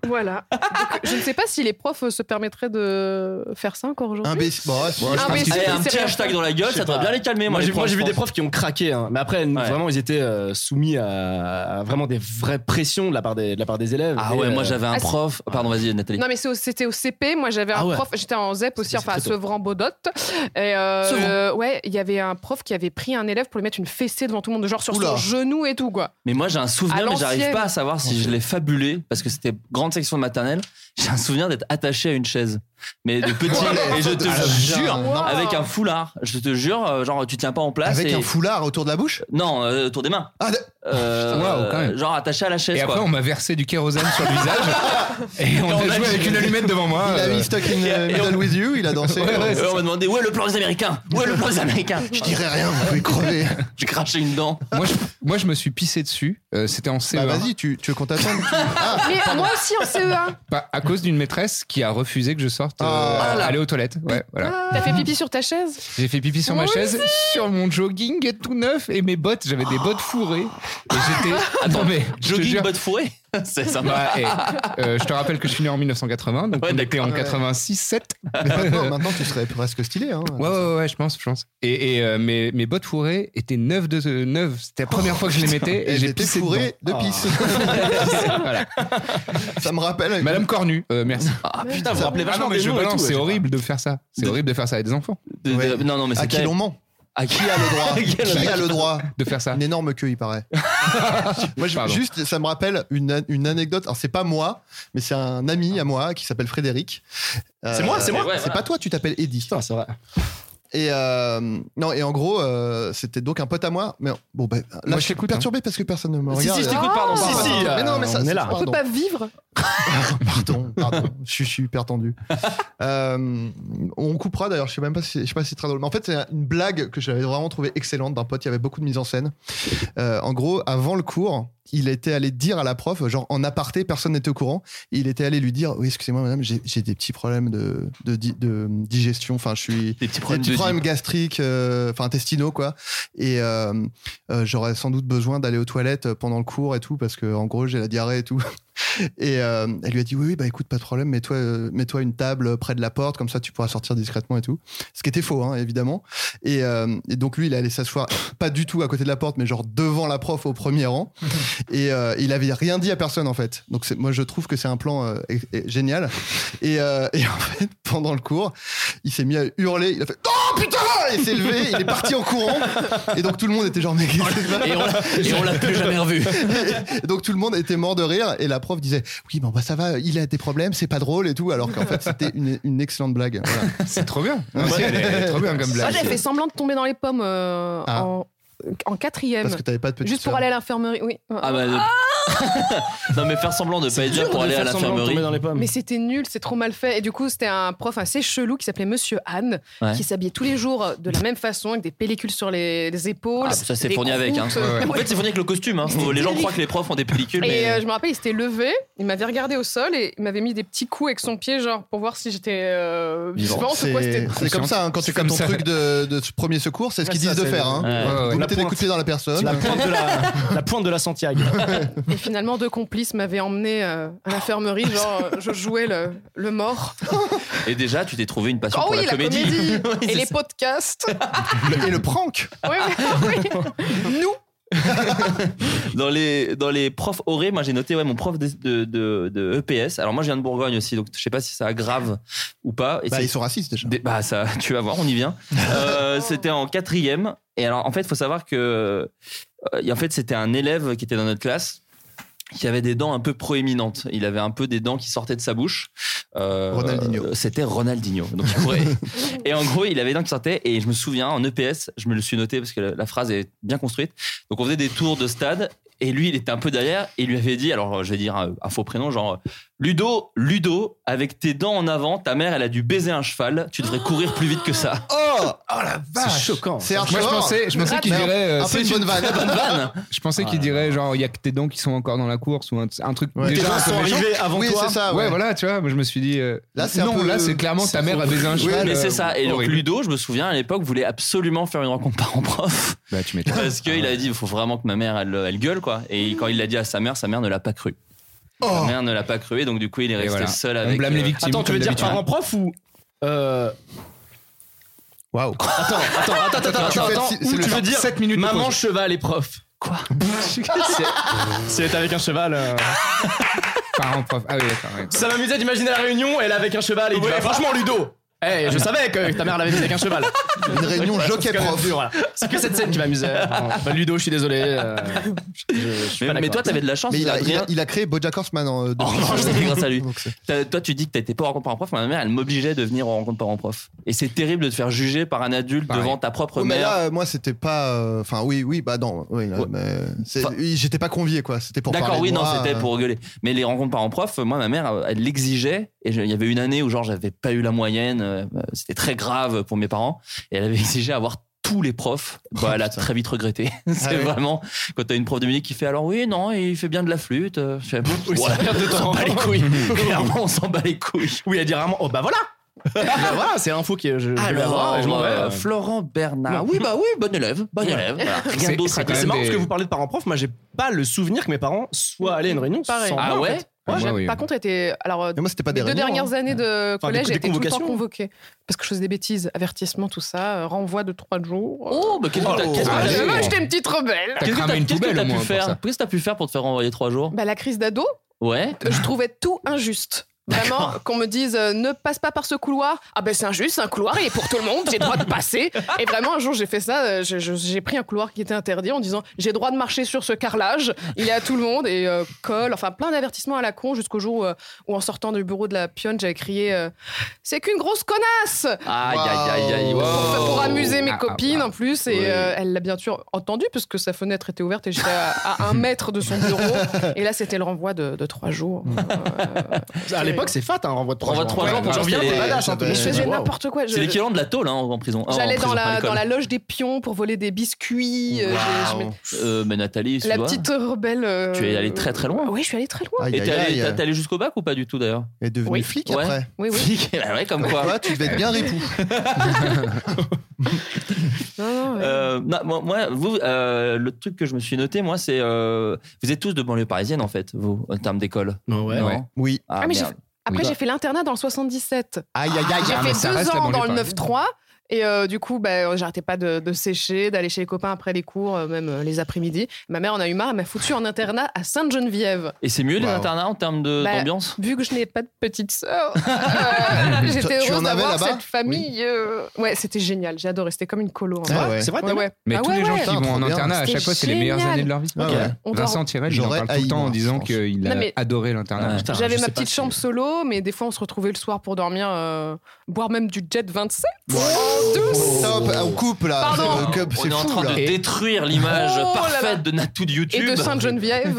Voilà. Donc, je ne sais pas si les profs euh, se permettraient de faire ça encore aujourd'hui.
Imbécile. Bon, ouais, si,
Ouais,
je pense
Imbécile.
que-
Allez, un petit
sérieux.
hashtag dans la gueule,
Je sais
ça devrait
pas.
bien les calmer. Moi,
j'ai-
les
moi, j'ai vu
profs,
des
je pense.
profs qui ont craqué. hein. Mais après, vraiment, ils étaient euh, soumis à, à vraiment des vraies pressions de la part des, de la part des élèves. euh,
Ah ouais, moi j'avais un
Ah, si.
prof. Pardon, vas-y Nathalie.
Non, mais c'est au- c'était au CP. Moi, j'avais un
Ah ouais.
prof. J'étais en ZEP aussi, enfin, à
très tôt.
Sevran-Beaudotte. Et euh,
Sevran.
euh, ouais, il y avait un prof qui avait pris un élève pour lui mettre une fessée devant tout le monde, genre sur
Oula.
son genou et tout, quoi.
Mais moi j'ai un
À
souvenir, mais j'arrive
l'ancienne.
pas à savoir si je l'ai fabulé parce que c'était grande section de maternelle. J'ai un souvenir d'être attaché à une chaise, mais de petit.
Ouais,
et je te
ah,
jure,
non.
avec un foulard. Je te jure, euh, genre tu tiens pas en place.
Avec
et...
un foulard autour de la bouche
Non, euh, autour des mains.
Ah, d-
Euh,
Putain, waouh, quand même.
Genre attaché à la chaise.
Et après,
quoi.
on m'a versé du kérosène sur le visage. Et on
Et on
a
a
joué
dit-
avec une allumette devant
Il
moi.
a
euh,
mis Stuck in the
et on-
Middle with You, il a dansé.
Ouais, ouais,
Et on m'a demandé où est le plan des Américains Où est le plan des Américains
Je dirais rien, vous pouvez crever.
J'ai craché une dent.
moi, je, moi, je me suis pissé dessus. Euh, C'était en CE1.
Bah vas-y, tu, tu veux qu'on t'attende tu- Ah,
Mais moi aussi en E CE1.
Bah, à cause d'une maîtresse qui a refusé que je sorte euh,
Ah,
là.
aller aux toilettes. Ouais, voilà.
T'as fait pipi sur ta chaise
J'ai fait pipi sur
Ah. Moi
ma chaise, sur mon jogging tout neuf et mes bottes. J'avais des bottes fourrées. Et j'étais. Attends, mais. je te
Jogging
jure-
botte fourrée C'est sympa.
Bah, hey, euh, je te rappelle que je suis né en 1980, donc
Ouais,
on était en
Ouais.
86-7.
maintenant, maintenant, tu serais presque stylé. Hein.
Ouais, ouais, ouais, je pense, je pense. Et, et, euh, mes, mes bottes fourrées étaient neuves de euh, neuves. C'était la première fois que je les
Oh,
mettais et
Elles
j'ai
étaient
pissé
fourrées de pisse.
dedans. Voilà.
Ça me rappelle.
Madame Cornu, euh, merci.
Ah putain, vous
Ça-
rappelez
Ah
vachement
non, mais
des
je
noms et
balance,
tout,
c'est
ouais.
horrible de faire ça. C'est
De-
horrible de faire ça à des enfants,
De- de-
Ouais.
Non, non, mais
À
c'est
qui l'on
terrible.
ment
À qui
Qui a le droit
Quel
Qui a le droit
de faire ça.
Une énorme queue, il paraît. moi, je-
Pardon.
juste, ça me rappelle une, an- une anecdote. Alors, c'est pas moi, mais c'est un ami à moi qui s'appelle Frédéric. Euh,
C'est moi, c'est moi.
Ouais,
C'est
voilà.
pas toi, tu t'appelles Eddie.
Putain, c'est vrai.
Et euh, non, et en gros, euh, c'était donc un pote à moi. Mais bon, bah, là,
Moi, je
je suis
t'écoute, hein.
perturbé parce que personne ne me
Si,
regarde.
si, je t'écoute, pardon.
Ah.
pardon.
Si, si,
mais non, mais ça,
on
c'est-
est là.
On peut
pardon.
pas vivre
Pardon, pardon, je suis- je suis hyper tendu. Euh, on coupera d'ailleurs, je sais même pas si, je sais pas si c'est très drôle, mais en fait, c'est une blague que j'avais vraiment trouvée excellente d'un pote. Il y avait beaucoup de mise en scène. Euh, en gros, avant le cours, il était allé dire à la prof, genre en aparté, personne n'était au courant. Il était allé lui dire Oui, excusez-moi, madame, j'ai j'ai des petits problèmes de, de, di- de digestion. Enfin, je suis.
Des petits
Des
problèmes
petits
de
problèmes
problème.
gastriques, euh, enfin intestinaux, quoi. Et euh, euh, j'aurais sans doute besoin d'aller aux toilettes euh, pendant le cours et tout, parce que en gros, j'ai la diarrhée et tout. Et euh, elle lui a dit Oui, oui, bah écoute, pas de problème, mets-toi euh, mets-toi une table près de la porte, comme ça tu pourras sortir discrètement et tout. Ce qui était faux, hein, évidemment. Et, euh, et donc lui, il est allé s'asseoir, pas du tout à côté de la porte, mais genre devant la prof au premier rang. Et euh, il avait rien dit à personne, en fait. Donc c'est- moi, je trouve que c'est un plan euh, é- é- génial. Et, euh, et en fait, pendant le cours, il s'est mis à hurler. Il a fait Oh putain Il s'est levé, il est parti en courant. Et donc tout le monde était genre Mais qu'est-ce qui se passe
Et on l'a- Et on l'a plus jamais revu.
Et donc tout le monde était mort de rire. Et la prof disait Oui, bon, bah ça va, il a des problèmes, c'est pas drôle et tout. Alors qu'en fait, c'était une, une excellente blague. Voilà.
C'est trop bien. Non, si, elle est- elle est trop bien comme
Moi,
blague.
j'avais fait semblant de tomber dans les pommes euh,
Ah.
en, en quatrième.
Parce que t'avais pas de petite
Juste pour
sœur.
aller à l'infirmerie, oui.
Ah bah. le- Non, mais faire semblant de pas être là pour aller à l'infirmerie. Ah,
Dans les pommes.
Mais c'était nul, c'est trop mal fait. Et du coup, c'était un prof assez chelou qui s'appelait Monsieur Anne,
Ouais.
qui s'habillait tous les jours de la même façon, avec des pellicules sur les, les épaules.
Ah, ça c'est
des euh,
fourni avec. hein.
croûtes.
Ouais, ouais.
En fait, c'est fourni avec le costume. hein. Faut- Les gens croient que les profs ont des pellicules,
Et euh,
mais.
je me rappelle, il s'était levé, il m'avait regardé au sol et il m'avait mis des petits coups avec son pied, genre pour voir si j'étais euh,
Vivant.
vivante ou quoi. C'était
C'est c'est comme ça, hein, quand tu
C'est
fais
comme
ton
ça.
truc de, de premier secours, c'est ce
Ouais,
qu'ils
ça,
disent de
c'est-
faire. Hein.
Ouais.
Ouais, ouais.
Vous
La
mettez des
pointe.
coups de pied dans la personne.
La pointe de la, la pointe de la Santiago.
Et finalement, deux complices m'avaient emmené euh, à l'infirmerie, genre euh, je jouais le, le mort.
Et déjà, tu t'es trouvé une passion
Oh
pour
oui,
la
la comédie,
comédie. Oui,
et
c'est
les
ça.
podcasts.
Le- et le prank
Oui, oui, oui. Nous,
Dans les, dans les profs orés, moi j'ai noté ouais, mon prof de, de, de- de EPS. Alors moi je viens de Bourgogne aussi, donc je sais pas si ça aggrave ou pas. Et
Bah,
c'est-
ils sont racistes déjà.
des- bah ça, tu vas voir, on y vient. Euh, c'était en quatrième. Et alors en fait, il faut savoir que euh, et en fait c'était un élève qui était dans notre classe qui avait des dents un peu proéminentes. Il avait un peu des dents qui sortaient de sa bouche. Euh,
Ronaldinho.
euh, C'était Ronaldinho. Donc, il courait. et en gros, il avait des dents qui sortaient. Et je me souviens, en EPS, je me le suis noté parce que la, la phrase est bien construite. Donc on faisait des tours de stade. Et lui, il était un peu derrière. Et il lui avait dit, alors euh, je vais dire un, un faux prénom, genre Ludo, Ludo, avec tes dents en avant, ta mère, elle a dû baiser un cheval. Tu devrais courir plus vite que ça.
Oh Archor Oh la vache
C'est
choquant C'est
Moi,
Archor
je pensais, je pensais qu'il dirait. euh,
Un peu une bonne vanne
Je pensais qu'il dirait genre il y a que tes dents qui sont encore dans la course ou un, un truc
Ouais. Tes
déjà
dents
un peu
sont
méchant.
arrivées avant Oui, toi. c'est ça, ouais.
Ouais, voilà, tu vois. moi, je me suis dit. euh,
Là, c'est un
non,
peu-
là c'est clairement ta mère a baisé un cheval.
Mais
euh,
c'est ça. Et donc
horrible.
Ludo, je me souviens, à l'époque, voulait absolument faire une rencontre parent-prof.
Bah, tu m'étonnes.
Parce qu'il a dit, il faut vraiment que ma mère, elle, elle gueule, quoi. Et quand il l'a dit à sa mère, sa mère ne l'a pas cru.
Oh.
Sa mère ne l'a pas cru, et donc du coup, il est resté
voilà.
seul
On
avec. euh,
blâme les victimes,
Attends, tu veux dire parent
parent-prof ou. Euh...
Waouh
Attends, attends, attends, attends, attends,
Tu fais-
attends,
c'est-
ou
c'est le
tu veux
genre
dire
7 minutes de
maman
pause.
cheval et prof Quoi Si elle est avec un cheval. euh,
Parents, prof. Ah oui, d'accord. ouais.
Ça m'amusait d'imaginer la réunion, elle est avec un cheval et il dit, bah, franchement Ludo Eh, je savais que ta mère l'avait fait avec un cheval.
Une réunion
Voilà,
jockey
c'est quand même
prof.
dur, voilà. C'est que cette scène qui m'amusait. vraiment. Bah, Ludo, je suis désolé. euh, je- je suis pas
Mais, mais
d'accord.
toi, t'avais de la chance.
Mais il a, il
Adrien.
a- il a créé Bojack Horseman en euh,
Oh,
2000.
non, c'était grâce à lui. T'as- Toi, tu dis que t'étais pas en rencontre parent-prof, mais ma mère, elle m'obligeait de venir en rencontre parent-prof. Et c'est terrible de te faire juger par un adulte devant ta propre
Oh, mais
mère.
là, euh, moi, c'était pas. euh, Enfin, oui, oui, bah non. Oui, là, mais c'est- oui, J'étais pas convié, quoi. C'était pour
D'accord,
parler
oui,
de
non,
moi,
c'était
euh,
pour rigoler. Mais les rencontres parents-prof, moi, ma mère, euh, elle l'exigeait. Et je- il y avait une année où, genre, j'avais pas eu la moyenne. euh, C'était très grave pour mes parents. Et elle avait exigé avoir tous les profs. Bah, elle a très vite regretté. C'est
Ah ouais.
vraiment quand t'as une prof de musique qui fait alors oui, non, il fait bien de la flûte. euh, Je fais, bon,
Oui,
ouais,
c'est bien de
on s'en
temps.
bat les couilles. Clairement, on s'en bat les couilles.
Oui, elle dit rarement, oh bah voilà Bah, voilà, c'est l'info que je, je vais avoir
Alors,
et je m'en vais.
euh, Florent Bernard.
Non.
Oui, bah oui, bon élève, bon
Voilà.
élève. Voilà,
C'est-
Rien d'autre à
C'est
dire.
c'est marrant parce que vous parlez de parents-prof. Moi, j'ai pas le souvenir que mes parents soient allés à une réunion.
Pareil.
sans
Ah
moi, en
ouais
fait.
Moi, j'ai- Par contre, était alors euh,
Mais moi, c'était pas
les
des
deux
réunions,
dernières
hein.
années de
Enfin, des-
collège,
des
j'étais tout le temps
convocations.
convoquée parce que je faisais des bêtises, avertissement, tout ça, euh, renvoi de trois jours.
Oh, bah, qu'est-ce que t'as- qu'est-ce que
Ah,
t'as-
j'avais- J'étais une petite rebelle.
Qu'est-ce que t'as- qu'est-ce que t'as pu faire
ça.
Qu'est-ce que t'as pu faire pour te faire envoyer trois jours
Bah, la crise d'ado,
Ouais.
Euh,
je trouvais tout injuste. Vraiment, qu'on me dise euh, ne passe pas par ce couloir. Ah ben c'est injuste, c'est un couloir, il est pour tout le monde, j'ai le droit de passer. Et vraiment, un jour j'ai fait ça, euh, je- je- j'ai pris un couloir qui était interdit en disant j'ai le droit de marcher sur ce carrelage, il est à tout le monde, et euh, colle, enfin plein d'avertissements à la con jusqu'au jour où, euh, où, en sortant du bureau de la pionne, j'avais crié euh, c'est qu'une grosse connasse
Aïe, aïe, aïe, aïe. wow.
Pour- Pour amuser mes
Ah, ah,
copines en plus, et euh, elle l'a bien sûr entendu puisque sa fenêtre était ouverte et j'étais à, à un mètre de son bureau. Et là, c'était le renvoi de, de trois jours.
Mmh.
À l'époque, c'est fat, hein, renvoi de trois
Renvoi
jours.
de trois jours,
Ouais,
pour
J'en
moi,
viens,
c'était-
t'es badass, hein,
j'avais-
t'es-
Je faisais
Wow.
n'importe quoi. je-
C'est l'équivalent de la tôle hein, en prison. Ah, en
J'allais dans
prison, pas à
la,
l'école.
dans la loge des pions pour voler des biscuits. euh, je- je
Waouh.
mettais-
Euh, mais Nathalie, tu
la
vois,
petite rebelle. euh,
Tu es allée très très loin.
Oui, je suis allée très loin.
Aïe,
Et
aïe,
t'es allée-
aïe.
t'as- t'es allée jusqu'au bac ou pas du tout d'ailleurs
Elle est devenue
Oui.
flic
Ouais.
après.
Oui, oui.
Flic, bah ouais, comme
Comme
quoi.
quoi, tu devais être bien ripou.
Non, non, ouais.
Euh, non, moi, moi, vous, euh, le truc que je me suis noté, moi, c'est euh, vous êtes tous de banlieue parisienne en fait, vous, en termes d'école.
Ouais.
Non
Ouais.
Oui.
Ah,
Ah, mais j'ai-
merde.
Après,
Oui.
j'ai fait l'internat dans le 77.
Aïe, aïe, aïe.
J'ai
Ah, mais
fait
ça
deux
reste la
ans dans
banlieue
le
parisienne.
9-3. Et euh, du coup, bah, j'arrêtais pas de, de sécher, d'aller chez les copains après les cours, euh, même euh, les après-midi. Ma mère en a eu marre, elle m'a foutu en internat à Sainte-Geneviève.
Et c'est mieux les
Wow.
internats en termes de-
Bah,
d'ambiance
Vu que je n'ai pas de petite sœur, euh,
Tu- tu
j'étais
en
heureuse
avais
d'avoir
là-bas
cette famille. euh, Ouais, c'était génial, j'ai adoré, c'était comme une colo. en
Ah
vrai.
ouais.
C'est vrai,
Ouais,
t'as-
ouais.
Mais
Ah
tous
ouais,
les gens
ouais.
qui vont en
trop bien.
internat, à
C'était
chaque fois, c'est les meilleures
génial.
années de leur vie.
Ah ouais.
On doit-
Vincent Tirel, il en
J'aurais
parle tout
haï,
le temps
moi,
en disant
franchement.
qu'il a
Non, mais-
adoré
Ah,
l'internat.
Putain,
J'avais
je
ma
sais pas
petite
si-
chambre solo, mais des fois on se retrouvait le soir pour dormir, euh, boire même du jet 27. douce.
Top, on coupe là.
Pardon.
C'est
euh,
le cup,
On
c'est
est en
fou
train
là.
de détruire l'image
Oh là
parfaite
là.
de Natou de YouTube.
Et de Sainte-Geneviève.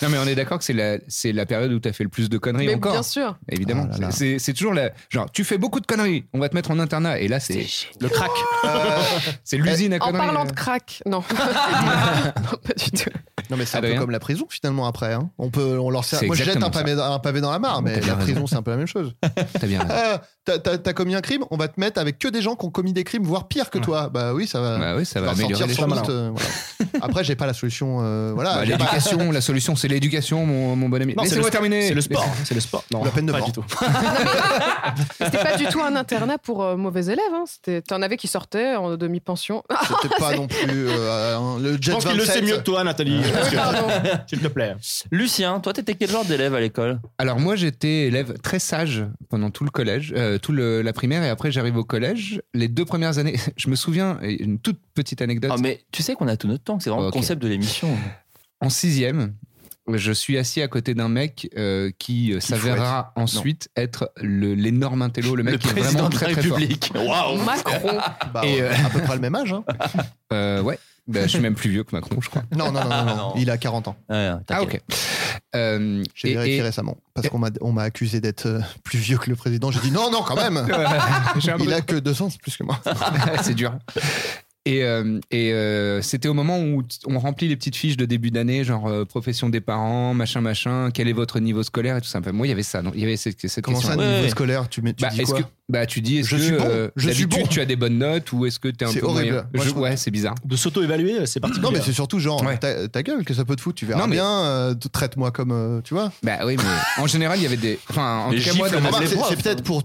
Non, mais on est d'accord que c'est la, c'est la période où t'as fait le plus de conneries
mais
encore.
bien sûr.
Évidemment.
Oh là là.
C'est- c'est toujours la. Genre, tu fais beaucoup de conneries, on va te mettre en internat. Et là, c'est
Le crack.
c'est l'usine à
Euh, En
conneries.
parlant de crack, non. non, pas du tout.
Non mais c'est un peu
Adrien
comme la prison finalement après. hein. On peut, on leur
Ah, bah
sert-
C'est
Moi je jette un
exactement
pavé, un pavé dans la mare, mais
T'as
la
bien
prison
raison.
c'est un peu la même chose.
T'as bien raison.
Ah, t'as- T'as t'as commis un crime, on va te mettre avec que des gens qui ont commis des crimes, voire pire que toi. Bah oui, ça va.
Bah oui, ça
tu
va
vas
améliorer
ressortir
les
sans
choses.
doute, euh, voilà. Après j'ai pas la solution. euh, voilà.
Bah,
j'ai pas-
l'éducation, la solution, c'est l'éducation, mon, mon bon ami.
Non, c'est
Laissez-moi
le-
terminer.
C'est le sport. C'est le sport. Non,
La peine de
pas
mort.
du tout.
C'était pas du tout un internat pour euh, mauvais élèves. Hein. C'était- T'en avais qui sortaient en demi-pension.
C'était pas non plus euh, un- le
Je
jet
pense qu'il le
27,
sait mieux que toi, Nathalie. je pense que-
Pardon.
S'il te plaît.
Lucien, toi, t'étais quel genre d'élève à l'école
Alors moi j'étais élève très sage pendant tout le collège, euh, tout le- la primaire et après j'arrive au collège. Les deux premières années, je me souviens et une toute petite anecdote.
Ah, mais tu sais qu'on a tout notre temps, que c'est vraiment
Ok.
le concept de l'émission.
En sixième, je suis assis à côté d'un mec euh, qui, euh, s'avérera ensuite être le- l'énorme intello, le mec
le
qui est vraiment
président de la
très très fort.
République. Waouh
Macron.
Bah,
Et,
on a à peu près le même âge. hein.
Euh, ouais. Bah, je suis même plus vieux que Macron, je crois.
Non, non, non, non, non. il a 40 ans.
Ah, ok. Euh,
J'ai
et-
vérifié
et-
récemment, parce qu'on m'a- on m'a accusé d'être euh, plus vieux que le président. J'ai dit non, non, quand même
J'ai un peu
Il a que 200 c'est plus que moi.
c'est dur. Et, euh, et, euh, c'était au moment où t- on remplit les petites fiches de début d'année, genre euh, profession des parents, machin, machin, quel est votre niveau scolaire et tout ça. Enfin, moi, il y avait ça. non Il y avait cette, cette
Comment ça,
question.
niveau scolaire Tu, mets- tu
bah,
dis
est-ce
quoi
que, bah, tu dis, est-ce
Je
que
suis bon,
euh,
je suis
d'habitude,
bon.
tu as des bonnes notes ou est-ce que t'es un
C'est
peu
horrible.
moyen
Moi,
Je-
je trouve-
Ouais, c'est bizarre.
De
euh,
s'auto-évaluer, c'est particulier.
Non, mais c'est surtout genre,
Ouais.
ta, ta gueule, que ça peut te foutre, tu verras
Non, mais-
bien, euh, t- traite-moi comme, euh, tu vois.
Bah oui, mais en général, il y avait des. Enfin, en
Les
tout cas, moi,
gifles,
dans ma-
Remarque,
les
c'est
profs,
c'est peut-être pour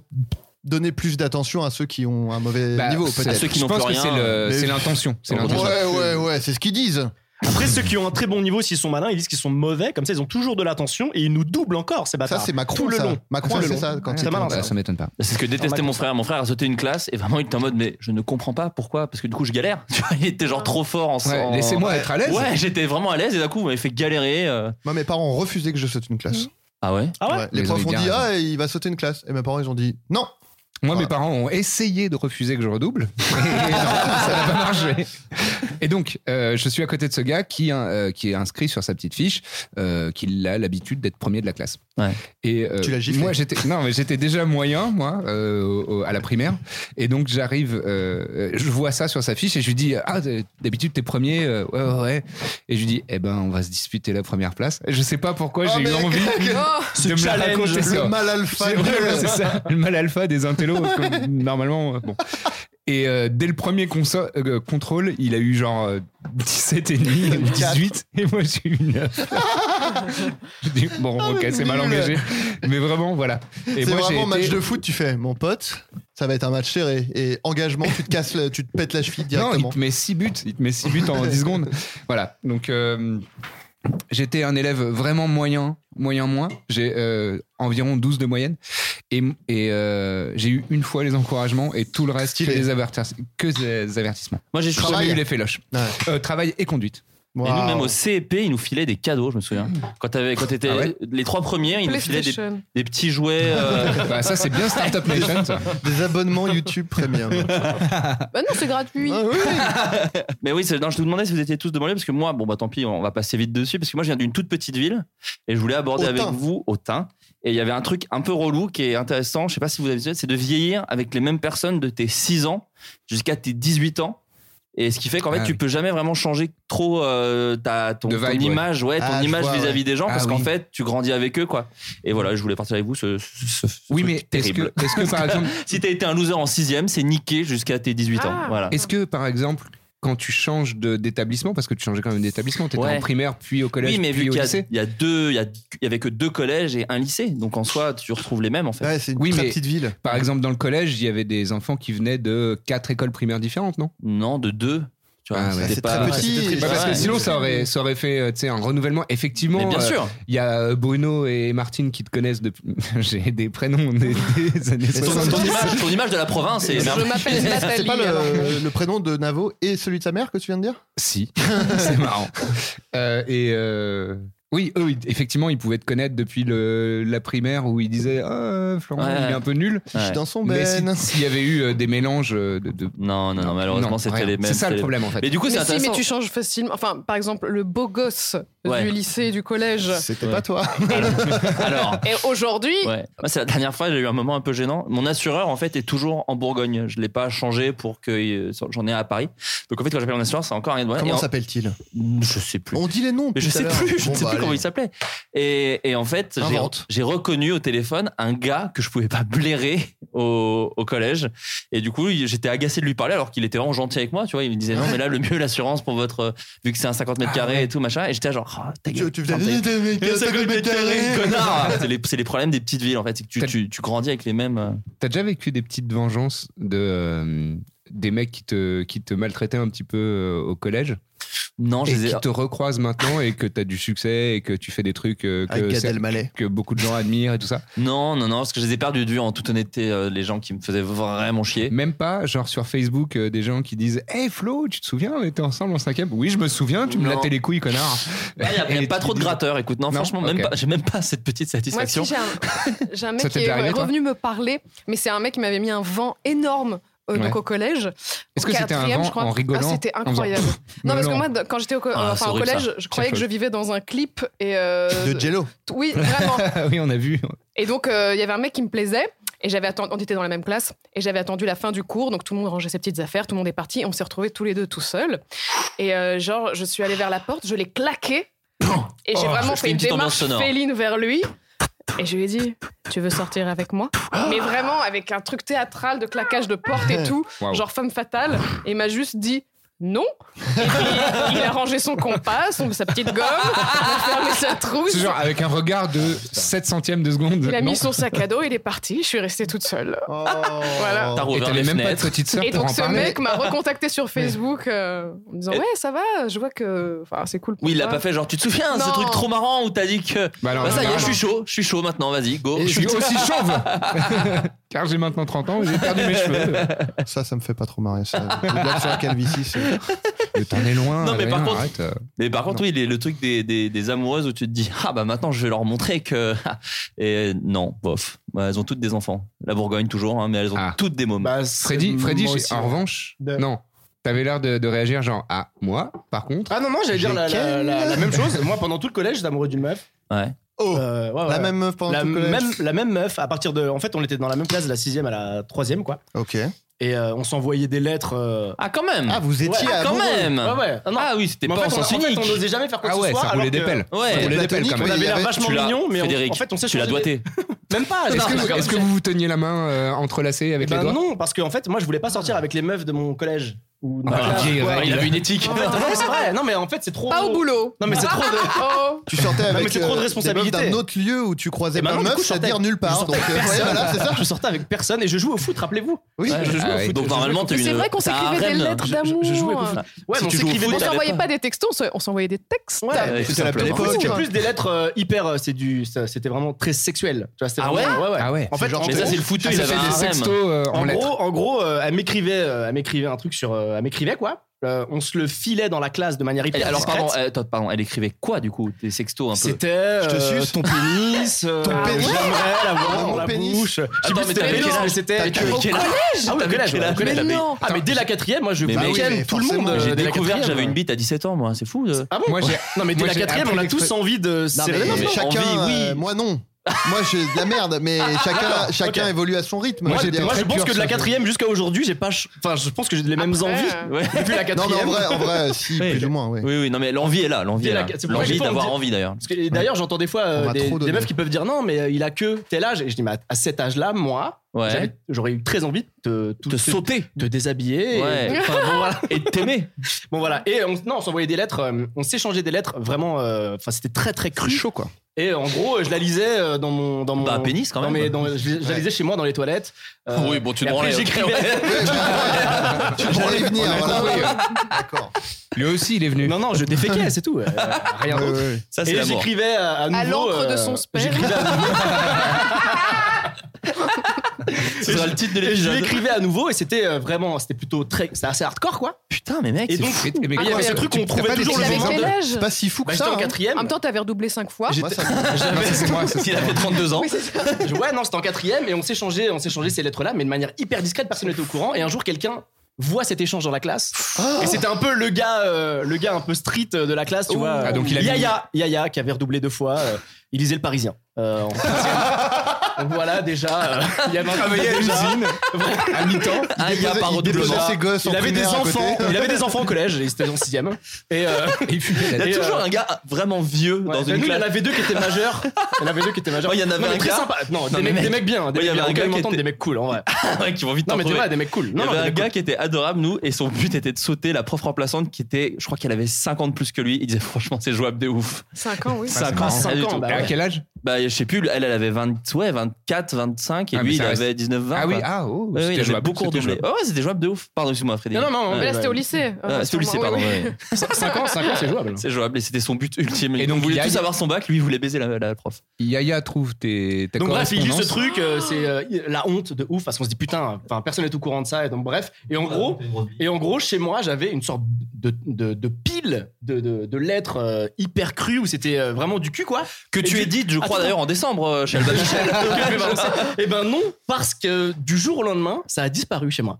donner plus d'attention à ceux qui ont un mauvais
Bah,
niveau,
c'est-
peut-être.
ceux qui
Je
n'ont
pense
plus
que
rien,
c'est le-
mais-
c'est l'intention. C'est l'intention.
Ouais, ouais, ouais, c'est ce qu'ils disent.
Après, ceux qui ont un très bon niveau, s'ils sont malins, ils disent qu'ils sont mauvais. Comme ça, ils ont toujours de l'attention et ils nous doublent encore, ces
Ça,
bâtards.
c'est Macron,
Tout le
ça.
long.
Macron,
Tout le
c'est
long.
ça, quand il
C'est malin,
pense
ça.
Ça m'étonne pas.
C'est ce que détestait
Macron,
mon frère. Mon frère a sauté une classe et vraiment il était en mode mais je ne comprends pas pourquoi parce que du coup je galère. Tu vois, il était genre trop fort en.
Ouais,
en-
Laissez-moi être à l'aise.
Ouais, j'étais vraiment à l'aise et d'un coup on m'avait fait galérer. euh.
Moi, mes parents ont refusé que je saute une classe.
Mmh.
Ah ouais.
Ah ouais,
Ouais, les
Ils
profs
ont
ont
eu
dit,
bien
ah, il va sauter une classe. Et mes parents, ils ont dit, non.
Moi,
Ouais.
mes parents ont essayé de refuser que je redouble. Et non, ça n'a pas marché. Et donc, euh, je suis à côté de ce gars qui, euh, qui est inscrit sur sa petite fiche, euh, qu'il a l'habitude d'être premier de la classe.
Ouais.
Et euh,
Tu l'as giflé.
Moi, j'étais non, mais j'étais déjà moyen, moi, euh, au- au- à la primaire. Et donc, j'arrive, euh, je vois ça sur sa fiche et je lui dis, ah, t'es- d'habitude t'es premier, euh, ouais, ouais, ouais. Et je lui dis, eh ben, on va se disputer la première place. Je sais pas pourquoi
Ah,
j'ai eu
mais-
envie de me la
challenge,
raconter.
Le
ça.
mal alpha.
C'est
du-
vrai, ouais, c'est ça. Le mal alpha des intellos, comme normalement. euh, bon. Et euh, dès le premier conso- euh, contrôle, il a eu genre euh, 17 et demi, 18, et moi j'ai eu 9. J'ai dit, bon,
Ah,
ok,
le
c'est mal
nul.
engagé. Mais vraiment, voilà. Et
C'est
moi, j'ai
vraiment
été-
match de foot, tu fais, mon pote, ça va être un match serré. Et engagement, tu te casses, la- tu te pètes la cheville
Non, il
directement.
te met 6 buts, il te met 6 buts en 10 secondes. Voilà. Donc euh, j'étais un élève vraiment moyen, moyen moins. J'ai euh, environ 12 de moyenne et, et, euh, j'ai eu une fois les encouragements et tout le reste que
Stylé.
des, avertis- que des avertissements.
Moi j'ai
Travail.
J'ai eu les féloches.
Ouais.
Euh, travail et conduite.
Et nous,
Waouh.
même au CEP, ils nous filaient des cadeaux, je me souviens. Quand, t'avais- quand t'étais
Ah ouais
les trois premiers, ils nous filaient des,
PlayStation.
des petits jouets. euh,
Bah, ça c'est bien Startup Nation. Ça.
Des abonnements YouTube Premium.
Bah non, c'est gratuit.
Ah oui, oui.
Mais oui, c'est- non, je vous demandais si vous étiez tous de banlieue, parce que moi, bon, bah tant pis, on va passer vite dessus, parce que moi, je viens d'une toute petite ville, et je voulais aborder
Autun.
avec vous au teint. Et il y avait un truc un peu relou qui est intéressant, je sais pas si vous avez vu, c'est de vieillir avec les mêmes personnes de tes 6 ans jusqu'à tes 18 ans. Et ce qui fait qu'en fait,
Ah
tu
oui.
peux jamais vraiment changer trop euh, ta, ton,
De
ton
vibe, ouais.
image, ouais, ton
Ah, je
image
vois, ouais.
vis-à-vis des gens,
Ah
parce qu'en
oui.
fait, tu grandis avec eux, quoi. Et voilà, je voulais partager avec vous ce. ce- ce- ce
Oui,
truc
mais est-ce que,
terrible.
est-ce que par exemple,
Si t'as été un loser en 6 c'est niqué jusqu'à tes 18 ans.
Ah.
Voilà.
est-ce que par exemple quand tu changes de- d'établissement, parce que tu changeais quand même d'établissement, t'étais
Ouais.
en primaire, puis au collège,
Oui, mais
puis
vu
au
qu'il y, a-
lycée.
il y a deux, il y, a- il y avait que deux collèges et un lycée, donc en soi, tu retrouves les mêmes en fait.
Ouais, c'est une
Oui,
très
mais-
petite ville.
Par exemple, dans le collège, il y avait des enfants qui venaient de quatre écoles primaires différentes, non
Non, de deux. Tu vois,
Ah ouais.
c'était
C'est
pas-
très petit.
Bah,
Parce
Ouais.
que sinon, ça aurait, ça aurait fait euh, tu sais, un renouvellement. Effectivement,
Mais bien
euh,
sûr.
il y a euh, Bruno et Martine qui te connaissent depuis. J'ai des prénoms des, des années
Ton, ton
70.
image, ton image de la province est.
Je m'appelle Nathalie.
C'est pas
alors.
le, le prénom de Navo et celui de sa mère que tu viens de dire
Si, c'est marrant. Euh, et euh, oui, eux, ils- effectivement, ils pouvaient te connaître depuis le, la primaire où ils disaient Ah, Florent,
Ouais.
il est un peu nul.
Je suis
Ouais.
dans son
Mais si-
ben.
s'il y avait eu euh, des mélanges de. de-
Non, non, non,
Non,
malheureusement, c'était
rien.
les mêmes.
C'est ça
c'était
le
les-
problème en fait.
Mais du coup, c'est
Mais si, mais
intéressant.
tu changes facilement. Enfin, par exemple, le beau gosse
Ouais.
du lycée, du collège.
C'était
Ouais.
pas toi.
Alors.
Et aujourd'hui,
Ouais. Moi, c'est la dernière fois, j'ai eu un moment un peu gênant. Mon assureur, en fait, est toujours en Bourgogne. Je l'ai pas changé pour que euh, j'en ai un à Paris. Donc, en fait, quand j'appelle mon assureur, c'est encore un de
Comment s'appelle-t-il
Je sais plus.
On dit les noms.
Mais je
depuis
sais
tout à
plus,
l'heure.
je ne
Bon,
sais
bah,
plus comment
allez.
il s'appelait. Et, et en fait, j'ai-
Invente.
j'ai reconnu au téléphone un gars que je pouvais pas blairer au, au collège. Et du coup, il- j'étais agacé de lui parler alors qu'il était vraiment gentil avec moi. Tu vois, il me disait non, mais là, le mieux, l'assurance pour votre. Vu que c'est un 50
Ah
mètres carrés et tout, machin. Et j'étais là, genre, Ah, ta gueule.
Tu, tu
ferme ta gueule.
faisais
Un 50 mètres carrés, connard C'est les, c'est les problèmes des petites villes en fait. C'est que tu,
T'as-
tu, tu grandis avec les mêmes. euh,
T'as déjà vécu des petites vengeances de euh, des mecs qui te, qui te maltraitaient un petit peu euh, au collège
Non, je
et
les ai.
qui te recroisent maintenant et que t'as du succès et que tu fais des trucs euh,
Avec
que,
Gad
c'est-
Elmaleh.
que beaucoup de gens admirent et tout ça.
Non, non, non, parce que je les ai perdus du en toute honnêteté, euh, les gens qui me faisaient vraiment chier.
Même pas, genre sur Facebook, euh, des gens qui disent Hey Flo, tu te souviens, on était ensemble en cinquième Oui, je me souviens, tu me
Non.
lattais les couilles, connard.
Il n'y a, y a
Et
pas
tu
trop de
dis-
gratteurs, écoute. Non,
Non
franchement, même
Ok.
pas- j'ai même pas cette petite
moi
satisfaction.
aussi, j'ai un, j'ai un mec
Ça t'est
qui est
déjà arrivé, toi
revenu me parler, mais c'est un mec qui m'avait mis un vent énorme euh, donc
Ouais.
au collège. Au
Est-ce que c'était un
quatrième,
vent
je crois.
en rigolant,
Ah, C'était
en faisant
incroyable.
pff,
non, parce que
melon.
moi, de- quand j'étais au, co-
Ah,
enfin,
c'est
au
horrible,
collège,
ça.
je croyais que
Chaque
je
fois.
vivais dans un clip et. euh,
De Jello.
Oui, vraiment.
oui, on a vu.
Et donc, euh, il y avait un mec qui me plaisait. Et j'avais attendu, on était dans la même classe, et j'avais attendu la fin du cours, donc tout le monde rangeait ses petites affaires, tout le monde est parti, et on s'est retrouvés tous les deux tout seuls. Et euh, genre, je suis allée vers la porte, je l'ai claqué, et j'ai
Oh,
vraiment fait
je fais une
une,
petite ambiance
démarche
sonore.
féline vers lui, et je lui ai dit, tu veux sortir avec moi Mais vraiment, avec un truc théâtral de claquage de porte et tout,
Wow.
genre femme fatale, et il m'a juste dit, non. Et puis, il a rangé son compas, son, sa petite gomme, il a fermé sa trousse.
C'est genre avec un regard de
Ah,
7 centièmes de seconde.
Il a
non
mis son sac à dos, il est parti, je suis restée toute seule. Voilà.
T'as rouvert Et t'avais les même pas de fenêtres. petite sœur
Et
pour
donc
en
ce
parler.
mec m'a recontacté sur Facebook euh, en me disant
Et-
Ouais, ça va, je vois que. Enfin, c'est cool. pour
Oui, il l'a
toi.
pas fait genre tu te souviens ce
Non.
truc trop marrant où t'as dit que bah,
non,
ça
non,
y est,
non,
je
non.
suis chaud, je suis chaud maintenant, vas-y, go.
Et je suis
shoot.
aussi chauve Car j'ai maintenant 30 ans, j'ai perdu mes cheveux.
Ça, ça me fait pas trop marrer. Ça. Les blagues sur la calvitie, c'est.
T'en es loin.
Non, mais
Adrien,
par contre-
arrête. euh.
Mais par contre, oui, les- le truc des, des, des amoureuses où tu te dis ah bah maintenant je vais leur montrer que et non, bof, Bah, elles ont toutes des enfants. La Bourgogne toujours, hein, mais elles ont toutes des mômes.
Ah.
Bah,
Freddy, Freddy j'ai- en revanche, non. T'avais l'air de, de réagir genre, ah, moi, par contre.
Ah non, non, j'allais dire la, la- la- la même chose. Moi, pendant tout le collège, j'étais amoureux d'une meuf.
Ouais.
Oh,
La même meuf pendant
la
tout le collège.
Même, la même meuf, à partir de. En fait, on était dans la même classe de la 6 à la 3 quoi.
Ok.
Et euh, on s'envoyait des lettres. euh,
Ah quand même.
Ah, vous étiez
ah, quand
amoureux.
même.
Ouais, ouais. Ah non.
Ah oui, c'était
Mais
pas
en fait,
en
on-
sens
en fait,
unique.
on n'osait jamais faire quoi que
Ah
ce
ouais,
soit,
ça
alors
roulait
que-
des pelles. Ouais.
Ça roulait des pelles,
platonique,
quand même.
mais
On avait
il y
l'air
avait-
vachement
tu l'as-
mignon, mais on-
Frédéric,
en fait, on s'est
tu l'as
changé des- Même pas.
Est-ce
non,
que,
non,
est-ce que vous vous teniez la main euh, entrelacée avec
ben
les doigts
non, parce qu'en fait, moi, je voulais pas sortir avec les meufs de mon collège. Ou de
Ah,
ma classe.
vieille
Ouais,
règle.
il avait une éthique.
Oh.
En fait, ouais, c'est vrai. Non, mais en fait, c'est trop.
Pas au boulot.
Non, mais c'est trop de.
Oh.
Tu sortais
Non, mais
avec
c'est trop de
euh, des
responsabilité.
meufs d'un autre lieu où tu croisais
Et
plein
maintenant,
de
du coup,
meufs,
je
ça veut
sortais-
dire nulle
je
part.
sortais
Donc,
avec
euh, ouais,
personne.
voilà, c'est ça.
Je sortais avec personne et je jouais au foot, rappelez-vous.
Oui.
je jouais
Ah
au
oui.
foot.
Donc,
Je
normalement,
jouais au
t'as
foot.
une-
C'est vrai qu'on
T'as un
s'écrivait des
rêve,
lettres
je- je-
d'amour.
je jouais au foot.
Ouais,
Si
mais on
tu joues au
s'écrivait
foot,
des- on
t'avais
s'envoyait
pas-
pas des textos, on se- on s'envoyait des textes.
Ouais,
ouais,
c'était
tout
la
simplement.
plus- C'était
Ouais.
plus des lettres euh, hyper. euh, C'est du. ça- C'était vraiment très sexuel. Tu vois, c'était
Ah
vraiment-
ouais
Ah ouais.
En fait,
C'est genre-
en
Mais ça,
gros-
c'est le fouteux,
Ah,
il
ça
avait
fait
un
des
harem.
sextos,
euh, en
en,
lettres.
gros, en gros, euh, elle m'écrivait, euh, elle m'écrivait un truc sur, euh, elle m'écrivait quoi Euh, On se le filait dans la classe de manière
Elle-
hyper
alors
discrète.
pardon, euh, attends, pardon, elle écrivait quoi du coup Des sextos un peu.
C'était euh, ton pénis, euh,
Ton pénis.
j'aimerais l'avoir
Mon
dans la
pénis.
bouche. Je sais
Attends,
plus
mais
c'était
t'avais
quel
quel
âge,
âge
mais c'était
T'avais quel âge
Ah oui,
T'avais
au collège,
quel
ouais, au
âge
collège.
Mais non.
Ah mais dès la quatrième, moi je
Mais mec,
ken tout le
forcément,
monde. euh,
J'ai
dès la
découvert que
quatrième.
j'avais une bite à 17 ans, moi, c'est fou. euh.
Ah bon
Moi, j'ai-
Non mais dès
moi,
la
j'ai
quatrième,
appris
on a tous
l'expression.
envie de.
Non,
serrer
mais
les mains.
chacun,
envie,
euh, moi non. Moi j'ai de la merde, mais
Ah,
chacun, chacun
ok.
évolue à son rythme.
Moi,
Je veux
j'étais-
dire.
moi, je pense que de la quatrième jusqu'à aujourd'hui, j'ai pas. ch- Enfin, je pense que j'ai les mêmes
Après,
envies.
Ouais.
Depuis la
Non,
quatrième.
mais en vrai, en vrai, si, plus ou moins, oui.
Oui, oui, non, mais l'envie est là, l'envie
Dès
est
la-
là.
c'est pour ça que
L'envie
j'ai pas
d'avoir
envie de-
envie d'ailleurs.
Parce que et d'ailleurs, j'entends des fois euh,
On m'a
des,
trop
des
donné.
meufs qui peuvent dire non, mais euh, il a que tel âge. Et je dis, mais à, à cet âge-là, moi,
Ouais.
j'avais- j'aurais eu très envie de te,
Te sauter.
te déshabiller. et-
Ouais.
enfin, bon, voilà.
Et de t'aimer.
Bon, voilà. Et on, non, on s'envoyait des lettres, euh, on s'échangeait des lettres vraiment. euh, Enfin, c'était très, très cru.
chaud quoi.
Et euh, en gros, euh, je la lisais euh, dans mon. Dans mon
Bah, pénis, quand
dans
même.
mes- dans- je, je la lisais chez moi dans les toilettes. Euh,
Oui, bon, tu
et
te
après,
branlais, ok,
j'écrivais-
J'allais venir. voilà.
compris, euh.
D'accord.
Lui aussi, il est venu.
Non, non, je déféquais, c'est tout. euh, rien
Ouais,
d'autre.
ouais, ouais.
Ça, c'est
Et
l'amour.
j'écrivais à, à nouveau,
l'encre de
euh,
son sperme.
j'écrivais à nouveau-
Ce sera le titre de
Et je
l'épisode.
l'écrivais à nouveau et c'était euh, vraiment, c'était plutôt très, c'était assez hardcore quoi.
Putain, mais mec,
Et
c'est
donc,
fou.
Mais-
Ah,
mais
il y
quoi,
avait
ça-
un truc
tu-
qu'on
t'as
trouvait
pas des
toujours
Il
le
avait
souvenirs
moment
quel
de-
âge
C'est pas si fou
Bah,
que
j'étais
ça.
en
hein.
quatrième.
En même temps, t'avais redoublé cinq fois.
J'étais-
J'avais-
Non, ça, c'est moi, ça, c'est
S'il avait 32 ans.
Ouais, non, c'était en quatrième et on s'échangeait, on s'échangeait ces lettres-là, mais de manière hyper discrète, personne n'était au courant. Et un jour, quelqu'un voit cet échange dans la classe.
Ah.
Et c'était un peu le gars, euh, le gars un peu street euh, de la classe, tu
Oh.
vois.
Ah, donc il a mis-
Yaya, Yaya, qui avait redoublé deux fois. euh, il lisait le Parisien. Euh, en quatrième. Donc voilà, déjà, euh, il y avait un
Travailler à l'usine, à mi-temps.
Un gars par
Il déposait
redoublement.
ses gosses en
Il avait des
primaire à côté.
enfants, il avait des enfants au collège, et c'était en sixième. Et euh,
Il fumait
Il y
la
a
Et,
toujours
euh,
un gars vraiment vieux
ouais,
dans
bah,
une
nous, il y en
classe.
avait deux qui étaient majeurs. Oh, Il y en avait deux qui étaient majeurs.
Ouais, il y en avait
Non, mais
un
très
gars.
sympa. Non,
Non,
des,
mais
mecs,
mec.
des mecs bien. Des
Ouais,
mecs
il y avait
bien.
un
On peut
gars qui
m'entendre
était-
des mecs cool en vrai.
Ouais, qui vont vite
Non,
t'en
mais t'es
trouver.
vrai, des mecs cool.
Il y
Non, non,
avait
des
un
mecs
gars qui était adorable, nous, et son but était de sauter la prof remplaçante qui était, je crois qu'elle avait 50 plus que lui. Il disait, franchement, c'est jouable de ouf.
5 ans, oui.
c'est
Cinq
marrant.
pas du
Cinq ans,
tout.
bah
Et à
ouais.
quel âge
Bah, je sais plus, elle, elle avait 20, ouais, 24, 25, et
Ah, mais
lui, il
ça reste-
avait 19, 20.
Ah oui,
quoi.
ah oh,
Ouais, ouais, il
c'était
avait
jouable.
beaucoup
c'était
redoublé.
jouable.
Ah ouais, c'était jouable de ouf. Pardon, excuse-moi, Freddy.
Non, non, non,
Ouais.
mais
Là, c'était au lycée. Oh,
Ah, c'était au lycée, pardon.
Oui, oui.
ouais.
5 ans, 5 ans, c'est jouable.
C'est jouable et c'était son but ultime.
Et
Et
donc,
donc, voulait
Yaya-
tous avoir son bac, lui, il voulait baiser la, la prof.
Yaya trouve tes, ta
Donc bref, il lit ce
correspondance.
truc, euh, c'est euh, la honte de ouf parce qu'on se dit putain, enfin personne n'est au courant de ça et donc bref, et en gros, et en gros chez moi j'avais une sorte de, de, de pile de, de, de lettres euh, hyper crues où c'était euh, vraiment du cul quoi.
Que
Et
tu
tu-
es dite, je crois
Attends.
d'ailleurs, en décembre euh, chez Alba Michel.
Eh et ben non, parce que du jour au lendemain ça a disparu chez moi.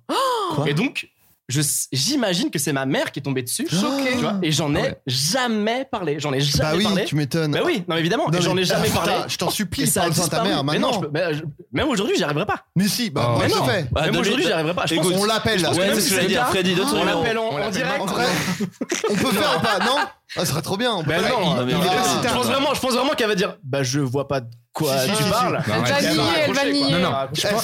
Et donc, je- j'imagine que c'est ma mère qui est tombée dessus.
Choquée.
Tu vois, et j'en
Ah
ai
Ouais.
jamais parlé. J'en ai jamais
Bah oui,
parlé.
tu m'étonnes.
Bah oui, non, mais évidemment.
Non,
et j'en
mais-
ai jamais
Putain,
parlé.
je t'en supplie,
Et ça a
parle-en à ta
disparu.
mère,
Mais non,
maintenant.
je peux- bah, je- même aujourd'hui, j'y arriverai pas.
Mais si, bah, moi,
Ah, mais
je
non.
le fais. Bah,
Même
donne-lui-
aujourd'hui, j'y arriverai pas. Je pense
Écoute,
qu'on
on l'appelle. hein.
je pense
Ouais,
que
c'est
même
ce
si
que j'allais
c'est le
dire,
cas,
Freddy, donne son
On
numéro.
l'appelle en-
On
en
l'appelle
direct.
en vrai. On peut faire ou pas, non Ah, ça serait trop bien. on peut
Ben
pas-
non,
il- il
mais
est
voilà.
récitant.
je pense vraiment, je pense vraiment qu'elle va dire. Bah je vois pas de quoi
Si, si,
tu
si, si.
parles.
Bah
Elle va nier, elle va nier.
Non, non.
Je pense- je pense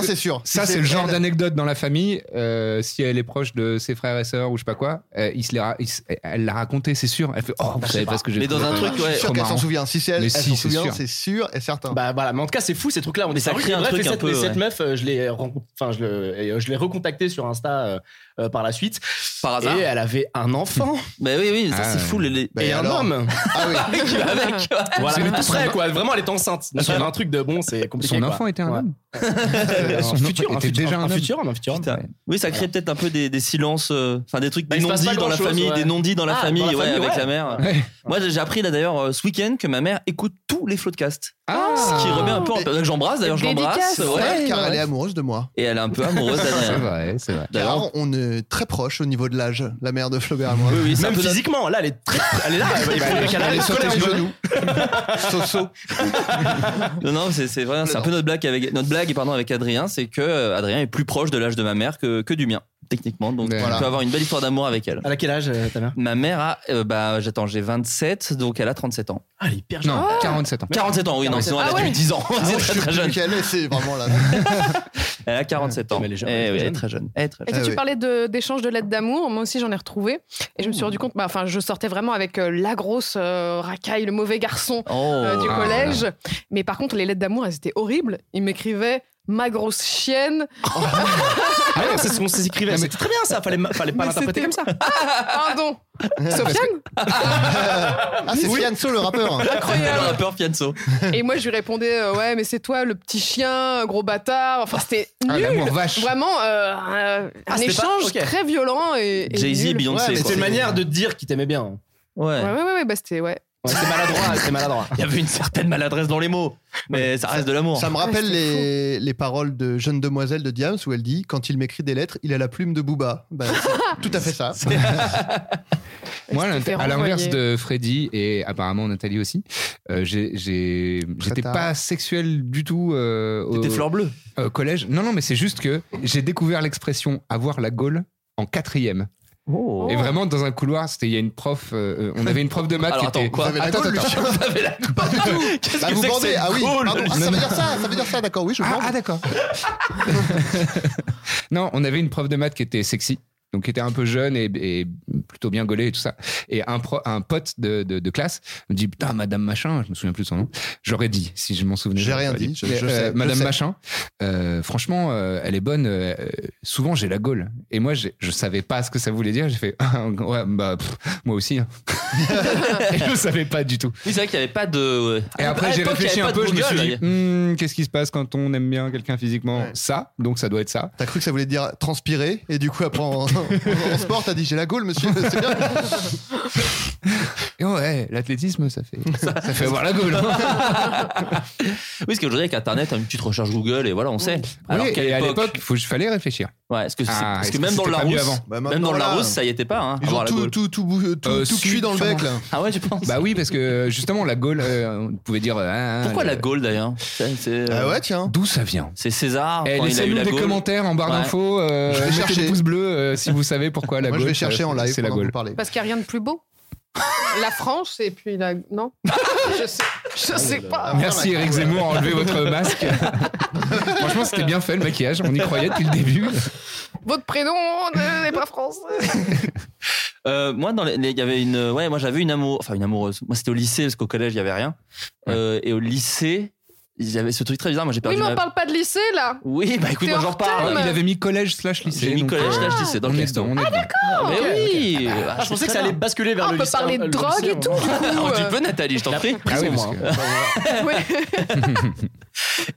que
Ça, c'est le genre d'anecdote dans la famille. euh, si elle est proche de ses frères et sœurs ou je sais pas quoi, euh, il se les ra- il se- elle l'a raconté, c'est sûr. Elle fait Oh, vous
Bah, je
savez
sais
pas.
pas.
ce que j'ai
Mais dans
trouvé.
un truc,
Trop
ouais.
Je suis sûr qu'elle s'en
marrant.
souvient. Si c'est elle,
Mais
elle
si,
s'en
c'est
souvient,
sûr.
c'est sûr et certain.
Bah voilà, mais en tout cas, c'est fou ces trucs-là. On
Mais ça
disparu.
crée un
Ah Bref,
truc
et
un
cette,
peu,
et cette
ouais.
meuf, euh, je l'ai rencont- enfin, je le- et, euh, je l'ai recontactée sur Insta euh, euh, par la suite.
Par hasard.
Et elle avait un enfant. Ah.
Mais oui, oui, ça c'est fou. Les, les-
Ben
Et, un homme.
Ah oui.
Qui va avec. Voilà,
C'est
mais tout
son-
près, quoi. Vraiment, elle est enceinte. Donc,
Son-
il y avait un truc de bon, c'est compliqué.
Son
quoi.
enfant était un
Ouais.
homme. Son
Son futur,
enfant
un
était
futur,
déjà un
un
homme.
futur, un futur.
Oui, ça crée
Voilà.
peut-être un peu des, des silences, euh, enfin des trucs,
Bah,
des
il se passe
non-dits
pas
dans la
grand-chose,
famille,
ouais.
des non-dits dans la
Ah,
famille,
dans la
ouais,
famille,
avec
ouais.
la mère.
Ouais.
Moi, j'ai appris là d'ailleurs euh, ce week-end que ma mère écoute tous les floodcasts.
Ah.
Ce qui remet un peu en que J'embrasse d'ailleurs, je l'embrasse.
Dédicace. Ouais,
Ouais,
car elle est amoureuse de moi.
Et elle est un peu amoureuse
C'est
d'Adrien.
vrai, c'est vrai.
Car on est très proche au niveau de l'âge, la mère de Flaubert et moi.
Oui, oui, c'est un
Même
peu notre-
physiquement, là, elle est très. Elle est là. elle- il
Bah,
faudrait
elle est
qu'elle arrête de
sur tes
coller un peu.
genoux. Soso.
Non, non, c'est c'est vrai, c'est un peu notre blague avec, notre blague, pardon, avec Adrien, c'est que euh, Adrien est plus proche de l'âge de ma mère que, que du mien, techniquement. Donc,
Mais-
tu
Voilà.
peux avoir une belle histoire d'amour avec elle.
Elle a quel âge, euh, ta mère
Ma mère a, euh, bah, j'attends, j'ai 27, donc elle a 37 ans.
Ah, elle est hyper
Non, 47 ans.
47 ans, oui, non,
47.
sinon elle a
Ah
depuis
ouais.
10 ans.
Ah,
c'est
moi, je
très,
suis
très
plus
jeune.
qu'elle, et c'est vraiment là.
Elle a 47 ans.
Mais elle est jeune,
Eh
elle est
oui, elle est
jeune.
très jeune. Elle est très
Et
jeune.
si
Ah
tu
oui.
parlais de- d'échanges de, lettres d'amour, moi aussi j'en ai retrouvé. Et je me suis rendu compte, bah, enfin, je sortais vraiment avec euh, la grosse euh, racaille, le mauvais garçon
Oh.
euh, du
Ah,
collège. Mais par contre, les lettres d'amour, elles étaient horribles. Ils m'écrivaient ma grosse chienne.
Ah non, c'est ce qu'on s'écrivait.
mais-
C'était très bien ça, fallait, fallait pas
Mais
l'interpréter
c'était-
comme ça.
Pardon. Sofiane
Ah, c'est Fianso le rappeur.
Le rappeur Fianso.
Et moi, je lui répondais, euh, ouais, mais c'est toi le petit chien, gros bâtard. Enfin, c'était
Ah,
nul.
l'amour vache.
Vraiment, euh, un-
Ah,
un
c'était pas-
échange
ok.
très violent et. et
Jay-Z,
nul.
Beyoncé.
Ouais, mais
quoi.
c'est une manière de dire qu'il t'aimait bien.
Ouais.
Ouais, ouais, ouais, ouais, bah, c'était, ouais.
Ouais, c'est maladroit, c'est maladroit.
Il y avait une certaine maladresse dans les mots, mais ça reste de l'amour.
Ça me
Ah,
rappelle
Ouais,
les, les paroles de Jeune Demoiselle de Diams où elle dit Quand il m'écrit des lettres, il a la plume de Booba. Bah, c'est tout à fait ça.
Moi, à
Est-ce que
l'in-
t'es
à l'inverse
renvoyé
de Freddy et apparemment Nathalie aussi, euh, j'ai- j'ai- j'étais
tard.
pas sexuel du tout euh, au,
T'étais fleur bleue.
au collège. Non, non, mais c'est juste que j'ai découvert l'expression avoir la gaule en quatrième.
Oh.
Et vraiment, dans un couloir, c'était il y a une prof, euh, on avait une prof de maths
Alors,
qui
attends,
était.
quoi
Vous avez la
Attends,
gaule,
attends.
Lucien Pas du tout Bah, vous vendez. Ah oui, pardon. Ah, ça veut dire ça, ça veut dire ça, d'accord. Oui, je
Ah,
vends.
ah, d'accord. non, on avait une prof de maths qui était sexy, donc qui était un peu jeune et, et plutôt bien gaulée et tout ça. Et un, pro- un pote de, de- de classe me dit Putain, Madame Machin, je me souviens plus de son nom. J'aurais dit, si je m'en souvenais.
J'ai
j'aurais
rien
pas
dit, je-
Mais,
je
euh,
sais, je
Madame
sais.
Machin, euh, franchement, euh, elle est bonne. euh, euh, souvent, j'ai la gaule. Et moi, j'ai- je savais pas ce que ça voulait dire. J'ai fait Ah, Ouais, bah, pff, moi aussi. hein. et je savais pas du tout.
Oui, c'est vrai qu'il n'y avait pas de.
Et après,
À
j'ai
l'époque, il y
réfléchi
avait
un
pas de
peu, je me suis
Google.
dit, Hmm, qu'est-ce qui se passe quand on aime bien quelqu'un physiquement
Ouais.
Ça, donc ça doit être ça.
T'as cru que ça voulait dire transpirer, et du coup, après, en, en sport, t'as dit J'ai la gaule, monsieur. C'est bien.
Et ouais, l'athlétisme, ça fait, ça fait avoir la gaule.
Oui, parce qu'aujourd'hui, avec Internet, une petite recherche Google et voilà, on sait. Alors
Oui,
qu'à
et à
l'époque.
l'époque, il fallait réfléchir.
Ouais, parce que, c'est-
Ah,
parce
est-ce
que
que
même dans le
c'était pas mieux
Larousse,
avant
Bah,
même dans
maintenant,
le
là,
Larousse, ça y était pas. Hein,
Ils
avoir
ont
la
tout,
gaule.
tout, tout, bou- tout-
Euh,
tout
si,
cuit dans le bec, là.
Ah ouais, tu penses
Bah oui, parce que justement, la gaule, euh, on pouvait dire. ah,
Pourquoi
le-
la gaule d'ailleurs C'est- C'est euh,
Ah ouais, tiens.
D'où ça vient
c'est César
Eh,
quand il a eu
Laissez-nous
la
des
gaule.
commentaires en barre
Ouais.
d'infos. euh,
Je vais
mettez
chercher.
des pouces bleus euh, si vous savez pourquoi la
Moi,
gaule.
je vais chercher
ça-
en live
C'est la
pendant que
gaule.
vous parlez.
Parce qu'il n'y a rien de plus beau. La France et puis la. Non Je sais,
Ah,
je sais
Ah,
pas.
Merci Eric Zemmour, enlevez votre masque. Franchement, c'était bien fait le maquillage. On y croyait depuis le début.
Votre prénom euh, n'est pas français.
Euh, moi, dans les- les- il y avait une. Ouais, moi j'avais une amour, enfin une amoureuse. Moi c'était au lycée parce qu'au collège il y avait rien. Euh, et au lycée, il y avait ce truc très bizarre. Moi j'ai
Oui,
perdu.
mais on
ma-
parle pas de lycée là.
Oui, bah écoute,
T'es
moi
en
j'en
retard,
parle.
là.
Il avait mis collège slash lycée.
J'ai mis
donc,
collège,
euh,
là je lycée dans
on
le
est
resto.
dedans, on est dedans.
Ah, Mais oui.
Ah, je pensais que ça allait basculer vers
Ah,
le
on peut
lycée,
parler
hein,
de
le
drogue
lycée,
et tout.
hein.
du coup,
Alors, tu
euh,
peux Nathalie, je t'en prie.
Ah oui,
Prison,
parce
moi,
que-
hein.
ouais.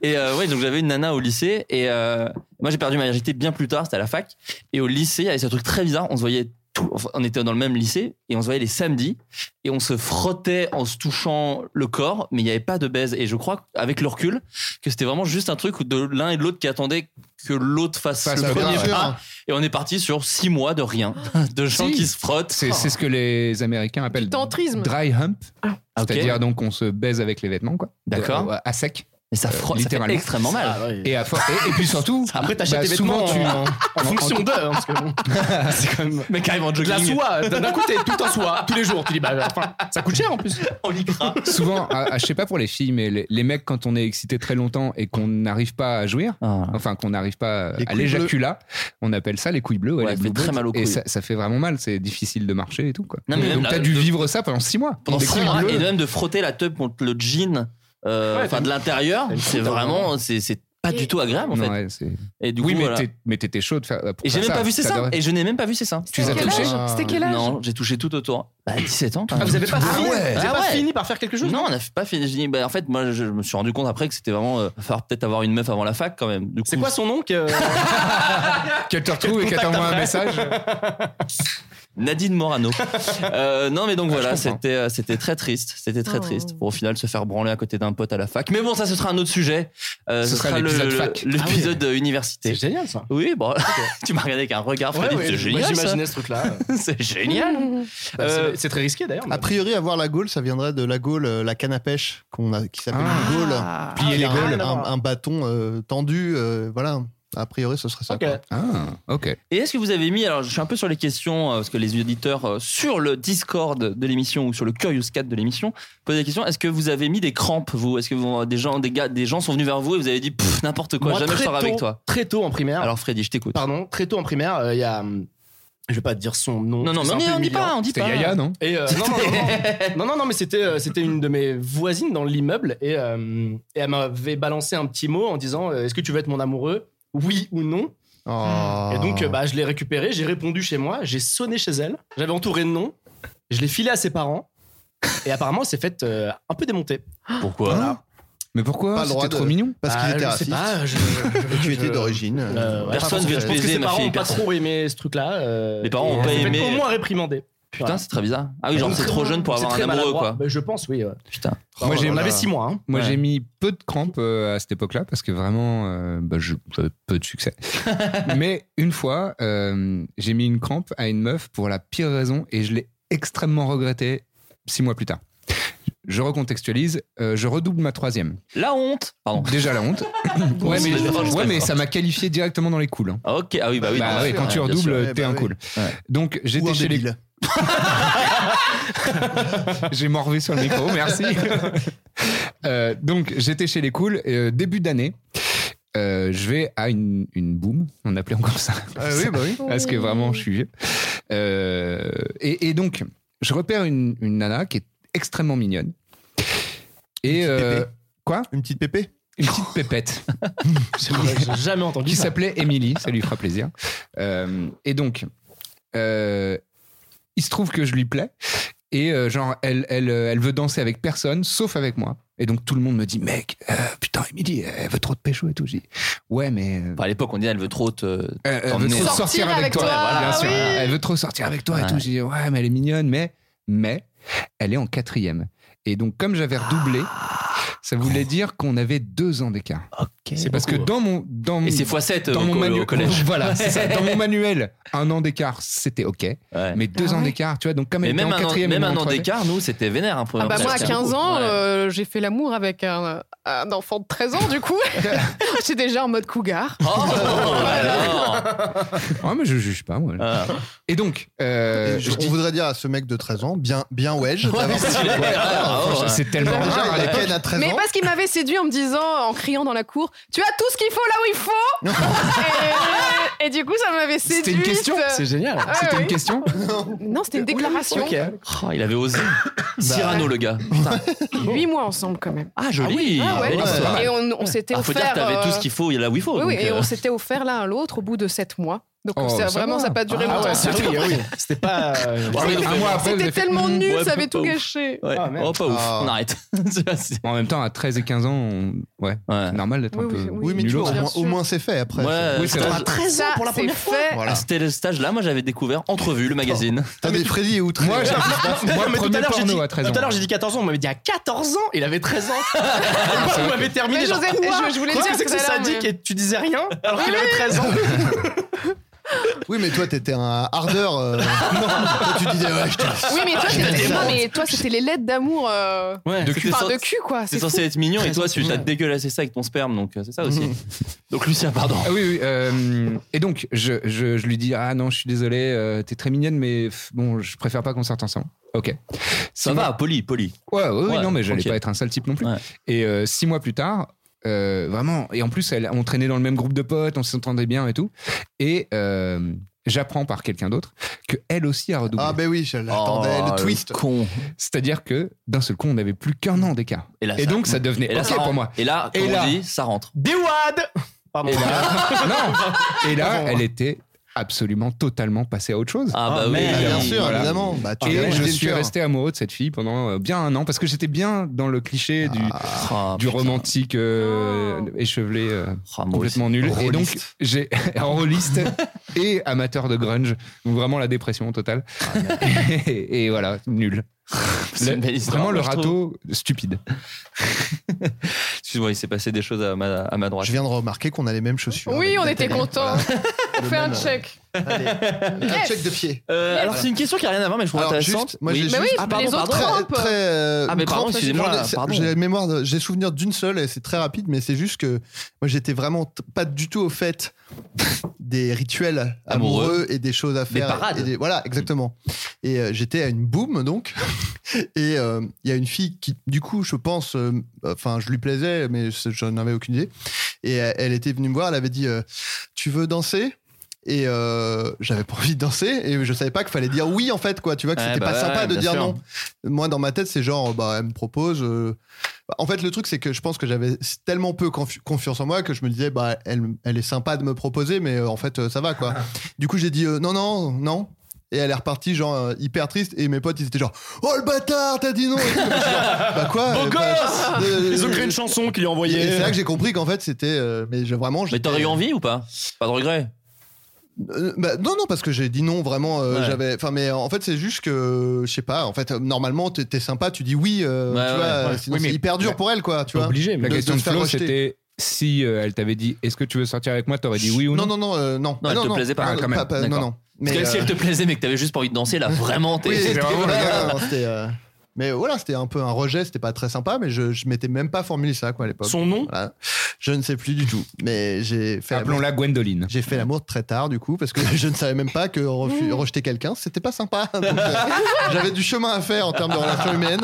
Et euh, ouais, donc j'avais une nana au lycée et euh, moi j'ai perdu ma virginité bien plus tard, c'était à la fac. Et au lycée, il y avait ce truc très bizarre, on se voyait tout- enfin, on était dans le même lycée et on se voyait les samedis et on se frottait en se touchant le corps, mais il n'y avait pas de baise. Et je crois, avec le recul, que c'était vraiment juste un truc de l'un et de l'autre qui attendait que l'autre fasse
Fasse
le
le
premier
pas, ouais.
pas. Et on est parti sur six mois de rien, de gens
Si.
qui se frottent.
C'est c'est ce que les Américains appellent
Tantrisme.
dry hump.
Ah.
Ah, ok.
C'est-à-dire donc on se baise avec les vêtements quoi.
D'accord.
Euh, À sec.
Et ça frotte, ça fait extrêmement mal. Ah ouais.
Et, à for- et, et puis surtout,
Après, t'achètes
bah,
tes
souvent,
vêtements
tu-
en, en fonction d'eux. hein, parce que bon,
c'est quand même. Mais carrément
de
jogging.
la soie. D'un coup, t'es tout en soie, tous les jours. Tu dis, bah, enfin, ça coûte cher en plus.
On y craint.
souvent, à- à- je sais pas pour les filles, mais les, les mecs, quand on est excité très longtemps et qu'on n'arrive pas à jouir,
Ah.
enfin qu'on n'arrive pas
Les
à
couilles
l'éjaculat, on appelle ça les couilles bleues.
Ouais,
les
ça
blue
fait très
balls.
mal aux
Et
couilles.
ça, ça fait vraiment mal, c'est difficile de marcher et tout. Quoi.
Non, mais même
Donc
la-
t'as dû
de-
vivre ça pendant 6 mois.
pendant
Des
six
couilles
mois,
bleues.
et même de frotter la teub contre le jean euh,
Ouais,
enfin
t'as-
de l'intérieur
t'as une
c'est
petite
vraiment
avant.
c'est c'est pas du tout agréable en
Non,
fait
ouais, c'est-
et du
oui,
coup,
mais
voilà.
t'es- mais t'étais chaud de faire. euh, pour
et j'ai
faire
même pas vu c'est ça
t'adorais.
et je n'ai même pas vu c'est ça
Tu les as C'était quel touchés âge
C'était quel âge
non j'ai touché tout autour bah 17 ans quand
Ah,
même.
vous avez pas, fini, vous avez
Ah
pas
ouais.
fini par faire quelque chose
non, on n'a pas fini. J'ai dit, bah, en fait, moi, je me suis rendu compte après que c'était vraiment. euh, falloir peut-être avoir une meuf avant la fac quand même. Du
C'est
coup,
quoi son nom que...
Qu'elle te retrouve et qu'elle
Contact
t'envoie un
après.
message.
Nadine Morano. Euh, non, mais
Ah,
donc voilà,
comprends.
c'était euh, c'était très triste. C'était très
Oh.
triste pour au final se faire branler à côté d'un pote à la fac. Mais bon, ça, ce sera un autre sujet. Euh,
Ce sera
le-
l'épisode
le-
fac.
L'épisode euh, université.
Ah C'est génial ça.
Oui, bon, tu m'as regardé avec un regard,
Ouais,
Freddy,
ouais,
c'est
moi,
génial. ça.
J'imaginais ce truc-là.
c'est génial. Euh,
Bah, c'est- c'est très risqué d'ailleurs.
Euh,
mais-
A priori, avoir la Gaule, ça viendrait de la Gaule, euh, la canne à pêche qu'on a, qui s'appelle
Ah.
une Gaule.
Ah,
Puis il y a
les
un-
Gaules.
un, un bâton euh, tendu, euh, voilà. A priori, ce serait ça.
Ok.
quoi.
ok.
Et est-ce que vous avez mis, alors je suis un peu sur les questions, euh, parce que les auditeurs euh, sur le Discord de l'émission ou sur le Curious Cat de l'émission posent des questions, est-ce que vous avez mis des crampes, vous Est-ce que vous- des, gens, des, gars, des gens sont venus vers vous et vous avez dit, Pff, n'importe quoi,
Moi,
jamais je
très
sors
tôt-
avec toi
Très tôt en primaire.
Alors Freddy, je t'écoute.
Pardon, très tôt en primaire, euh, il y a. hum, Je vais pas te dire son nom.
Non, non,
parce
mais
que
on
c'est un
dit-
peu
on dit pas,
humiliant.
on dit C'était pas. Yaya, non
Et, euh, non, non, non, non. non, non, non, mais c'était, euh, c'était une de mes voisines dans l'immeuble et, euh, et elle m'avait balancé un petit mot en disant euh, Est-ce que tu veux être mon amoureux Oui ou non
Oh.
Et donc, euh, bah, je l'ai récupéré, j'ai répondu chez moi, j'ai sonné chez elle, j'avais entouré de noms, je l'ai filé à ses parents et apparemment, elle s'est faite euh, un peu démonter.
Pourquoi
Mais pourquoi
Ah. Pas le droit
C'était
de-
trop mignon.
Parce
Bah,
qu'il était
je sais
raciste.
pas, je-
Et tu étais
je-
d'origine.
Euh, ouais,
Personne
enfin,
veut te
je pense que
baiser,
ses
ma
parents
fille,
n'ont pas
personne.
trop aimé ce truc-là. euh,
Les parents ont
et
pas
ils ont
aimé.
été Au moins réprimandé.
Putain, c'est très bizarre. Ah oui, genre c'est trop jeune pour avoir un
très
amoureux,
maladroit.
quoi.
Bah, je pense, oui. ouais.
Putain.
Moi,
on
j'ai-
avait six mois. hein.
Moi,
Ouais.
j'ai mis peu de crampes euh, à cette époque-là parce que vraiment, euh, bah, je- j'avais peu de succès. Mais une fois, euh, j'ai mis une crampe à une meuf pour la pire raison et je l'ai extrêmement regretté six mois plus tard. Je recontextualise, euh, je redouble ma troisième.
La honte Pardon.
Déjà la honte. ouais, mais, ouais, mais ça m'a qualifié directement dans les cools. hein.
Ok, ah oui, bah oui.
Bah
bien
ouais,
sûr,
quand tu
bien sûr. bah
redoubles,
bah
t'es un cool. Donc j'étais chez les. J'ai morvé sur le micro, merci. Euh, donc j'étais chez les cools, euh, début d'année. Euh, je vais à une, une boom, on appelait encore ça.
Ah oui, bah oui.
Parce que vraiment, je suis vieux. Euh, et, et donc, je repère une, une nana qui est extrêmement mignonne. Et. euh, quoi
Une petite pépée
Une petite pépette.
J'ai jamais entendu
qui
ça.
s'appelait Émilie, ça lui fera plaisir. Euh, et donc, euh, il se trouve que je lui plais. Et euh, genre, elle, elle, euh, elle veut danser avec personne, sauf avec moi. Et donc, tout le monde me dit, mec, euh, putain, Émilie, elle veut trop te pécho et tout. J'ai dit, ouais, mais... euh,
Enfin, à l'époque, on disait, elle veut trop te.
elle, elle veut
t'emmener.
trop sortir avec, toi.
Voilà,
Bien sûr.
voilà.
Elle veut trop sortir avec toi et tout. J'ai dit, ouais, mais elle est mignonne, mais, mais elle est en quatrième. Et donc, comme j'avais redoublé, ça
Ah.
voulait dire qu'on avait deux ans d'écart. C'est parce que dans mon. Dans
Et
mon-
c'est x7
dans
au-
mon
au-
manu-
au collège.
Voilà, c'est ça.
Ouais.
Dans mon manuel, un an d'écart, c'était OK. Mais
Ah
deux ans d'écart, tu vois, donc comme
Mais
elle était
même
en
un an,
quatrième. et
même
moi
un
en
an
troisième-
d'écart, nous, c'était vénère. Hein,
Ah bah moi à 15 ans,
Ouais.
euh, j'ai fait l'amour avec un, un enfant de 13 ans du coup. J'étais déjà en mode cougar.
Ouais, Ah, mais je juge pas, moi. Et donc. euh,
Ah. Je-
je dis-
on voudrait dire à ce mec de 13 ans, bien, bien wedge.
Ouais,
d'avoir-
c'est-
Ouais,
Ah,
franchement,
ouais. C'est tellement
Déjà,
rare à
il a
l'époque.
peine à 13
Mais
ans.
parce qu'il m'avait séduit en me disant, en criant dans la cour, tu as tout ce qu'il faut là où il faut. et, et du coup, ça m'avait séduit.
C'était une question C'est génial.
Ah,
C'était
oui.
une question
Non, c'était une déclaration.
Ok.
Oh, il avait osé.
Bah.
Cyrano, le gars. Putain.
8 mois ensemble quand même.
Ah, joli.
Ah ouais.
Belle histoire.
Et on, on s'était
Ah, faut dire
offert.
que t'avais
euh,
tout ce qu'il faut, il y a là où il faut.
Oui, oui,
donc,
et
euh,
on s'était offert l'un à l'autre au bout de 7 mois. Donc
Oh,
ça,
ça
vraiment,
va.
ça n'a pas duré
Ah
longtemps.
ouais, c'est- oui, oui. euh,
C'était pas.
un mois après, vous
C'était
avez fait,
tellement
hmm,
nul,
ouais,
ça avait
pas
tout
ouf.
gâché.
Oh, pas ouf. On arrête.
Ah. en même temps, à 13 et 15 ans, on- ouais, c'est normal d'être
Oui,
un peu.
oui,
oui. Oui, mais tu
nul
vois, au
autre.
moins- au moins, c'est fait après.
Ouais,
Oui, c'est
stage-
vrai.
ans pour la première fois.
Ah, C'était le stage là, moi j'avais découvert Entrevue, le magazine.
T'as des Freddy et outre.
Ah, Moi, j'ai- moi,
mais tout
premier
à l'heure, j'ai dit,
porno à 13 ans. Ah,
tout à l'heure, j'ai dit 14 ans, on m'avait dit à 14 ans, il avait 13 ans.
c'est
on
vrai.
m'avait terminé.
Mais
genre,
Joseph,
quoi
je- je voulais
Quoi,
dire
c'est que
tout à
c'est
l'heure,
sadique
mais-
et tu disais rien alors qu'il
Oui,
avait 13 ans.
Oui, mais toi, t'étais un hardeur. euh. Toi, tu disais, ouais, je te-
Oui, mais toi,
je te
c'était-
laisse.
non, mais toi, c'était les lettres d'amour. euh,
Ouais,
de
C'était
cul, enfin,
censé-
de cul, quoi.
T'es
C'est
censé
fou.
être mignon et
Très
toi tu t'as
sensible.
dégueulassé ça avec ton sperme, donc euh, c'est ça aussi. Donc Lucien, pardon.
Ah oui, oui. euh, et donc, je, je- je lui dis Ah non, je suis désolé, euh, t'es très mignonne, mais pff, bon, je préfère pas qu'on sorte ensemble. Ok. Six
Ça va,
mois-
poli, poli.
Ouais, ouais, ouais,
Ouais,
non, mais j'allais
tranquille.
pas être un sale type non plus. Et euh, six mois plus tard, euh, vraiment, et en plus, elle- on traînait dans le même groupe de potes, on s'entendait bien et tout. Et euh, j'apprends par quelqu'un d'autre qu'elle aussi a redoublé.
Ah, ben oui, je l'attendais,
Oh,
le twist.
Con.
C'est-à-dire que d'un seul coup, on n'avait plus qu'un an d'écart. Et,
là, ça-
donc, ça devenait
Et là,
ok
ça
pour
rentre.
moi.
Et là, comme
Et
on
là-
dit, ça rentre.
Des wads Pardon.
Et là, non. Et là, elle était absolument totalement passée à autre chose.
Ah, bah Ah, oui. merde.
Bien sûr, évidemment. Bah, tu l'as
et je
dit,
suis
le cœur.
resté amoureux de cette fille pendant euh, bien un an parce que j'étais bien dans le cliché
Ah.
du, du romantique euh, échevelé
Ah,
euh, complètement nul. Et donc j'ai rôliste et amateur de grunge, donc vraiment la dépression totale. et, et voilà, nul.
Ah, C'est
Le-
une belle histoire,
vraiment le
moi, je
râteau stupide.
Excuse-moi, il s'est passé des choses à ma, à ma droite.
Je viens de remarquer qu'on a les mêmes chaussures.
Oui, on était contents. On fait un check.
Un check de pied.
Euh, alors c'est une question qui a rien à voir, mais je trouve
Alors,
intéressante.
juste, moi, j'ai
Mais oui,
juste-
Ah, pardon, les autres
très-
rampes.
très, euh,
Ah, mais pardon,
crampes,
excusez-moi,
j'en ai- c'est-
pardon.
J'ai la mémoire, de- j'ai souvenir d'une seule et c'est très rapide, mais c'est juste que moi j'étais vraiment t- pas du tout au fait des rituels amoureux,
Amoureux.
et des choses à
Des
faire.
parades.
et voilà, exactement. Et euh, j'étais à une boum donc, et euh, il y a une fille qui, du coup, je pense, euh, enfin, je lui plaisais, mais je, je n'avais aucune idée. Et euh, elle était venue me voir, elle avait dit, euh, tu veux danser? Et euh, j'avais pas envie de danser et je savais pas qu'il fallait dire oui en fait quoi tu vois que
Ouais,
c'était pas
bah ouais,
sympa de
bien
dire
sûr.
non moi dans ma tête c'est genre bah elle me propose euh, bah, en fait le truc c'est que je pense que j'avais tellement peu confi- confiance en moi que je me disais bah elle, elle est sympa de me proposer mais euh, en fait euh, ça va quoi du coup j'ai dit euh, non non non et elle est repartie genre euh, hyper triste et mes potes ils étaient genre oh le bâtard t'as dit non Et tout, je suis genre, bah quoi
Beau
euh, bah,
gosse
euh,
Ils ont créé une chanson qu'ils lui
et
ont envoyée.
c'est là que j'ai compris qu'en fait c'était euh, mais je, vraiment
Mais t'aurais eu envie ou pas Pas de regret
euh, bah, non, non, parce que j'ai dit non vraiment. euh,
Ouais.
J'avais, enfin, mais euh, en fait, c'est juste que je sais pas. En fait, euh, normalement, t'es t'es sympa, tu dis oui. euh,
Ouais,
tu
ouais,
vois,
ouais.
sinon
Oui,
c'est
mais-
hyper dur pour elle, quoi. Tu vois.
obligé, mais
La
de-
question
de
de
se faire
Flo,
rejeter.
c'était si euh, elle t'avait dit est-ce que tu veux sortir avec moi, t'aurais dit oui ou non
Non, non, non, euh, non.
Non,
Ah,
elle te plaisait pas.
Ah,
quand même.
non,
D'accord.
non.
Parce que
euh,
si elle te plaisait mais que t'avais juste pas envie de danser, là vraiment t'es.
oui, c'était-
vraiment le
voilà,
gars.
non, c'était, euh, Mais voilà, c'était un peu un rejet, c'était pas très sympa, mais je, je m'étais même pas formulé ça quoi à l'époque.
Son nom
Voilà. Je ne sais plus du tout, mais j'ai fait l'amour-
Appelons-la Gwendoline.
j'ai fait l'amour très tard du coup parce que je ne savais même pas que refu- rejeter quelqu'un c'était pas sympa. Donc, euh, J'avais du chemin à faire en termes de relations humaines.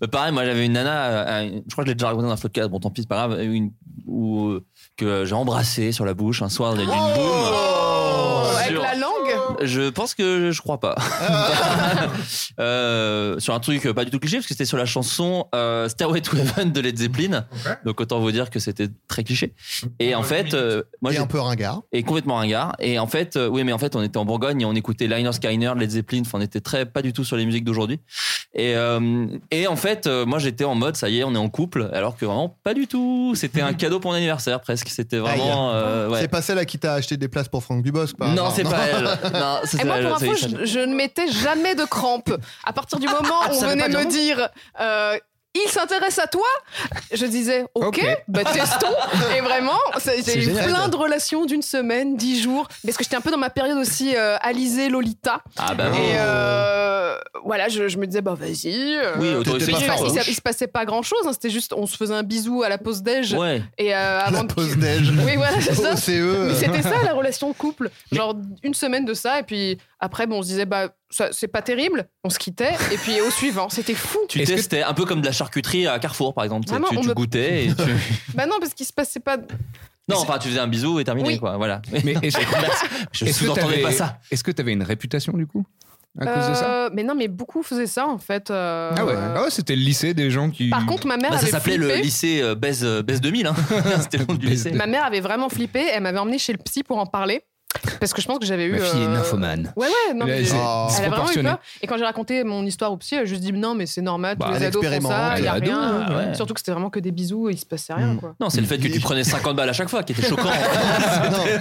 Bah, pareil, moi j'avais une nana, euh, euh, je crois que je l'ai déjà raconté dans un podcast, bon tant pis, c'est pas grave, une, où, euh, que j'ai embrassé sur la bouche un soir, il y a eu une
Oh
boum.
Oh. Avec
Sur-
la langue
Je pense que je crois pas. Euh, sur un truc euh, pas du tout cliché, parce que c'était sur la chanson euh, Stairway to Heaven de Led Zeppelin. Donc autant vous dire que c'était très cliché. Et en fait, euh, moi
Et
j'ai
un peu ringard.
et complètement ringard. Et en fait, euh, oui, mais en fait, on était en Bourgogne et on écoutait Liner Skyner, Led Zeppelin. Enfin, on était très pas du tout sur les musiques d'aujourd'hui. Et euh, et en fait, euh, moi, j'étais en mode, ça y est, on est en couple, alors que vraiment pas du tout. C'était un cadeau pour mon anniversaire presque. C'était vraiment. euh, ouais.
C'est pas celle à qui t'as acheté des places pour Franck Dubosc par
Non,
hasard,
c'est pas elle. Non, ça,
Et
c'est
Eh, moi,
elle,
pour
ça y
info,
est, ça-
je, je ne mettais jamais de crampes. À partir du moment où
tu
on
savais
venait
pas
me
dire
dire euh, il s'intéresse à toi, je disais ok,
Ok.
bah testons. Et vraiment, ça-
C'est
j'ai eu
génial.
plein de relations d'une semaine, dix jours, parce que j'étais un peu dans ma période aussi euh, Alizée Lolita.
Ah bah oui.
Et euh, voilà, je, je me disais bah vas-y. euh,
Oui, autant
il, se
essayer,
passe-
quoi.
il se- il se passait pas grand chose, c'était juste on se faisait un bisou à la pause déj.
Ouais.
Et euh, avant
La
de-
pause neige.
Oui, voilà, c'est ça.
OCE.
E.
Mais
euh,
c'était ça la relation de couple. Genre une semaine de ça, et puis après, bon, on se disait, bah, ça, c'est pas terrible, on se quittait, et puis au suivant, c'était fou.
Tu
Est-ce que-
testais un peu comme de la charcuterie à Carrefour, par exemple. Tu-
Vraiment,
tu
on
tu
me-
goûtais et tu-
Bah non, parce qu'il se passait pas.
Non, enfin, tu faisais un bisou et terminé,
Oui.
quoi. Voilà.
Mais est-ce
Je
est-ce que
sous-entendais
t'avais-
pas ça.
Est-ce que t'avais une réputation du coup à cause de ça
Euh, mais non, mais beaucoup faisaient ça en fait. euh,
Ah ouais, ah ouais, c'était le lycée des gens qui.
Par contre, ma mère
Bah, ça
avait
s'appelait le
flippé.
lycée euh, Baise, euh, Baise 2000. Hein. C'était le nom du
Baise
lycée.
Ma mère avait vraiment flippé, elle m'avait emmené chez le psy pour en parler. Parce que je pense que j'avais eu.
Ma fille est
euh,
nymphomane.
Ouais, ouais, non,
Là,
mais
c'est
j'ai-
Ah.
elle a vraiment eu
disproportionné.
peur. Et quand j'ai raconté mon histoire au psy, elle a juste dit non, mais c'est normal, tous
Bah,
les
elle
ados font
expérimente,
ça, il n'y a
Bah,
elle est
rien.
ado, ouais.
Surtout que c'était vraiment que des bisous, il se passait rien,
Mm.
quoi.
Non, c'est le fait que tu prenais 50 balles à chaque fois qui était choquant.
Non,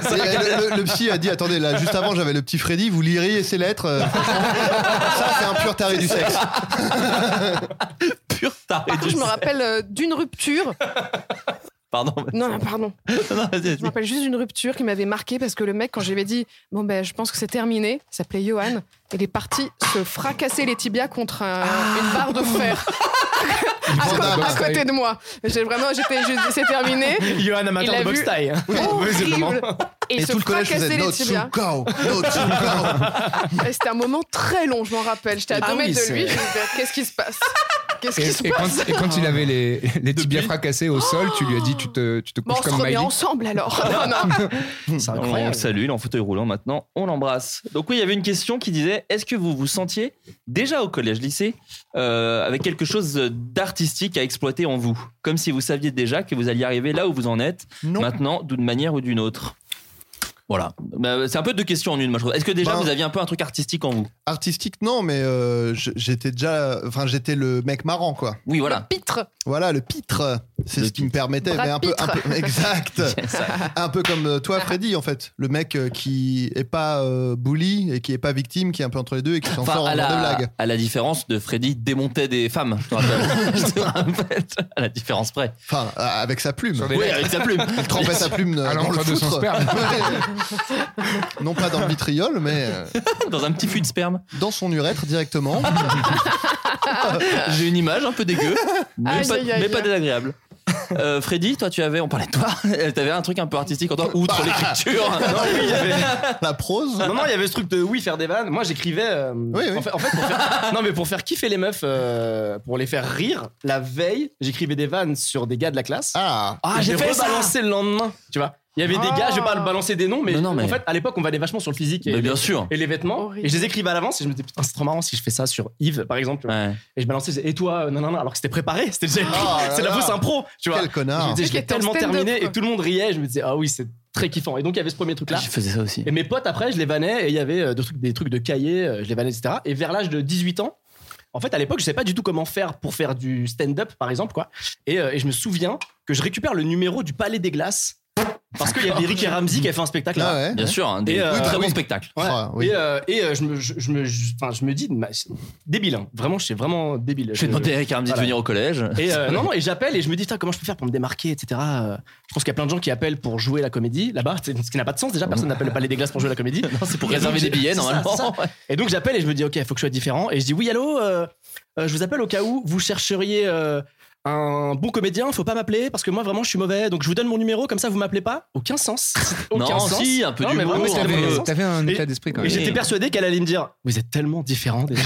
c'est- le, le- le psy a dit attendez, là, juste avant, j'avais le petit Freddy, vous liriez ses lettres. euh, ça, c'est un pur taré du sexe.
Par contre, je me rappelle euh, d'une rupture.
Pardon.
Non, non, pardon. Je me rappelle juste d'une rupture qui m'avait marqué parce que le mec, quand j'avais dit bon ben, je pense que c'est terminé, il s'appelait Johan, il est parti se fracasser les tibias contre un- une barre de fer. À,
vendait
co-
un
à
box
côté
tie.
Ah. de moi. J'ai vraiment, j'étais, je- c'est terminé.
Johan, amateur
Il a
de boxe
vu-
taille.
hein.
Horrible. Et, il se fracasser les
not
tibias.
to go, not to go.
Et C'était un moment très long, je m'en rappelle. J'étais à
Ah
2
oui,
mètres de
c'est-
lui. Je me disais, qu'est-ce qui se passe Qu'est-ce
Et,
qui se
et
passe
quand, et quand il avait les, les tibias fracassés au sol, tu lui as dit tu te, tu te
Bon,
couches
on se
comme
remet
Miley.
ensemble alors.
Ah,
Non, non.
C'est
incroyable.
Hmm. On le salue, il est en fauteuil roulant maintenant, on l'embrasse. Donc oui, il y avait une question qui disait, est-ce que vous vous sentiez déjà au collège-lycée euh, avec quelque chose d'artistique à exploiter en vous Comme si vous saviez déjà que vous alliez arriver là où vous en êtes, maintenant, d'une manière ou d'une autre voilà. Bah, C'est un peu deux questions en une, moi je trouve. Est-ce que déjà
Ben-
vous aviez un peu un truc artistique en vous
Artistique, non, mais euh, je- j'étais déjà. Enfin, j'étais le mec marrant, quoi.
Oui, voilà.
Pitre.
Voilà, le pitre. C'est ce qui me permettait.
Brad
Mais un peu, un
Pitre.
peu- exact. un peu comme euh, toi, Freddy, en fait. Le mec euh, qui est pas euh, bully et qui est pas victime, qui est un peu entre les deux et qui s'en
Enfin,
sort en
à,
faisant des
la,
blagues.
à la différence de Freddy démontait des femmes, je te rappelle. Je te rappelle, à la différence près.
Enfin, euh, avec sa plume.
des Oui, lettres. avec sa plume.
Il trempait sa plume euh,
À
dans le
l'entre de son
foutre.
sperme.
Ouais. non pas dans le vitriol, mais euh,
dans un petit fût de sperme.
Dans son urètre directement. Ah
J'ai une image un peu dégueu, mais,
Aïe,
pas,
aïe, aïe.
mais pas désagréable. Euh, Freddy, toi, tu avais, on parlait de toi, t'avais un truc un peu artistique en toi, outre l'écriture.
Non, oui, il y avait-
La prose
Non, non, il y avait ce truc de oui, faire des vannes. Moi, j'écrivais. euh, En fait, en fait, pour faire- non, mais pour faire kiffer les meufs, euh, pour les faire rire, la veille, j'écrivais des vannes sur des gars de la classe.
Ah,
ah
j'ai
j'ai
fait ça.
rebalancé le lendemain, tu vois. Il y avait
Ah.
des gars, je vais pas balancer des noms, mais,
Non, non, mais-
en fait, à l'époque, on valait vachement sur le physique et,
Mais
les-
bien sûr.
et les vêtements. Et je les écrivais à l'avance et je me disais, putain, c'est trop marrant si je fais ça sur Yves, par exemple. tu vois. Et je balançais, et toi, euh, non, non, non, alors que c'était préparé, c'était déjà écrit.
Ah là
c'est la
là.
fausse impro, tu vois.
Quel connard.
Je me disais, je l'ai
Le mec était en
tellement
stand-up,
terminé
quoi.
et tout le monde riait. Je me disais, ah oui, c'est très kiffant. Et donc, il y avait ce premier truc-là.
Je faisais ça aussi.
Et mes potes, après, je les vannais et il y avait euh, des trucs, des trucs de cahier, euh, je les vannais, etc. Et vers l'âge de 18 ans, en fait, à l'époque, je savais pas du tout comment faire pour faire du stand-up, par exemple, quoi. Et, euh, et je me souviens que je récupère le numéro du Palais des Glaces. Parce qu'il y avait Rick et Ramsey qui avait fait un spectacle. là.
Bien sûr, un des
Et, euh,
très
oui.
bons spectacles.
Ouais. Et, euh, et, euh, je me, je, je me, je- enfin, je me dis, bah, c'est débile, hein. vraiment, je suis vraiment débile.
Je vais demander à Eric Ramsey de venir au collège.
Et euh, non, non, et j'appelle et je me dis, Putain, comment je peux faire pour me démarquer, etc. Euh, Je pense qu'il y a plein de gens qui appellent pour jouer la comédie là-bas, c'est- ce qui n'a pas de sens déjà, personne n'appelle le Palais des Glaces pour jouer la comédie. non,
c'est pour réserver des billets, normalement.
Et donc j'appelle et je me dis, ok, il faut que je sois différent. Et je dis, oui, allô, euh, euh, je vous appelle au cas où vous chercheriez. euh, un bon comédien, faut pas m'appeler parce que moi vraiment je suis mauvais. Donc je vous donne mon numéro, comme ça vous m'appelez pas. Aucun sens. Aucun
Non,
sens.
si, un peu
Non, mais
d'humour,
vraiment, c'était
un peu-
aucun sens.
T'avais un
Et-
état d'esprit quand
et
même.
j'étais persuadé qu'elle allait me dire Vous êtes tellement différents déjà.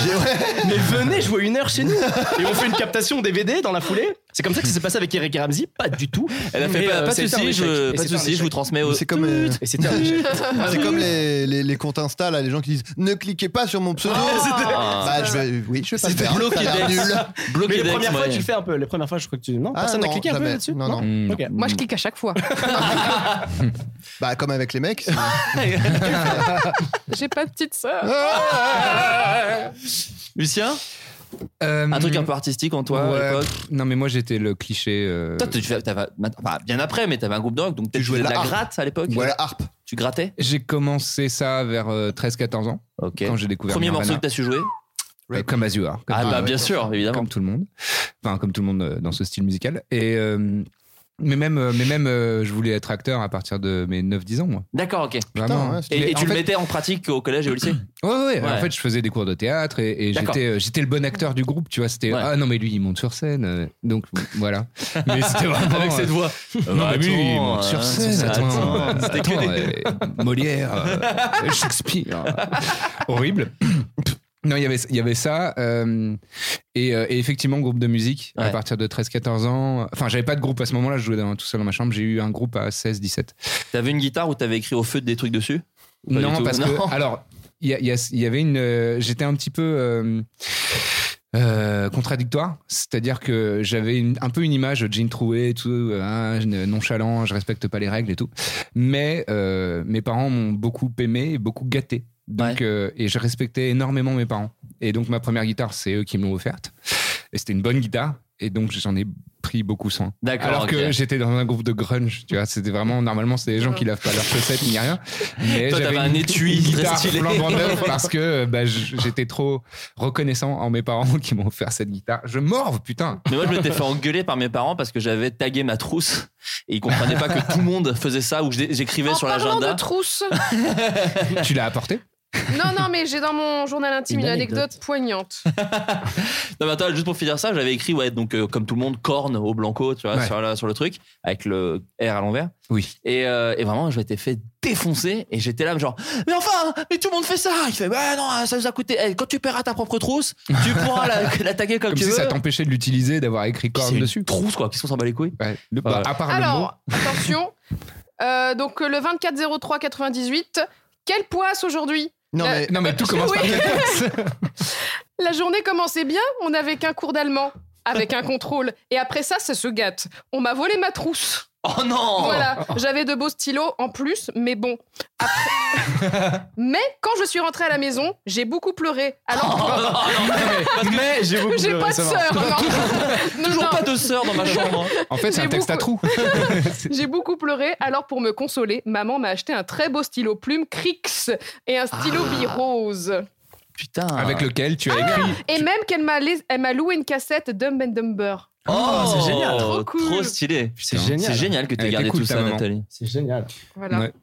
Mais venez jouer une heure chez nous. Et on fait une captation DVD dans la foulée. C'est comme ça que ça s'est passé avec Eric Ramsey Pas du tout.
Elle a fait
Mais,
pas-
euh,
pas de
c'était
soucis,
un échec.
je-
Et
pas de
c'était un
soucis, je
échec.
vous transmets au-
C'est comme, euh,
Et c'était un échec.
Ah,
c'est comme les, les, les comptes Insta, là, les gens qui disent ne cliquez pas sur mon pseudo.
Ah, c'était-
bah, je vais, oui, je vais pas le
C'était
faire.
bloqué
Ça a l'air
d'ex.
nul.
Mais les premières fois, tu le fais un peu. Les premières Euh, fois, je crois que tu. Non,
Ah,
personne n'a
non,
cliqué un peu
jamais.
là-dessus
Non, non.
Hmm.
Ok.
Moi, je clique à chaque fois.
Bah, comme avec les mecs.
Ah.
J'ai pas de petite sœur.
Ah.
Lucien Un truc un peu artistique en toi à l'époque
Euh, Non, mais moi j'étais le cliché. euh,
Toi, tu- tu- t'avais- enfin, bien après, mais t'avais un groupe de rock, donc peut-être tu
jouais
faisais de
la
la
harpe.
gratte à l'époque
Ouais, la
harpe. Tu grattais
J'ai commencé ça vers 13-14 ans. Quand j'ai découvert
Premier
Nirvana.
morceau que t'as su jouer
Euh, comme Azure. comme
Ah
tout
bah,
le monde.
bien sûr, évidemment.
Comme tout le monde. Enfin, comme tout le monde euh, dans ce style musical. Et, euh, mais même, euh, mais même euh, je voulais être acteur à partir de mes 9-10 ans, moi.
D'accord, ok.
Vraiment.
et, et
Mais
tu
en
le
fait-
mettais en pratique au collège et au lycée
Ouais, ouais, ouais.
Ouais.
En fait, je faisais des cours de théâtre et, et
D'accord.
j'étais, euh, j'étais le bon acteur du groupe. Tu vois, c'était ah non mais lui il monte sur scène, euh, donc voilà. Mais c'était vraiment
Avec cette
euh,
voix.
Non mais lui il
Attends,
monte
euh,
sur scène.
attends,
Attends, euh,
c'était que
attends,
des-
euh, Molière, euh, Shakespeare, horrible. Non, il y avait, il y avait ça. euh, et, euh, et effectivement, groupe de musique à partir de 13-14 ans. Enfin, j'avais pas de groupe à ce moment-là, je jouais dans- tout seul dans ma chambre. J'ai eu un groupe à 16-17.
T'avais une guitare où t'avais écrit au feu des trucs dessus Pas du
Non,
tout.
parce
Non.
que alors il y, a- il y a- il y avait une, euh, j'étais un petit peu, euh, euh, contradictoire. C'est-à-dire que j'avais une- un peu une image jean troué et tout, euh, hein, nonchalant, je respecte pas les règles et tout. Mais euh, mes parents m'ont beaucoup aimé, et beaucoup gâté. Donc, euh, et je respectais énormément mes parents. Et donc ma première guitare, c'est eux qui me l'ont offerte. Et c'était une bonne guitare. Et donc j'en ai pris beaucoup soin.
D'accord,
Alors que
ok.
j'étais dans un groupe de grunge, tu vois, c'était vraiment normalement c'est des gens qui lavent pas leurs chaussettes ni rien. Mais
Toi,
j'avais
t'avais un
une-
étui
une
très
guitare
stylé.
flambant neuve parce que euh, bah, j- j'étais trop reconnaissant en mes parents qui m'ont offert cette guitare. Je morve, putain.
Mais moi, je m'étais fait engueuler par mes parents parce que j'avais tagué ma trousse et ils comprenaient pas que tout le monde faisait ça ou que j'ai- j'écrivais
En
sur
parlant
l'agenda.
de trousse,
tu l'as apporté
non, non, mais j'ai dans mon journal intime
Une
une anecdote poignante.
Non, mais attends, juste pour finir ça, j'avais écrit, ouais, donc euh, comme tout le monde, corne au blanco, tu vois,
Ouais.
sur, la- sur le truc, avec le R à l'envers.
Oui.
Et, euh, et vraiment, je m'étais fait défoncer et j'étais là, genre, mais enfin, mais tout le monde fait ça. Il fait, bah non, ça nous a coûté. Eh, quand tu paieras ta propre trousse, tu pourras la, la taguer comme,
Comme
tu
si
veux.
ça t'empêchait de l'utiliser, d'avoir écrit corne
une
dessus. Bah,
Trousse quoi, qu'est-ce qu'on s'en bat les couilles
À part le mot.
Alors, attention. Euh, donc, le 24-03-98, quelle poisse aujourd'hui
Non,
La-
mais,
non, mais tout commence par
Euh, Oui.
Kate.
La journée commençait bien, on n'avait qu'un cours d'allemand, avec un contrôle. Et après ça, ça se gâte. On m'a volé ma trousse.
Oh non
Voilà, j'avais de beaux stylos en plus, mais bon. Après- mais quand je suis rentrée à la maison, j'ai beaucoup pleuré.
Ah,
Alors,
Mais j'ai beaucoup
j'ai
pleuré,
pas de
ça va.
sœur. non.
Toujours
Non,
pas de sœur Oh, dans ma chambre. hein.
En fait, c'est
J'ai
un texte à trous.
J'ai beaucoup pleuré, alors pour me consoler, maman m'a acheté un très beau stylo plume Crix et un stylo
Ah.
bi rose.
Putain.
Avec lequel tu as écrit.
Et même qu'elle m'a lais- elle m'a loué une cassette Dumb and Dumber.
Oh,
c'est génial.
Trop,
cool.
stylé.
C'est
Putain,
génial.
C'est génial que
Elle
t'aies
était
gardé
cool,
tout
ta
ça,
maman.
Nathalie.
C'est génial.
Voilà.
Ouais.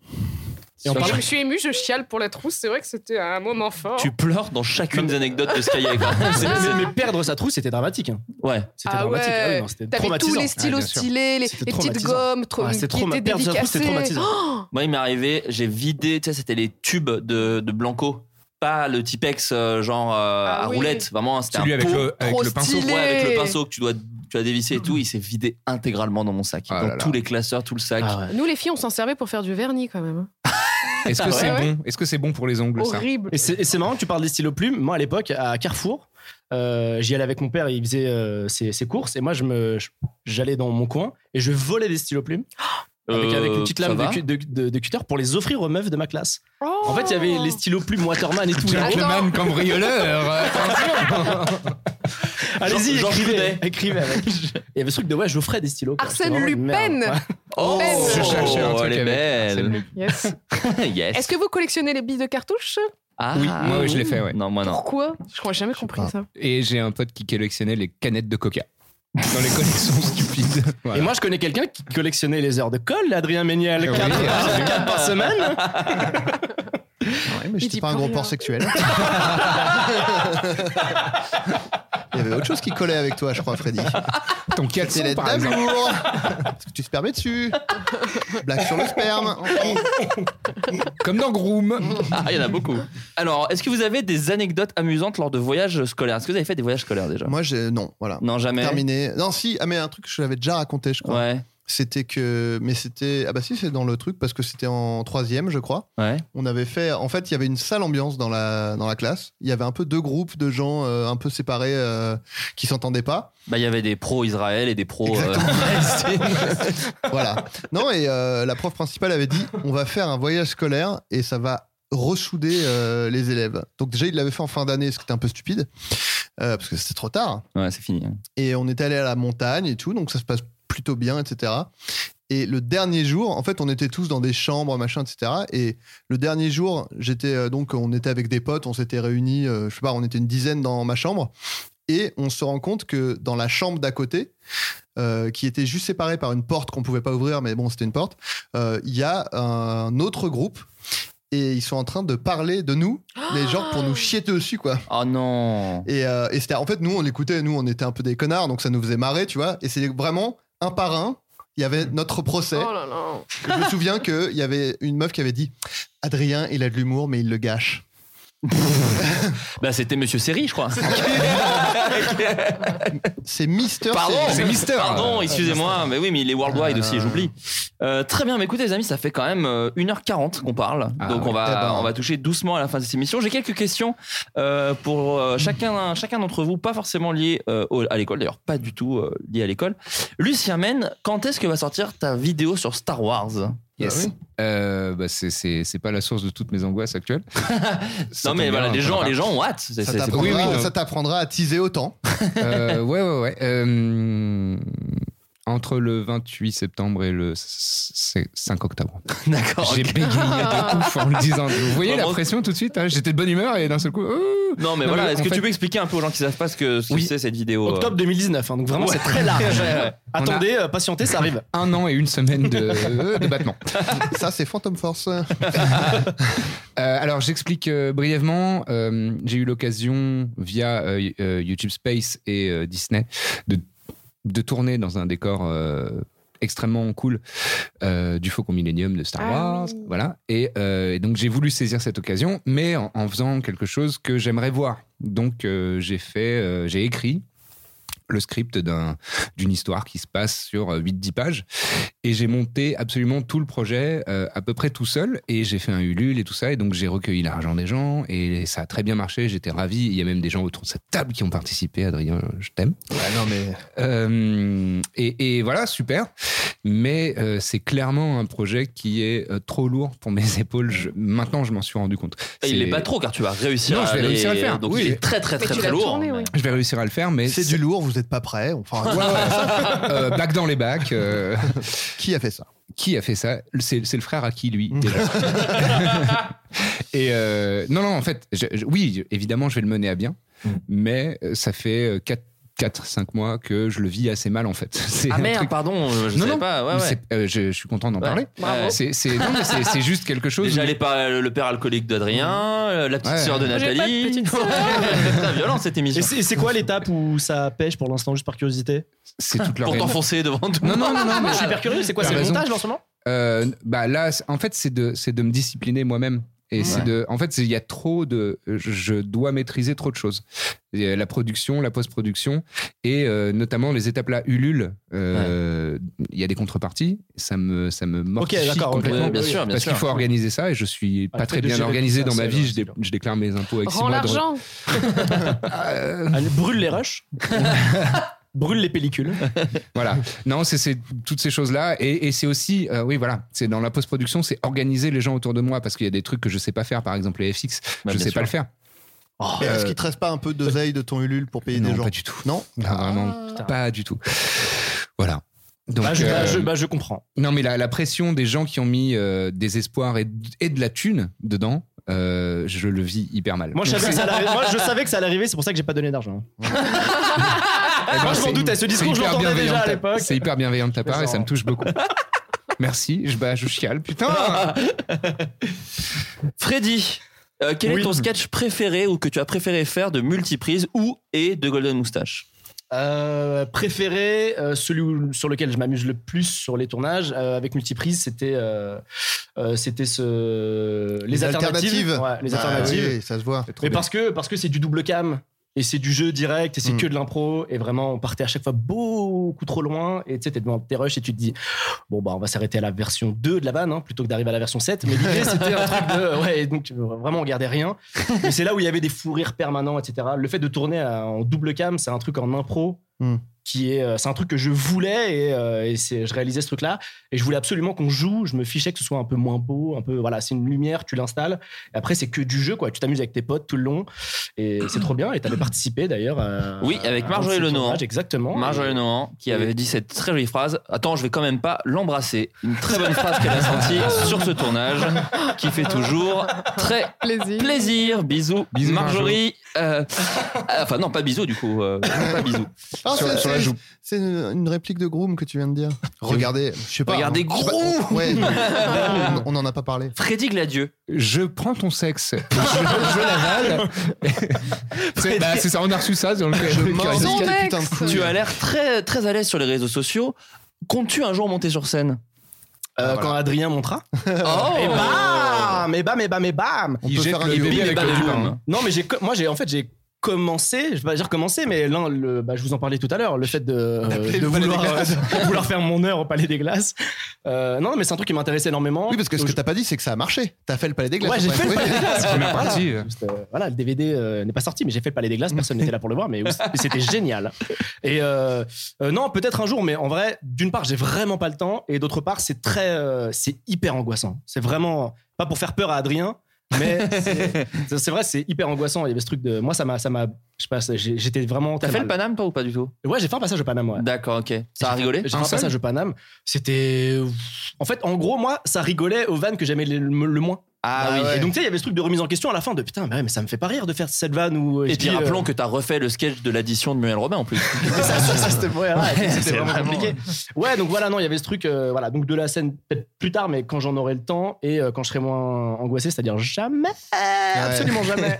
Et on
Je
parle-
me suis émue, je chiale pour la trousse. C'est vrai que c'était un moment fort.
Tu pleures dans chacune des anecdotes de ce qu'il y a, quoi. C'est-
Mais,
c'est-
mais perdre sa trousse, c'était dramatique. hein.
Ouais.
C'était dramatique. Ah oui, non, c'était
T'avais tous
traumatisant.
les stylos
Ouais, bien sûr.
stylés, les,
C'était
les petites
traumatisant.
gommes trop,
Ah,
qui
c'était trauma-
étaient
perdre sa trousse, c'était
dédicacées.
traumatisant.
Oh
Moi, il m'est arrivé, j'ai vidé, tu sais, c'était les tubes de, de Blanco. Pas le Tipex, euh, genre euh,
Ah
à
oui.
roulette. Vraiment, c'était un
Celui avec
pot.
le, avec
trop
le pinceau.
stylé.
Ouais, avec le pinceau que tu dois, tu as dévissé et tout, il s'est vidé intégralement dans mon sac.
Ah
dans
là là.
tous les classeurs, tout le sac.
Ah ouais.
Nous, les filles, on s'en servait pour faire du vernis quand même.
Est-ce
Ah
que c'est
ouais.
bon Est-ce que c'est bon pour les ongles, ça
Horrible.
Et c'est et c'est marrant que tu parles des stylos plumes. Moi, à l'époque, à Carrefour, euh, j'y allais avec mon père, il faisait euh, ses, ses courses, et moi, je me- je- j'allais dans mon coin et je volais des stylos plumes avec,
Euh,
avec une petite
ça
lame de,
va
cu- de, de- de cutter pour les offrir aux meufs de ma classe.
Oh.
En fait, il y avait les stylos plumes Waterman et tout.
Gentleman cambrioleur. euh, attention.
Allez-y,
Jean- Jean
écrivez,
Jeunet.
écrivez avec. Il y avait ce truc de ouais, j'offrais des stylos. quoi. C'était
Arsène
vraiment une merde.
Lupin.
Ouais.
Oh,
Belle.
Je cherchais un truc
elle est
avec
belle.
Yes.
yes.
Est-ce que vous collectionnez les billes de cartouche
Ah,
Oui, moi, oui, je l'ai fait, ouais.
Non, moi non.
Pourquoi Je crois que j'ai jamais compris ça.
Ah. Et j'ai un pote qui collectionnait les canettes de coca. Dans les collections stupides. Voilà.
Et moi, je connais quelqu'un qui collectionnait les heures de colle, Adrien Méniel,
Oui.
quatre quatre par semaine.
Ouais, mais
Il
j'étais
dit
pas un
pas
gros
rien.
porc sexuel. Il y avait autre chose qui collait avec toi, je crois, Freddy.
ton
C'est
caleçon,
l'aide
par exemple.
d'amour. Parce que tu spermais dessus. Blague sur le sperme.
Oh,
Comme dans Groom.
Ah, il y en a beaucoup. Alors, est-ce que vous avez des anecdotes amusantes lors de voyages scolaires Est-ce que vous avez fait des voyages scolaires déjà
Moi, j'ai- non, voilà.
Non, jamais.
Terminé. Non, si, ah, mais un truc que je l'avais déjà raconté, je crois.
Ouais,
C'était que. Mais c'était. Ah bah si, c'est dans le truc, parce que c'était en troisième, je crois.
ouais.
On avait fait. En fait, il y avait une sale ambiance dans la, dans la classe. Il y avait un peu deux groupes de gens euh, un peu séparés euh, qui s'entendaient pas.
Bah, il y avait des pros Israël et des pros. euh,
voilà. Non, et euh, la prof principale avait dit on va faire un voyage scolaire et ça va ressouder euh, les élèves. Donc, déjà, il l'avait fait en fin d'année, ce qui était un peu stupide, euh, parce que c'était trop tard.
Ouais, c'est fini.
Et on était allé à la montagne et tout, donc ça se passe plutôt bien, etc. Et le dernier jour, en fait, on était tous dans des chambres, machin, etc. Et le dernier jour, j'étais euh, donc, on était avec des potes, on s'était réunis, euh, je sais pas, on était une dizaine dans ma chambre. Et on se rend compte que dans la chambre d'à côté, euh, qui était juste séparée par une porte qu'on pouvait pas ouvrir, mais bon, c'était une porte, euh, il y a un autre groupe. Et ils sont en train de parler de nous, les gens, pour nous chier dessus, quoi.
Oh non.
Et, euh, et c'était en fait nous on écoutait, nous on était un peu des connards, donc ça nous faisait marrer, tu vois. Et c'est vraiment un par un. Il y avait notre procès.
Oh là là.
Et je me souviens qu'il y avait une meuf qui avait dit Adrien, il a de l'humour, mais il le gâche.
bah, c'était Monsieur Seri, je crois.
C'est Mister.
Pardon,
c'est Mister.
Pardon,
Euh,
excusez-moi, mais oui, mais il est worldwide
Ah.
aussi, j'oublie. Euh, très bien, mais écoutez les amis, ça fait quand même euh, 1h40 qu'on parle, donc
Ah ouais,
on va
d'abord.
on va toucher doucement à la fin de cette émission. J'ai quelques questions euh, pour euh, chacun chacun d'entre vous, pas forcément liées euh, au- à l'école, d'ailleurs pas du tout euh, liées à l'école. Lucien Men, quand est-ce que va sortir ta vidéo sur Star Wars
Yes. Euh, bah, c'est- c'est c'est pas la source de toutes mes angoisses actuelles.
Non mais voilà, les
hein.
gens les gens ont hâte. C'est-
Ça
c'est- Euh, c'est-
t'apprendra, ça t'apprendra à teaser autant.
Euh, ouais, ouais, ouais. Euh, entre le 28 septembre et le s- s- 5 octobre.
D'accord.
J'ai
ok.
bégayé de ouf hein. en le disant. Vous voyez la
Vraiment,
pression tout de suite hein J'étais de bonne humeur et d'un seul coup. oh. ouh.
Non, mais voilà, est-ce
en
que
fait-
tu peux expliquer un peu aux gens qui savent pas ce que, ce que c'est cette vidéo euh,
Octobre 2019, hein, donc vraiment
Ouais.
c'est très large.
Ouais, ouais.
Attendez, euh, patientez, ça arrive.
Un an et une semaine de, de battement.
Ça, c'est Phantom Force.
Euh, alors j'explique euh, brièvement. Euh, J'ai eu l'occasion via euh, y- euh, YouTube Space et euh, Disney de, de tourner dans un décor euh, extrêmement cool euh, du Faucon Millennium de Star Wars. Voilà. Et, euh, et donc j'ai voulu saisir cette occasion, mais en, en faisant quelque chose que j'aimerais voir. Donc euh, j'ai fait, euh, j'ai écrit le script d'un- d'une histoire qui se passe sur euh, 8-10 pages. Et j'ai monté absolument tout le projet euh, à peu près tout seul. Et j'ai fait un Ulule et tout ça. Et donc j'ai recueilli l'argent des gens. Et ça a très bien marché. J'étais ravi. Il y a même des gens autour de cette table qui ont participé. Adrien, je t'aime.
non, mais.
Euh, et, et voilà, super. Mais euh, c'est clairement un projet qui est euh, trop lourd pour mes épaules. Je- maintenant, je m'en suis rendu compte.
Et Il
C'est-
est pas trop car tu vas réussir.
Non, je vais
les-
réussir à le faire.
Donc
Oui.
il est très très très très lourd.
Je vais réussir à le faire, mais
C'est du lourd, vous n'êtes pas prêts. Enfin, ouais, ouais.
Euh, bac dans les bacs. euh,
qui a fait ça Mm.
qui a fait ça C'est c'est le frère à qui, lui déjà. Et euh, non, non, en fait, je- je- oui, évidemment, je vais le mener à bien,
Mm.
mais euh, ça fait 4 5 mois que je le vis assez mal en fait. C'est
Ah
un
merde,
truc-
pardon, euh, je
non,
savais
non,
pas, ouais,
mais
ouais.
c'est- euh, je, je suis content d'en
Ah
parler.
Ouais, bravo.
C'est c'est- non, mais c'est- c'est juste quelque chose.
Déjà
où-
les par- le père alcoolique d'Adrien, euh, la
Ouais.
petite
Eh ben,
sœur de
J'ai
Nathalie.
pas
de petite sœur.
Ouais, c'est violent cette émission.
Et c'est et c'est quoi l'étape où ça pêche pour l'instant, juste par curiosité
C'est toute leur
Pour
raison.
t'enfoncer devant tout. le
Non, non,
monde.
non, non, mais-
Ah, Je suis hyper curieux, c'est quoi
T'as
C'est le
raison.
montage là, en ce moment
Euh, bah là, c'est- en fait, c'est de, c'est de me discipliner moi-même. Et c'est de, en fait, c'est- il y a trop de, je, je dois maîtriser trop de choses. Il y a la production, la post-production, et euh, notamment les étapes là, Ulule. euh, Il y a des contreparties, ça me, ça me mortifie
d'accord, ok.
complètement.
Ouais, bien sûr, bien
parce
sûr.
qu'il faut organiser ça, et je suis pas
Ah, le fait
très
de
bien
gérer
organisé
tout
dans
ça,
ma
c'est
vie.
vrai,
Je, dé- je déclare mes impôts avec six
Rends
mois de- Euh,
l'argent.
Allez, Brûle les rushs. Brûle les pellicules.
voilà. Non, c'est- c'est toutes ces choses-là. Et, et c'est aussi, euh, oui, voilà, c'est dans la post-production, c'est organiser les gens autour de moi parce qu'il y a des trucs que je sais pas faire. Par exemple, les FX,
Bah,
je
bien
sais
sûr.
pas le faire.
Mais Est-ce
Euh,
qu'il te reste pas un peu d'oseille de ton Ulule pour payer
non,
des gens
pas du tout.
Non
Non,
Ah.
vraiment, pas du tout. Voilà. Donc,
Bah, je,
euh,
bah, je- bah, je comprends.
non, mais la, la pression des gens qui ont mis euh, des espoirs et, et de la thune dedans, euh, je le vis hyper mal.
Moi je,
Donc,
savais que
c'est-
ça allait- moi, je savais que ça allait arriver, c'est pour ça que j'ai pas donné d'argent.
Eh ben,
Moi, Ah, je m'en
c'est-
doutais, ce
c'est
discours, je
hyper
l'entendais
bienveillant
déjà à
de ta-
l'époque.
C'est hyper bienveillant de ta part et ça me touche beaucoup. Merci, je, bah, je chiale, putain!
Freddy, euh, quel est
Oui.
ton sketch préféré ou que tu as préféré faire de Multiprise ou et de Golden Moustache
Euh, préféré, euh, celui où- sur lequel je m'amuse le plus sur les tournages euh, avec Multiprise, c'était euh, euh, c'était ce les, alternatives, Ouais, les
Bah
alternatives.
oui, ça se voit.
Mais parce que parce que c'est du double cam et c'est du jeu direct
Hmm.
et c'est que de l'impro et vraiment on partait à chaque fois beaucoup trop loin et tu sais t'es devant tes rushs et tu te dis bon bah on va s'arrêter à la version 2 de la vanne hein, plutôt que d'arriver à la version 7 mais l'idée c'était un truc de ouais donc euh, vraiment on gardait rien et c'est là où il y avait des fous rires permanents etc le fait de tourner à- en double cam c'est un truc en impro
Hmm.
qui est euh, c'est un truc que je voulais et, euh, et c'est- je réalisais ce truc là et je voulais absolument qu'on joue je me fichais que ce soit un peu moins beau un peu voilà c'est une lumière tu l'installes Et après c'est que du jeu quoi tu t'amuses avec tes potes tout le long et c'est trop bien et t'avais participé d'ailleurs à-
Oui, avec
à
Marjorie
un de ces
Lenoir.
tournages, ah, exactement
Marjorie
Et-
Lenoir qui avait dit cette très jolie phrase Attends, je vais quand même pas l'embrasser. Une très bonne phrase qu'elle a sentie sur ce tournage qui fait toujours très
Plaisir.
plaisir. Bisous,
Bisous,
Marjorie. Euh, euh, enfin, non, pas bisous du coup. euh, pas bisous.
Ah,
Sur-
c'est-
sur la
c'est-
joue.
C'est une une réplique de Groom que tu viens de dire. Regardez, je sais pas.
Regardez
je sais pas-
Groom
Ouais, on- on n'en a pas parlé.
Freddy Gladieux.
je prends ton sexe, je, je l'avale. c'est bah, c'est ça, on a reçu ça. dans le-
Je
le-
mords
Son
tes
ex.
putains de couilles.
Tu as l'air très, très à l'aise sur les réseaux sociaux. Comptes-tu un jour monter sur scène Ah,
Euh, quand Adrien montra
Oh
Eh bah, bam, et bam, et bam, et bam.
On Il peut jette faire un le bébé bébé avec
bam,
le
bam.
copain, hein.
Non, mais j'ai, co- moi, j'ai, en fait, j'ai commencé, je vais pas dire commencé, mais l'un, le, bah, je vous en parlais tout à l'heure, le fait de, euh,
D'appeler
de
le Palais
vouloir,
des Glaces.
euh, de vouloir faire mon heure au Palais des Glaces. Euh, non, non, mais c'est un truc qui m'intéresse énormément.
Oui, parce que ce que t'as pas dit, c'est que ça a marché. T'as fait Ah, le palais des glaces.
Ouais, j'ai
on
fait le
pourrait
Palais des
trouver.
Glaces. Voilà. Juste, euh, voilà, le DVD euh, n'est pas sorti, mais j'ai fait le Palais des Glaces. Personne n'était là pour le voir, mais oui, c'était génial. Et euh, euh, non, peut-être un jour, mais en vrai, d'une part, j'ai vraiment pas le temps, et d'autre part, c'est très, euh, c'est hyper angoissant. C'est vraiment pas pour faire peur à Adrien. Mais c'est- c'est c'est vrai, c'est hyper angoissant. Il y avait ce truc de. Moi, ça m'a. ça m'a- Je sais pas, c'est- j'ai- j'étais vraiment.
T'as fait le Paname, toi, ou pas du tout
Ouais, j'ai fait un passage au Paname, ouais.
D'accord, ok. Ça a rigolé
J'ai fait un passage au Paname. C'était. En fait, en gros, moi, ça rigolait aux vannes que j'aimais le, le- le moins. Bah
Ah oui.
Et donc, tu sais, il y avait ce truc de remise en question à la fin de putain, mais, ouais, mais ça me fait pas rire de faire cette vanne où. euh, je
Et puis
dis, euh,
rappelons que t'as refait le sketch de l'addition de Muriel Robin en plus.
ça, ça, ça, c'était ouais,
Ah,
ouais,
Ouais,
c'était
c'est
vraiment
vraiment-
compliqué. Ouais, donc voilà, non, il y avait ce truc, euh, voilà, donc de la scène peut-être plus tard, mais quand j'en aurai le temps et euh, quand je serai moins angoissé, c'est-à-dire jamais, absolument jamais.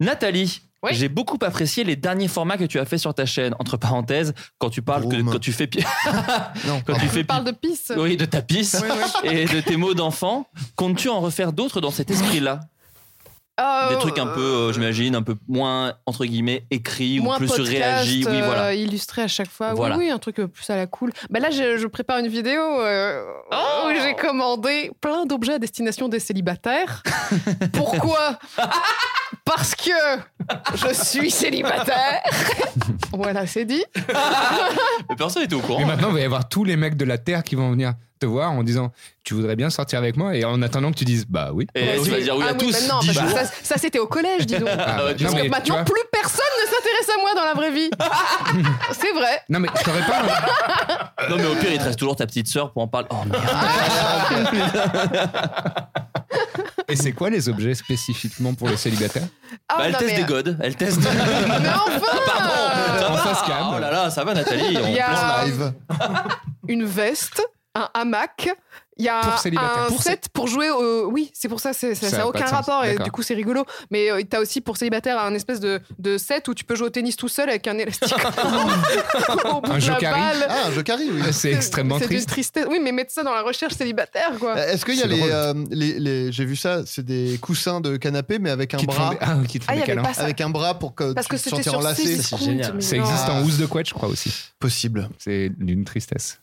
Nathalie, j'ai beaucoup apprécié les derniers formats que tu as fait sur ta chaîne. Entre parenthèses, quand tu parles, que, quand tu fais, pi- quand tu fais,
On parle de pisse.
oui, de ta pisse
Ouais, ouais.
et de tes mots d'enfant. Comptes-tu en refaire d'autres dans cet esprit-là
Euh,
Des trucs un peu, euh, j'imagine, un peu moins entre guillemets écrits ou
moins
plus
podcast,
réagis. Oui,
euh,
voilà.
illustré à chaque fois.
Voilà.
Oui, oui, un truc euh, plus à la cool. Bah là, je, je prépare une vidéo euh,
Oh
où j'ai commandé plein d'objets à destination des célibataires. Pourquoi Parce que je suis célibataire. voilà, c'est dit.
Mais personne n'était au courant.
Et maintenant, il va y avoir tous les mecs de la Terre qui vont venir te voir en disant Tu voudrais bien sortir avec moi Et en attendant que tu dises Bah oui.
Et tu vas dire oui
Ah
à
oui,
tous.
mais
bah
non,
10
parce que
jours.
ça, ça, c'était au collège, dis donc.
Ah,
bah,
ouais, tu
Parce
vois.
que
Mais tu
maintenant,
vois-
plus personne ne s'intéresse à moi dans la vraie vie. c'est vrai.
Non, mais je t'aurais pas.
Non, mais au pire, il te reste toujours ta petite sœur pour en parler. Oh merde.
Et c'est quoi les objets spécifiquement pour les célibataires
Ah,
Bah, elle
non,
teste
mais-
des godes, elle teste.
Mais enfin
Ça
On
va.
se calme.
Oh là là, ça va Nathalie, on
Il y a-
place
une veste, un hamac. Il y a
Pour célibataire.
un
Pour
set pour jouer au... Oui, c'est pour ça, c'est- ça
Ça
n'a
a pas
aucun
de sens,
rapport et
d'accord.
du coup c'est rigolo. Mais euh, t'as aussi pour célibataire un espèce de, de set où tu peux jouer au tennis tout seul avec un élastique au bout de
Un
la
jokari
balle.
Ah, un jokari, oui.
C'est extrêmement
C'est d'une
triste.
tristesse. Oui, mais mettre ça dans la recherche célibataire, quoi.
Euh, Est-ce qu'il y a les, euh, les, les- j'ai vu ça, c'est des coussins de canapé mais avec un
Qui te font
bras,
des- ah, qui te font Ah, il y des avait câlins. pas ça.
avec un bras pour que
Parce
tu
que
te
c'était
sentir
sur
enlacé.
six, Ça, c'est compte, génial. mais
Ça
non.
existe en housse de couette, je crois aussi.
Possible.
C'est d'une tristesse.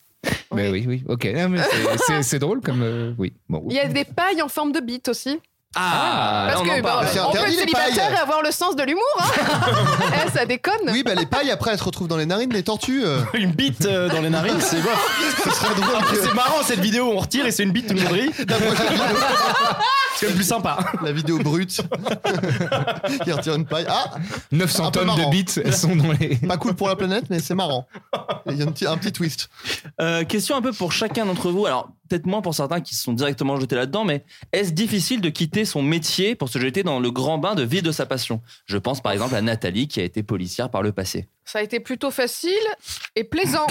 Mais oui, oui. Ok. Non, mais c'est- c'est- C'est drôle comme. euh, oui. Bon.
Il y a des pailles en forme de bite aussi.
Ah,
Parce que bah, on peut être célibataire et avoir le sens de l'humour. hein. Eh, ça déconne.
Oui, bah les pailles après elles se retrouvent dans les narines des tortues.
Une bite euh, dans les narines, c'est bon.
Ce serait drôle. que-
C'est marrant cette vidéo où on retire et c'est une bite tout le monde rit. C'est le plus sympa.
La vidéo brute. Il retire une paille. Ah
900
Un peu
tonnes de
marrant.
bites sont dans les.
Pas cool pour la planète, mais c'est marrant. Il y a un petit, un petit twist.
Euh, question un peu pour chacun d'entre vous. Alors, peut-être moins pour certains qui se sont directement jetés là-dedans, mais est-ce difficile de quitter son métier pour se jeter dans le grand bain de vie de sa passion Je pense par exemple à Nathalie qui a été policière par le passé.
Ça a été plutôt facile et plaisant.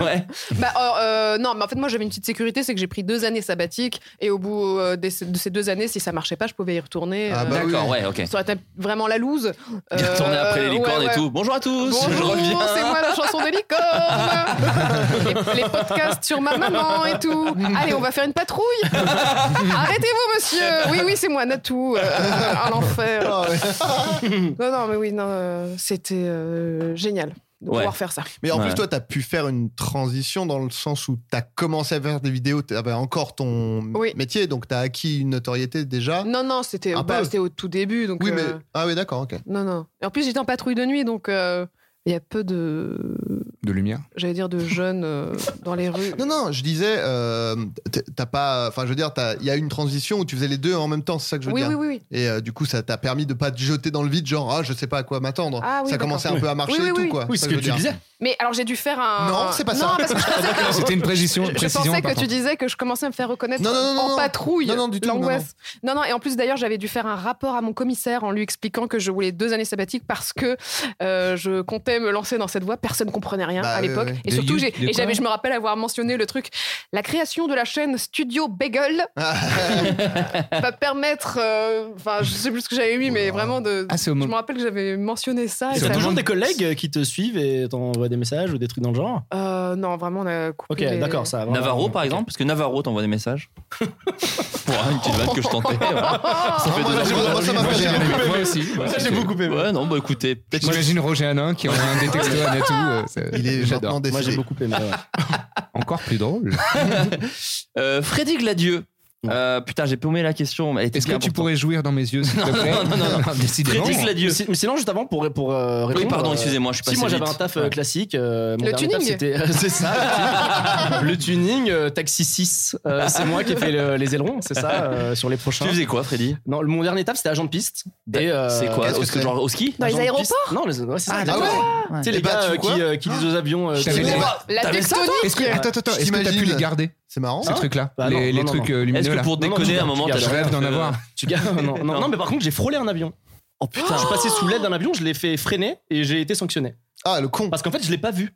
Ouais.
Bah, euh, euh, non, mais en fait, moi, j'avais une petite sécurité, c'est que j'ai pris deux années sabbatiques et au bout euh, des- de ces deux années, si ça marchait pas, je pouvais y retourner. euh,
Ah bah D'accord, oui. ouais, ok.
Ça aurait été vraiment la loose.
Ah.
Euh,
Retourner après les
ouais,
licornes
ouais.
et tout. Bonjour à tous, je
Bonjour,
reviens.
c'est moi la chanson des licornes. les, les podcasts sur ma maman et tout. Allez, on va faire une patrouille. Arrêtez-vous, monsieur. Oui, oui, c'est moi, Natou. Euh, à l'enfer.
Ah,
non, non, mais oui, non, euh, c'était euh, génial de pouvoir faire ça.
Mais en plus, toi, t'as pu faire une transition dans le sens où t'as commencé à faire des vidéos, t'avais encore ton
Oui.
métier, donc t'as acquis une notoriété déjà.
Non, non, c'était
Un
bah,
peu.
c'était au tout début. Donc,
oui, mais.
euh,
Ah oui, d'accord, ok.
Non, non. Et en plus, j'étais en patrouille de nuit, donc euh, il y a peu de.
De lumière.
J'allais dire de jeunes euh, dans les rues.
Non, non, je disais, euh, t- t'as pas. Enfin, je veux dire, t'as- il y a une transition où tu faisais les deux en même temps, c'est ça que je veux
Oui,
dire.
oui, oui,
Et euh, du coup, ça t'a permis de pas te jeter dans le vide, genre, ah, je sais pas à quoi m'attendre.
Ah oui,
ça commençait un
d'accord.
peu à marcher
Oui, oui,
et tout,
oui.
quoi.
Oui,
C'est
ce
ça
que
je veux
tu
dire.
Mais alors, j'ai dû faire un.
Non, c'est pas ça.
Non, parce que je pensais que-
C'était une précision.
Je
précision
pensais que
importante.
tu disais que je commençais à me faire reconnaître
Non, non, non,
en
non, non.
patrouille.
Non, non, du tout,
L'angoisse. Non non. et en plus d'ailleurs, j'avais dû faire un rapport à mon commissaire en lui expliquant que je voulais deux années sabbatiques parce que euh, je comptais me lancer dans cette voie. Personne comprenait rien
Bah,
à
ouais,
l'époque.
ouais.
Et
De
surtout,
You-
j'ai-
de
et
quoi
j'avais, je me rappelle avoir mentionné le truc. La création de la chaîne Studio Bagel
Ah,
va permettre, euh, enfin, je sais plus ce que j'avais mis, mais vraiment de. je me rappelle que j'avais mentionné ça. et
T'as
ça-
toujours des collègues qui te suivent et t'envoient des messages ou des trucs dans le genre
Euh, non, vraiment, on a coupé.
Ok,
les-
d'accord,
Ah
ça. va.
Navarro, par exemple, parce que Navarro t'envoie des messages. Pour une petite vanne que je tentais. voilà. Ça
Ah,
fait
Moi,
deux ans
j'ai-
que je
moi, ça m'a
l'ai.
fait rire. Moi aussi.
Ça, j'ai beaucoup aimé. Ouais, non, bah écoutez, peut-être.
J'imagine Roger Hanin qui envoie un des textos à Natou. euh, c'est- J'adore.
Moi, j'ai beaucoup
aimé.
Encore plus drôle.
Euh, Freddy Gladieux. Euh, putain, j'ai paumé la question. mais elle était
Est-ce que
bien
tu pourrais jouir dans mes yeux, s'il te plaît
Non, non, non, non.
Décidément.
Frédéric Ladieu.
Mais si- Mais sinon, juste avant, pour, pour euh,
Oui,
répondre.
pardon,
euh,
excusez-moi, je suis
Si,
passé
moi j'avais
vite.
un taf
Ouais.
euh, classique. euh, mon
Le
dernier taf,
tuning.
c'était- C'est ça. le tuning, euh, Taxi 6. euh, c'est moi qui ai fait le- les ailerons, c'est ça, euh, sur les prochains.
Tu faisais quoi, Freddy
Non, le- mon dernier taf, c'était agent de piste. Et, euh,
Bah, C'est quoi Au- genre au ski
Dans les
Agent de piste.
aéroports
Non, les- ouais, c'est ça.
Ah,
les-
d'accord.
Tu sais,
Et
les
bah,
gars
tu
euh,
vois
qui, euh, qui disent aux avions. euh,
Je t'avais
tu-
dit-
La
T'avais ça, toi
tectonique.
Est-ce que, attends, attends, attends,
Je
est-ce que t'as pu
t'imagine.
les garder
C'est marrant.
Ces
Ah.
trucs-là
Bah
Les,
non,
les
non, non,
trucs
non.
euh, lumineux
Est-ce que
là.
pour déconner,
tu
à un moment,
gardes.
t'as
Je rêve
jamais
d'en
fait,
avoir.
Tu gars, non, non, non, mais par contre, j'ai frôlé un avion.
Oh putain.
Je suis passé sous l'aide d'un avion, je l'ai fait freiner et j'ai été sanctionné.
Ah, le con.
Parce qu'en fait, je l'ai pas vu.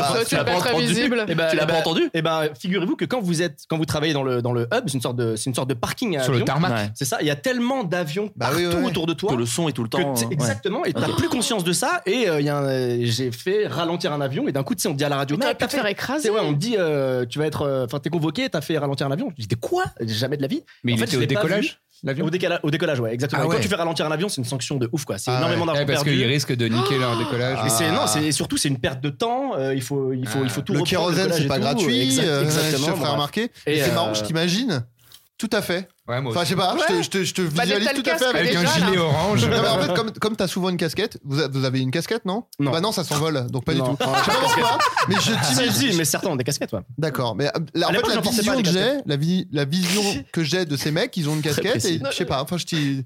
Ah, tu l'as pas très visible.
Eh ben, eh ben, Eh ben, figurez-vous que quand vous êtes, quand vous travaillez dans le dans le hub, c'est une sorte de, c'est une sorte de parking à
Sur le
avions.
tarmac. Ouais.
C'est ça. Il y a tellement d'avions partout
oui, ouais.
autour de toi
Que le son est tout le
que
temps,
t'es-
euh, ouais.
Exactement. Et t'as
Ok.
plus conscience de ça. Et euh, il y a un- euh, j'ai fait ralentir un avion. Et d'un coup, tu sais, on te dit à la radio, mais ah, t'as fait
faire écraser.
Ouais, on me dit, euh, tu vas être, euh, enfin, t'es convoqué, t'as fait ralentir un avion. Je dis, de quoi Jamais de la vie.
Mais il
fait,
était
je
au
l'ai pas
décollage,
vu. au, décala- au décollage, ouais, exactement.
Ah
Et
ouais.
Quand tu fais ralentir un avion, c'est une sanction de ouf, quoi. C'est
Ah
énormément
ouais.
d'argent
Eh, Parce
perdu.
qu'ils risquent de niquer leur décollage.
Et c'est non, c'est et surtout c'est une perte de temps. euh, il faut il faut il faut tout
Ah. le
reprendre,
kérosène,
collage
c'est
et
pas
tout,
gratuit.
exact-
euh,
exactement,
Je te ferai
voilà.
remarquer.
Et,
Et c'est
euh,
marrant, je t'imagine. Tout à fait.
moi
enfin, je sais pas, je te-
Ouais.
je te, je te
Bah, des
visualise tout à
telles
fait
casques, Avec un déjà, gilet là. orange.
hein. Non, mais en fait, comme, comme t'as souvent une casquette, vous, a- vous avez une casquette, non Bah non, ça s'envole, donc pas
Non. Ah,
du tout. Je sais pas pourquoi, mais je t'imagine.
Si, si, mais certains ont des casquettes, ouais.
D'accord, mais euh, la, en
À
fait,
l'époque,
la
j'en portais pas
vision
des
que j'ai,
casquettes.
la, vi- la vision que j'ai de ces mecs, ils ont une casquette et
précis.
je sais pas. Enfin, je t'y.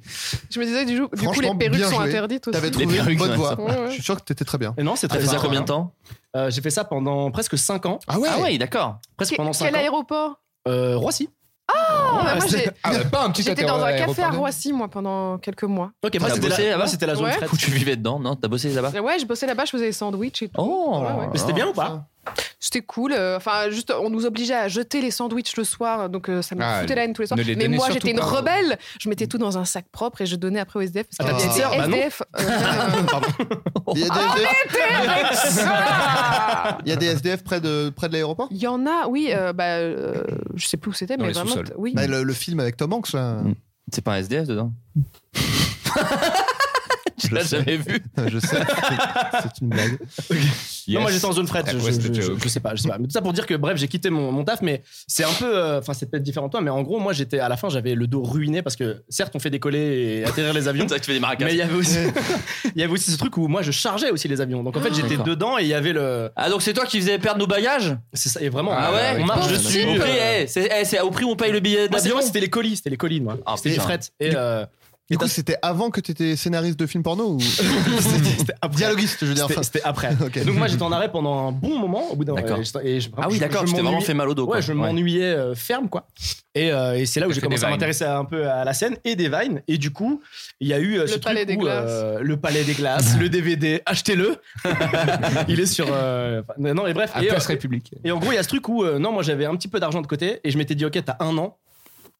Je me disais, du coup, du coup,
Franchement,
les perruques
bien
sont
joué.
interdites aussi.
T'avais trouvé une bonne voie.
Ouais, ouais.
Je suis sûr que t'étais très bien.
Et non, c'est
T'as
très
fait ça
sympa.
combien de
temps
Euh, J'ai fait ça pendant presque 5 ans.
Ah ouais
Ah ouais, d'accord.
Presque
Que-
pendant 5
Quel
ans.
aéroport
Euh, Roissy.
Ah, bah, moi,
c'était-
j'ai-
Ah, bah, pas un petit
J'étais
atterro-
dans un café à
aéroport.
Roissy, moi, pendant quelques mois.
Ok, moi
T'as
c'était
bossé
la,
là-bas
moi, c'était la zone
Ouais.
fret.
Où tu vivais dedans, non T'as bossé là-bas
Euh, Ouais, je bossais là-bas, je faisais des sandwichs et tout.
Oh
Ouais, ouais.
Mais c'était bien ou pas
C'était cool. euh, Enfin, juste, on nous obligeait à jeter les sandwichs le soir, donc euh, ça me
Ah,
foutait la haine tous les soirs.
ne les
Mais
donnez
moi,
surtout
j'étais une
pas.
rebelle. Je mettais tout dans un sac propre et je donnais après aux SDF.
Ah,
Parce
ta
qu'il y
petite sœur,
avait
bah
des
non.
SDF. euh,
Il y a des
Arrêtez avec ça
Il y a des SDF près de, près de l'aéroport
Il y en a, oui, euh, bah, euh, je sais plus où c'était, mais vraiment. t- Oui.
Bah, le, le film avec Tom Hanks, là.
Mm.
C'est pas un SDF dedans Tu l'as jamais vu
Je sais. Ah, C'est une blague.
Non, moi j'étais en zone fret,
Ah,
je, je- je- je sais pas, je sais pas. Mais tout ça pour dire que bref, j'ai quitté mon, mon taf, mais c'est un peu, euh, enfin c'est peut-être différent de toi, mais en gros moi j'étais à la fin j'avais le dos ruiné parce que certes on fait décoller et atterrir les avions,
C'est vrai que tu fais des maracas.
mais il y avait aussi, il y avait aussi ce truc où moi je chargeais aussi les avions, donc en fait j'étais
Ah, D'accord.
dedans et il y avait le,
Ah donc c'est toi qui faisais perdre nos bagages
C'est ça, et vraiment.
Ah
euh,
ouais
on marche
Au
dessus.
prix,
euh,
eh, c'est eh, c'est au prix où on paye le billet
moi, c'est-
d'avion
moi, c'était les colis, c'était les colis moi, c'était les
putain.
frettes. Et, euh,
Ah, Du coup, c'était avant que t'étais scénariste de film porno ou dialoguiste, je veux dire.
C'était-
enfin.
c'était après.
Ok.
Et Donc moi j'étais en arrêt pendant un bon moment. Au bout d'un
D'accord.
et je- et je-
Ah oui,
je-
d'accord,
je
tu t'es vraiment
m'ennuyais-
fait mal au dos, quoi.
Ouais, je
Ouais.
m'ennuyais euh, ferme quoi. Et, euh, et c'est là où
T'as
j'ai
fait
commencé
des
à
vines.
m'intéresser un peu à la scène et des vines. Et du coup, il y a eu euh,
Le
ce truc
Palais des
où, euh,
Glaces.
le palais des glaces, le DVD, achetez-le. il est sur. euh, enfin, non, mais bref.
À
et, euh,
Place République.
et en gros, il y a ce truc où euh, non, moi j'avais un petit peu d'argent de côté et je m'étais dit ok, t'as un an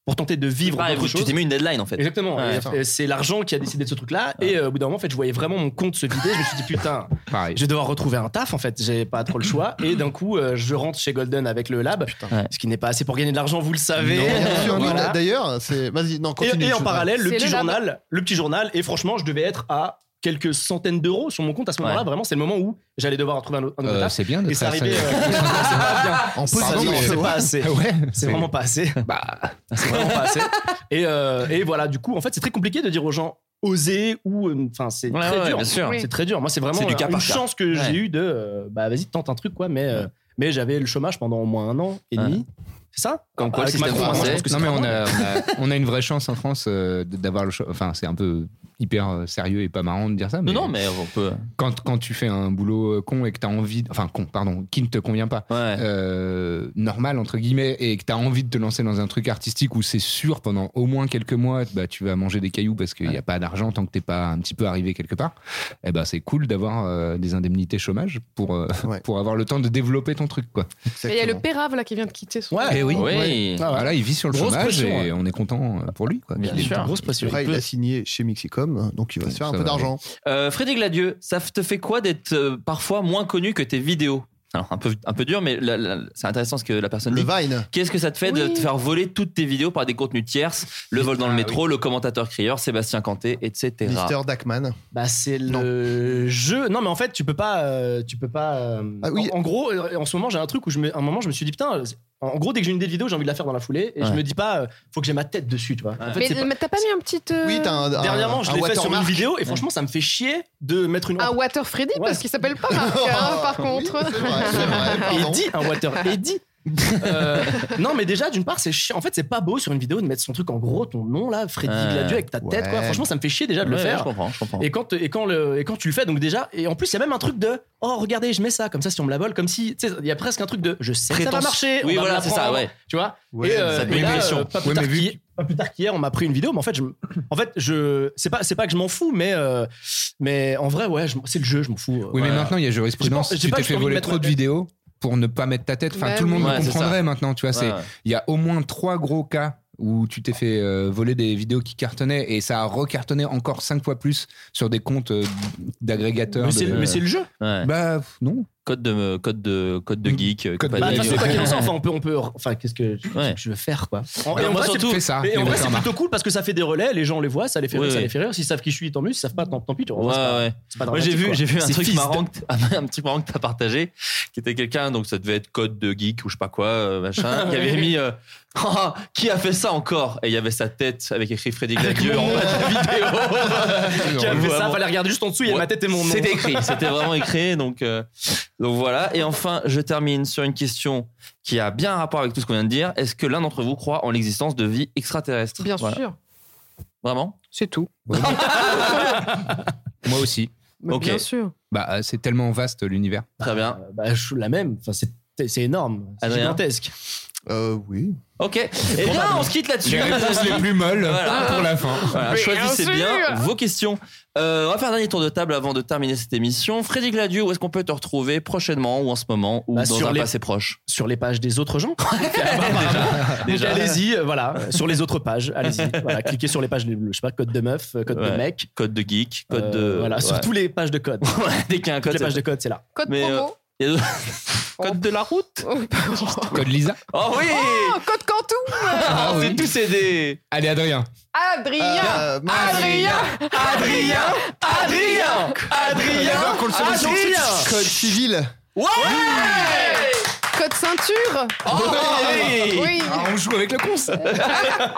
pour tenter de vivre.
Ah,
d'autres
écoute, tu
choses.
t'es mis une deadline en fait.
Exactement.
Ouais,
Et,
attends.
euh, c'est l'argent qui a décidé de ce truc-là. Et euh, au bout d'un moment, en fait, je voyais vraiment mon compte se vider. Je me suis dit, putain, je vais devoir retrouver un taf. En fait, j'ai pas trop le choix. Et d'un coup, euh, je rentre chez Golden avec le lab, ce qui n'est pas assez pour gagner de l'argent, vous le savez.
Non, bien sûr,
Voilà.
mais D'ailleurs, c'est. Vas-y, non,
Et,
continue.
et en
je-
parallèle, le
C'est
petit
le lab.
journal, le petit journal. Et franchement, je devais être à quelques centaines d'euros sur mon compte à ce moment-là. Vraiment, c'est le moment où j'allais devoir en trouver un autre. un autre
Euh,
taf.
c'est bien d'être
Et c'est
à
arrivé.
ça.
euh, c'est pas bien.
En
Ça,
positif,
non,
mais
c'est
ouais.
pas assez.
Ouais,
c'est
c'est-
vraiment pas assez. Bah, C'est vraiment pas assez. Et, euh, et voilà, du coup, en fait, c'est très compliqué de dire aux gens oser ou euh, enfin c'est
Ouais,
très
ouais,
dur
bien sûr.
c'est très dur moi c'est vraiment
C'est du
euh,
cas
une
par cas.
chance que
Ouais.
j'ai eu de euh, bah vas-y tente un truc quoi mais euh, mais j'avais le chômage pendant au moins un an et demi C'est ça
Comme quoi, le
Avec
système
Macron, moi, je
français.
pense que
Non
c'est
mais on
pas
a,
mal.
on a- on a une vraie chance en France euh, d- d'avoir le cho- enfin c'est un peu hyper euh, sérieux et pas marrant de dire ça mais
non, mais on peut
quand quand tu fais un boulot euh, con et que t'as envie de- enfin con pardon qui ne te convient pas euh, normal entre guillemets et que t'as envie de te lancer dans un truc artistique où c'est sûr pendant au moins quelques mois bah tu vas manger des cailloux parce qu'il n'y a pas d'argent tant que t'es pas un petit peu arrivé quelque part eh ben c'est cool d'avoir euh, des indemnités chômage pour euh, pour avoir le temps de développer ton truc quoi
Et il y a le Pérave là qui vient de quitter son.
Eh oui. Ouais.
Ah ouais.
Voilà, il vit sur le
Grosse
chômage
pression,
et
ouais.
on est content euh, pour lui. Quoi.
Bien
Il est-
sûr.
Grosse pression. Après, il a signé chez Mixicom, donc il va se faire un
ça
peu
va
d'argent.
Euh, Frédéric Gladieux, ça te fait quoi d'être euh, parfois moins connu que tes vidéos alors un peu, un peu dur, mais la- la- c'est intéressant ce que la personne
Le
dit.
Vine.
Qu'est-ce que ça te fait de te faire voler toutes tes vidéos par des contenus tierces Le vol dans le métro, le commentateur crieur, Sébastien Canté, etc.
Mister Dackman.
Bah c'est le jeu. Non mais en fait tu peux pas, euh, tu peux pas. euh,
Ah
en, en gros, euh, en ce moment j'ai un truc où je me, à un moment je me suis dit putain. En en gros, dès que j'ai une idée de vidéo, j'ai envie de la faire dans la foulée et je
Ouais.
me dis pas, euh, faut que j'ai ma tête dessus, tu vois. En fait,
mais
c'est pas-
mais t'as pas mis un petit. euh,
Dernièrement, je l'ai fait sur une vidéo et franchement, ça me fait chier de mettre une.
Un Water Freddy parce qu'il s'appelle pas Marc, hein, par contre.
Eddie, un water Eddie. Euh, non mais déjà d'une part c'est chiant en fait c'est pas beau sur une vidéo de mettre son truc en gros ton nom là Freddy
Ouais.
Gladieux avec ta tête quoi
Ouais.
franchement ça me fait chier déjà de le
Ouais,
faire
je comprends, je comprends.
et quand et quand le et quand tu le fais donc déjà et en plus il y a même un truc de oh regardez je mets ça comme ça si on me la vole comme si tu sais il y a presque un truc de je sais que ça va
Prétence-
marcher on
Oui,
va me
voilà,
la
c'est ça,
prendre,
ouais.
tu vois
Ouais,
et,
ça te met
et
une
là,
pression.
pas plus
Ouais,
tard
mais vu
qu'hier- pas plus tard qu'hier, on m'a pris une vidéo, mais en fait, je, m- en fait, je, c'est pas, c'est pas que je m'en fous, mais, euh, mais en vrai, ouais, je m- c'est le jeu, je m'en fous. euh,
Oui, mais maintenant, il y a jurisprudence.
J'ai pas- j'ai
tu
pas
t'es
juste
fait
envie de
voler
mettre
trop
ma
de
tête.
vidéos pour ne pas mettre ta tête. Enfin,
Bah
tout le monde
oui.
le
Ouais, c'est
comprendrait
ça.
maintenant. Tu vois, c'est
Ouais, ouais.
il y a au moins trois gros cas où tu t'es fait euh, voler des vidéos qui cartonnaient et ça a recartonné encore cinq fois plus sur des comptes euh, d'agrégateurs.
Mais
de-
c'est- mais c'est le jeu. Ouais.
Bah non.
Code de, code de, code de geek. euh,
Bah, de toute
compagnie.
façon, quoi qu'il en soit, enfin, on peut, on peut, enfin, qu'est-ce que je,
Ouais.
je veux faire, quoi.
Ouais, moi,
c'est
surtout,
plutôt-
fais ça,
et
et
en vrai,
ça
c'est
marche.
plutôt cool parce que ça fait des relais, les gens les voient, ça les fait
Oui,
rire, ça
oui.
les fait rire. S'ils savent qui je suis, tant mieux. S'ils savent pas, tant, tant pis. tu vois.
Ouais,
C'est pas-
ouais.
c'est pas
Moi, j'ai
dramatique,
vu,
quoi.
j'ai vu un
C'est
truc,
fils de-
marrant que t'- un truc marrant que t'as partagé, qui était quelqu'un, donc ça devait être code de geek ou je sais pas quoi, euh, machin, qui avait
Oui.
mis euh, Ah, qui a fait ça encore Et il y avait sa tête avec écrit Frédéric
Avec
Ladieu
mon
en
nom.
bas de la vidéo.
Qui a fait ça,
Vraiment.
fallait regarder juste en dessous, il y a
Ouais.
ma tête et mon nom.
C'était écrit, c'était vraiment écrit. Donc, euh, donc voilà. Et enfin, je termine sur une question qui a bien un rapport avec tout ce qu'on vient de dire. Est-ce que l'un d'entre vous croit en l'existence de vie extraterrestre
Bien
Voilà.
sûr.
Vraiment
C'est tout.
Moi aussi.
Mais Ok. bien sûr.
Bah, euh, c'est tellement vaste l'univers.
Très bien.
Bah, je- la même. Enfin, c'est c'est énorme. C'est
Adrien
gigantesque.
Euh, oui.
Ok. Eh bien, on se quitte là-dessus.
Les réponses les plus molles pour la fin.
Voilà,
Mais
choisissez
bien
bien
sûr.
vos questions. Euh, on va faire un dernier tour de table avant de terminer cette émission. Frédéric Ladieu, où est-ce qu'on peut te retrouver prochainement ou en ce moment ou
Bah,
dans
sur
un
les-
passé proche
Sur les pages des autres gens. Donc
Déjà.
allez-y, euh, voilà, euh, sur les autres pages, allez-y. Voilà, cliquez sur les pages, je sais pas, code de meuf, euh, code de
Ouais.
mec.
Code de geek, code
Euh,
de.
Voilà, sur
ouais.
toutes les pages de code.
Dès qu'il y a un code.
Toutes les pages de code, c'est là.
Code
Mais, euh,
promo.
il y a- Code de la route
Code Lisa.
Oh oui
Oh, code Quantum
Ah, C'est tous aidé
Allez, Adrien.
Adrien
Euh, moi,
Adrien
Ah, Adrien Adrien Adrien
Alors Ah, qu'on le saurait sur-
Adrien
Code civil.
Ouais Oh,
Code ceinture
oui.
Oh, Oui
Ah, on joue avec le concept.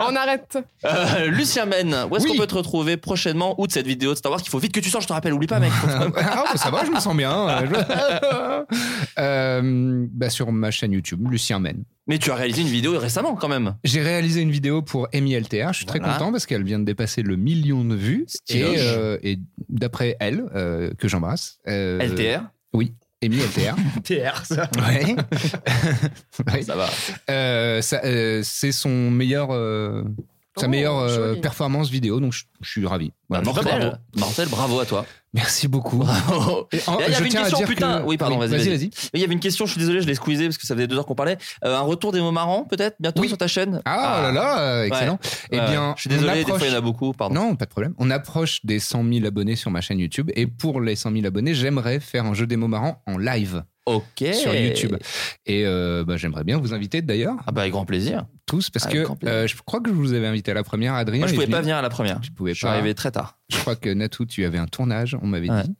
On arrête
Euh, Lucien Men, où est-ce qu'on peut te retrouver prochainement ou de cette vidéo de Star Wars qu'il faut vite que tu sors, je te rappelle, oublie pas mec.
Ah, bah, ça va, je me sens bien. Euh, je- Euh, bah, sur ma chaîne YouTube, Lucien Men.
Mais tu as réalisé une vidéo récemment quand même.
J'ai réalisé une vidéo pour Amy LTR. Je suis très
Voilà.
content parce qu'elle vient de dépasser le million de vues.
Styloche.
Et, euh, et d'après elle, euh, que j'embrasse. euh,
LTR
Oui, Amy LTR.
TR, ça.
Ouais. Ouais.
Ça va.
Euh, ça, euh, c'est son meilleur, euh, sa
Oh,
meilleure euh,
joli.
performance vidéo, donc je, je suis ravi. Voilà.
Bah, Mortel, bravo. Mortel, bravo à toi.
Merci beaucoup.
Et
Oh, en-
là, il y
je
avait une
tiens à
question,
dire
putain.
que- Ah
Oui, pardon,
oui,
vas-y,
vas-y,
vas-y.
vas-y.
Mais Il y avait une question, je suis désolé, je l'ai squeezé parce que ça faisait deux heures qu'on parlait. Euh, un retour des mots marrants, peut-être, bientôt sur ta chaîne
Ah, là là, euh,
Ouais.
excellent. Eh
Ouais,
bien,
je suis
on
désolé, des
approche-
fois il y en a beaucoup, pardon.
Non, pas de problème. On approche des 100 000 abonnés sur ma chaîne YouTube. Et pour les 100 000 abonnés, j'aimerais faire un jeu des mots marrants en live.
Ok.
Sur YouTube. Et euh, bah, j'aimerais bien vous inviter d'ailleurs.
Ah bah avec grand plaisir.
Tous, parce
Avec
que
grand plaisir.
euh, je crois que je vous avais invité à la première, Adrien.
Moi, je
est
pouvais
venu.
pas venir à la première.
Tu pouvais
Je suis
pas.
arrivé très tard.
Je crois que Natou, tu avais un tournage, on m'avait
Ouais.
dit.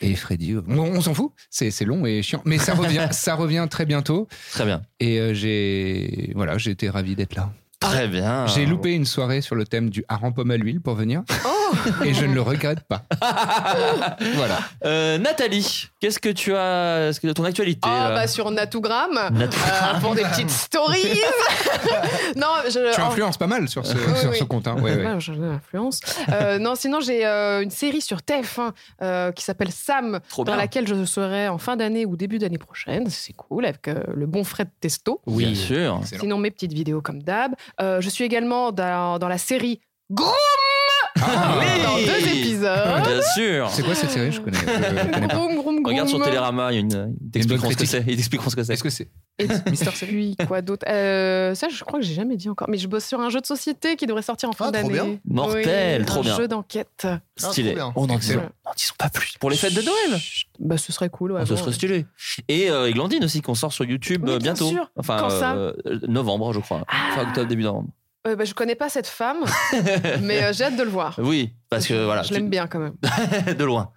Et Freddy, euh, bon, on s'en fout, c'est c'est long et chiant. Mais ça revient, ça revient très bientôt.
Très bien.
Et euh, j'ai voilà, j'ai été ravi d'être là.
Très bien. Oh
J'ai loupé une soirée sur le thème du hareng pomme à l'huile pour venir. Et je ne le regrette pas.
voilà. Euh, Nathalie, qu'est-ce que tu as Est-ce que ton actualité
Ah,
là
bah sur Natougram,
Natougram.
euh, pour des petites stories. non, je,
Tu
Euh, en-
influences pas mal sur ce,
Oui,
sur
oui.
ce compte. Hein. Ouais, ouais.
Ouais, je l'influence. Euh, non, sinon j'ai euh, une série sur TF1 euh, qui s'appelle Sam,
Trop
dans
bien.
laquelle je serai en fin d'année ou début d'année prochaine. C'est cool avec euh, le bon Fred Testo.
Oui, bien sûr.
Sinon mes petites vidéos comme d'hab. Euh, je suis également dans, dans la série Groom. dans deux épisodes.
Bien sûr.
C'est quoi cette série Je connais, je connais pas.
Groom, groom, groom.
Regarde sur Télérama, il y a une. euh, Ils t'expliqueront ce que c'est. Ils t'expliqueront ce que c'est. Est-ce
que c'est
Et puis quoi d'autre Euh, Ça, je crois que j'ai jamais dit encore. Mais je bosse sur un jeu de société qui devrait sortir en fin d'année.
Ah, bien. Ah, Mortel,
Oui,
trop
un
bien.
Jeu d'enquête.
Ah,
Stylé.
Oh,
On n'en disons pas plus. Pour les fêtes de Noël.
Bah, ce serait cool. Ouais,
Ce
bon.
serait stylé. Et euh, Eglantine aussi, qu'on sort sur YouTube
Oui,
euh,
bien
bientôt.
sûr.
Enfin,
Quand ça Ah.
euh, novembre, je crois. Fin octobre, début novembre.
Euh, bah, je connais pas cette femme, mais euh, j'ai hâte de le voir.
Oui, parce que voilà.
je l'aime bien quand même.
tu- de loin.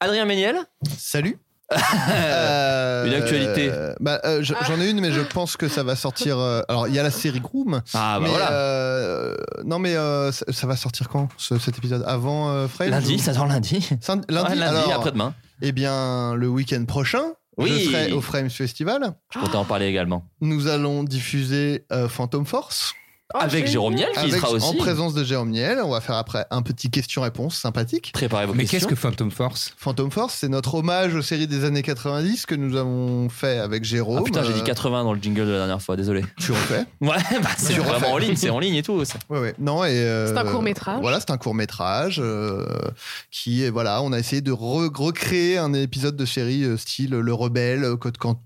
Adrien Méniel.
Salut.
Une actualité.
Euh, bah, euh, je- J'en ai une, mais je pense que ça va sortir. euh, alors, il y a la série Groom.
Ah, bah
mais,
voilà.
euh, non, mais euh, ça, ça va sortir quand ce- cet épisode Avant euh, Fred
Lundi,
ou-
ça sort lundi.
Lundi,
Ouais, lundi,
alors,
après-demain.
Eh bien, le week-end prochain,
Oui.
je serai au Frames Festival.
Je comptais en parler également.
Nous allons diffuser euh, Phantom Force.
Ah,
Avec Jérôme Niel qui y
Avec-
sera aussi.
En présence de Jérôme Niel, on va faire après un petit question-réponse sympathique.
Préparez vos
Mais
questions.
qu'est-ce que Phantom Force
Phantom Force, c'est notre hommage aux séries des années 90 que nous avons fait avec Jérôme.
Ah putain, j'ai dit
Euh,
80 dans le jingle de la dernière fois, désolé.
Tu refais
Ouais, bah c'est
Tu refais.
vraiment en ligne, c'est en ligne et tout. ça.
Ouais, ouais. Non, et, euh,
C'est un court-métrage.
Voilà, c'est un court métrage qui est voilà, on a essayé de re- recréer un épisode de série euh, style Le Rebelle, euh, Code Quantum,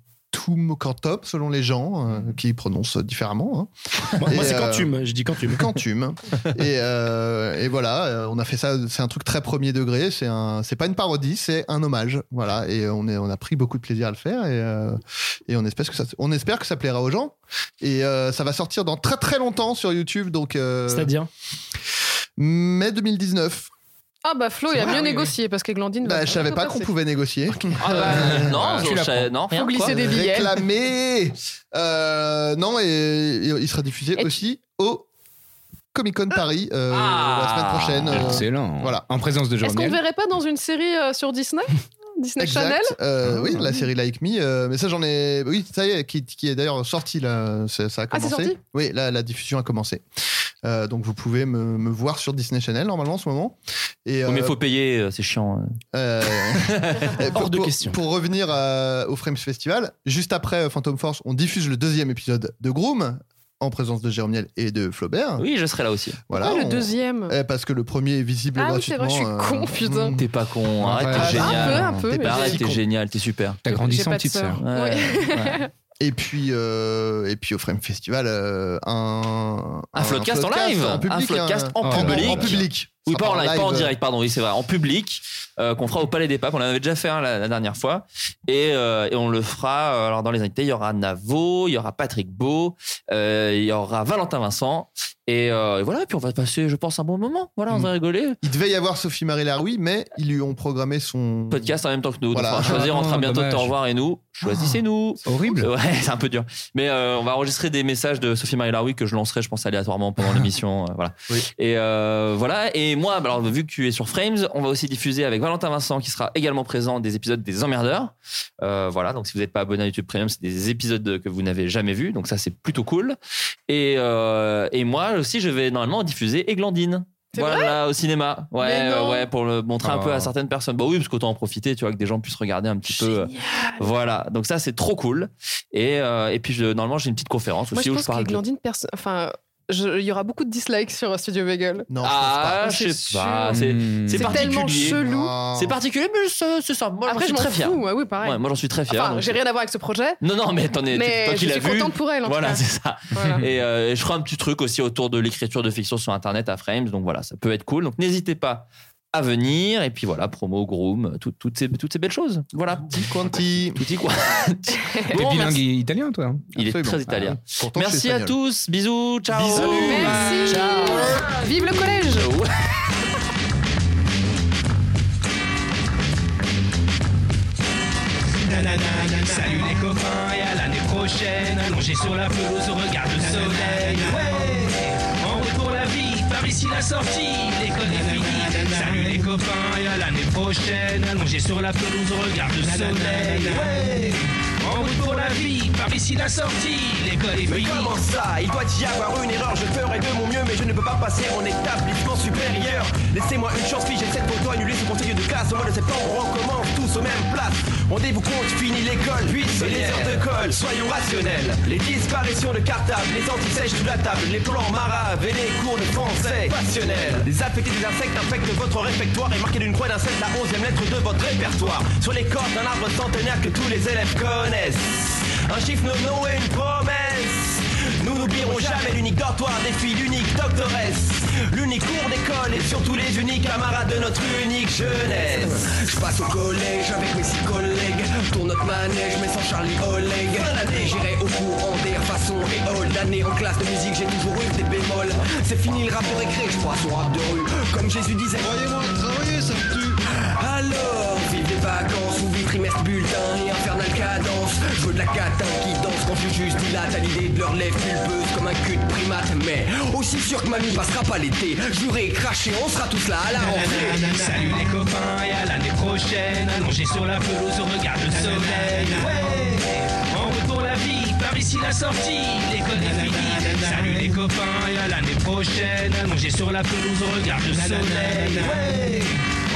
Quantum selon les gens euh,
Mm.
qui prononcent différemment. hein.
Moi, moi,
Et,
c'est
euh,
Quantum, je dis Quantum.
Quantum. et, euh, et voilà, euh, on a fait ça. C'est un truc très premier degré. C'est un, c'est pas une parodie, c'est un hommage. Voilà, et on est, on a pris beaucoup de plaisir à le faire et, euh, et on espère que ça, on espère que ça plaira aux gens. Et euh, ça va sortir dans très très longtemps sur YouTube. Donc, euh,
C'est-à-dire
mai 2019.
Ah bah Flo, il a mieux négocié parce qu'Eglandine.
Bah, je savais pas qu'on pouvait négocier. Euh,
Ah bah, non, je- je- non, rien,
Faut glisser quoi. des billets.
Réclamer. Euh, non, et, et il sera diffusé aussi au Comic Con Paris euh,
Ah.
la semaine prochaine. euh,
Excellent.
Voilà.
En présence de
Est-ce
Jérôme
qu'on le
Niel.
verrait pas dans une série euh, sur Disney Disney
Exact.
Channel
Euh, Oui, la série Like Me. euh, mais ça, j'en ai. Oui, ça y est, qui, qui est d'ailleurs sorti là. Ça, ça a
Ah, c'est
commencé.
sorti
oui, là, la diffusion a commencé. Euh, donc vous pouvez me, me voir sur Disney Channel normalement en ce moment. Et,
Ouais, mais
euh,
faut payer, euh, c'est chiant.
Euh, euh, pour, pour- pour revenir euh, au Frames Festival, juste après euh, Phantom Force, on diffuse le deuxième épisode de Groom en présence de Jérôme Niel et de Flaubert.
Oui, je serai là aussi.
Voilà,
Pourquoi le
on-
deuxième
Eh, Parce que le premier est visible
Ah oui, c'est
gratuitement. euh, hmm.
vrai, je suis hein. con, putain.
T'es pas con, arrête,
Ouais. Ah, bah,
t'es
Un
génial.
peu, un peu,
T'es
mais
pas-
j'ai-
arrête, t'es génial, t'es super.
T'as grandi
J'ai sans pas de petite sœur. sœur.
Ouais.
Oui.
ouais.
Et puis, euh, et puis au Frame Festival, euh, un,
Un floodcast en
floodcast
live,
en
un
public,
floodcast
un-
en, public,
en public.
oui
Ça
pas en
part
live, euh. pas en
live.
direct, pardon, oui c'est vrai, en public, euh, qu'on fera au Palais des Papes, on l'avait déjà fait hein, la, la dernière fois, et, euh, et on le fera. euh, alors dans les invités, il y aura Navo, il y aura Patrick Beau, euh, il y aura Valentin Vincent, et, euh, et voilà, et puis on va passer, je pense, un bon moment. Voilà, on va rigoler.
Mm. Il devait y avoir Sophie Marie Laroui, mais ils lui ont programmé son
Podcast en même temps que nous,
Voilà.
donc on va choisir entre
Ah,
un bientôt de
dommage. Ah,
au revoir et nous. Choisissez-nous.
Horrible.
Ouais, c'est un peu dur. Mais euh, on va enregistrer des messages de Sophie Marie Laroui que je lancerai, je pense, aléatoirement pendant l'émission. euh, voilà. Et euh, voilà. Et moi, bah, alors, vu que tu es sur Frames, on va aussi diffuser avec Valentin Vincent, qui sera également présent, des épisodes des Emmerdeurs. Euh, voilà. Donc, si vous n'êtes pas abonné à YouTube Premium, c'est des épisodes que vous n'avez jamais vus. Donc, ça, c'est plutôt cool. Et, euh, et moi aussi, je vais normalement diffuser Eglantine. Voilà, au cinéma. Ouais,
Mais non.
ouais, pour le montrer un
Ah.
peu à certaines personnes. Bah oui, parce qu'autant en profiter, tu vois, que des gens puissent regarder un petit peu. euh, Voilà, donc ça c'est trop cool. Et, euh, et puis je- normalement j'ai une petite conférence
Moi,
aussi
je
où je
pense
parle. de-
qu'Eglandine, perso- enfin, je- il y aura beaucoup de dislikes sur euh, Studio Bagel.
Non,
Ah,
je pense pas. Hmm.
je sais
C'est
pas.
sûr.
C'est
C'est
c'est particulier.
tellement chelou.
C'est particulier, mais c'est c'est ça. Moi,
Après,
j'en
je
suis
m'en
très fier.
fous. ouais, oui, pareil.
Ouais, moi j'en suis très fier.
Enfin,
donc-
j'ai rien à voir avec ce projet.
Non, non, mais attendez,
Mais
toi qui
je
l'as
suis
vu.
contente pour elle, en tout
voilà,
cas.
c'est ça.
Voilà.
Et euh, et je ferai un petit truc aussi autour de l'écriture de fiction sur Internet à Frames. Donc voilà, ça peut être cool. Donc n'hésitez pas à venir. Et puis voilà, promo, groom, tout- toutes, ces, toutes ces belles choses. Voilà.
Tutti quanti.
Tutti quanti.
T'es
Bon,
bilingue
merci.
italien, toi hein
Il est
Absolument.
très italien.
Ah, pourtant, je suis
Merci à
espagnol.
tous. Bisous. Ciao.
Merci. Vive le collège.
Nanana, salut les copains et à l'année prochaine Allongé sur la pelouse au regard du soleil Ouais, en route pour la vie, par ici la sortie, l'école est finie. Salut les copains et à l'année prochaine. Allongé sur la pelouse, regarde le soleil. Ouais. En route pour la vie, par ici la sortie, l'école est
Mais
finie.
comment ça Il doit y avoir une erreur, je ferai de mon mieux, mais je ne peux pas passer en établissement supérieur. Laissez-moi une chance, fille, j'essaie pour toi, annuler ce conseil de classe. Au mois de septembre, on recommence tous aux mêmes places. Rendez-vous compte, fini l'école, puis et les heures de colle, soyons rationnels. Les disparitions de cartables, les antisèches sous la table, les plans marabes et les cours de français passionnels. Les appétits des insectes infectent votre réfectoire et marquez d'une croix d'insecte la onzième lettre de votre répertoire. Sur les cordes d'un arbre centenaire que tous les élèves connaissent. Un chiffre, nos noms et une promesse. Nous n'oublierons jamais l'unique dortoir des filles, l'unique doctoresse, l'unique cours d'école et surtout les uniques camarades de notre unique jeunesse.
Je passe au collège avec mes six collègues. Tourne notre manège, mais sans Charlie Oleg. Fin d'année, j'irai au cours en d'air façon et old. L'année en classe de musique, j'ai toujours eu des bémols. C'est fini le rap de récré, je crois au rap de rue. Comme Jésus disait, croyez-moi, travaillez, ça me tue. Alors, vive les vacances ou vive trimestre bulletin et infernal cadence. Je veux de la catin qui danse quand je juste dilate à l'idée de leur lèvres pulpeuse comme un cul de primate. Mais aussi sûr que mamie passera pas l'été, juré et craché, on sera tous là à la rentrée.
Salut les copains et à l'année prochaine. Allongé sur la pelouse, on regarde le soleil. Ouais. En route pour la vie, par ici la sortie, l'école est finie. Salut les copains et à l'année prochaine. Allongé sur la pelouse, on regarde le soleil. Ouais.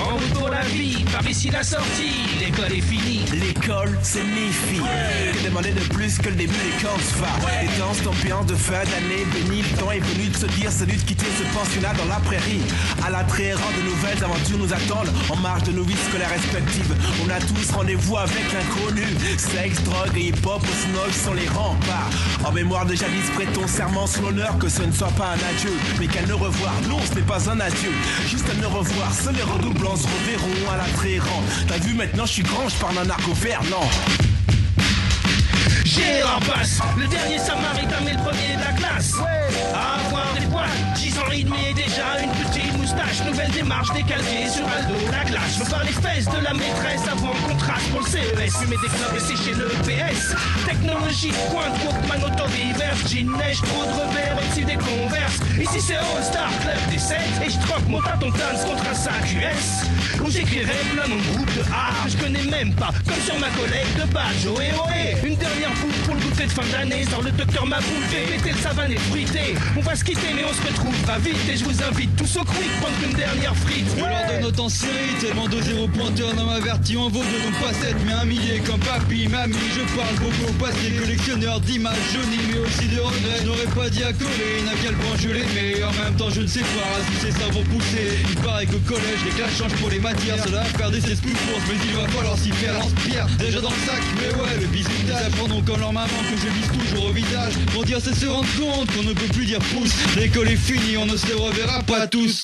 En route pour la vie, par ici la sortie, l'école est finie.
L'école, c'est mes filles. Que demander de plus que le début des corps va Les danses d'ambiance de fin d'année bénie. Le temps est venu de se dire celui qui tient ce pensionnat dans la prairie. À la rare de nouvelles aventures nous attendent en marge de nos vies scolaires respectives. On a tous rendez-vous avec l'inconnu. Sexe, drogue et hip-hop au snog sont les remparts. En mémoire de jadis, prêtons serment sur l'honneur que ce ne soit pas un adieu, mais qu'un au revoir. Non, ce n'est pas un adieu, juste un au revoir. Seuls les redoublants se reverront à la trérant. T'as vu maintenant, je suis grand, je parle d'un arc au Fernand.
J'ai en passe, le dernier samaritain mais le premier de la classe. Avoir des poils, 10 ans et demi et déjà une petite moustache. Nouvelle démarche décalquée sur Aldo, la glace. Je veux voir les fesses de la maîtresse avant en contraste pour le CES. Fumer des clubs et sécher le PS. Technologie, pointe, Walkman, Autobi, Virgin, neige, trop de revers, aussi des converses. Ici c'est All Star Club des 7 et je troque mon tâton dance contre un sac US. Où j'écrirai plein mon groupe de art que je connais même pas. Comme sur ma collègue de Bajo et Ohé. Une dernière bouffe pour le goûter de fin d'année. Sors le docteur m'a bouffé, mettez le savane et fruité. On va se quitter mais on se retrouvera vite. Et je vous invite tous au quick prendre une dernière frite.
On leur donne autant série, tellement de zéro pointeur non averti en vaut deux, donc pas sept, mais un millier comme papy, mamie. Je parle beaucoup au passé, collectionneur d'images jaunies, mais aussi de regrets. Je n'aurais pas dit à Colline à quel point je l'aimais. En même temps, je ne sais pas si ces savants poussés. Il paraît qu'au collège, les classes changent pour les matières. Cela va faire des cesses plus courtes, mais il va falloir s'y faire. Lance-pierre, déjà dans le sac, mais ouais, le bisou Ils apprendront quand leur maman que je vise toujours au ah, visage. Pour dire, c'est se rendre compte qu'on ne peut plus dire pouce. L'école est finie, on ne se reverra pas tous.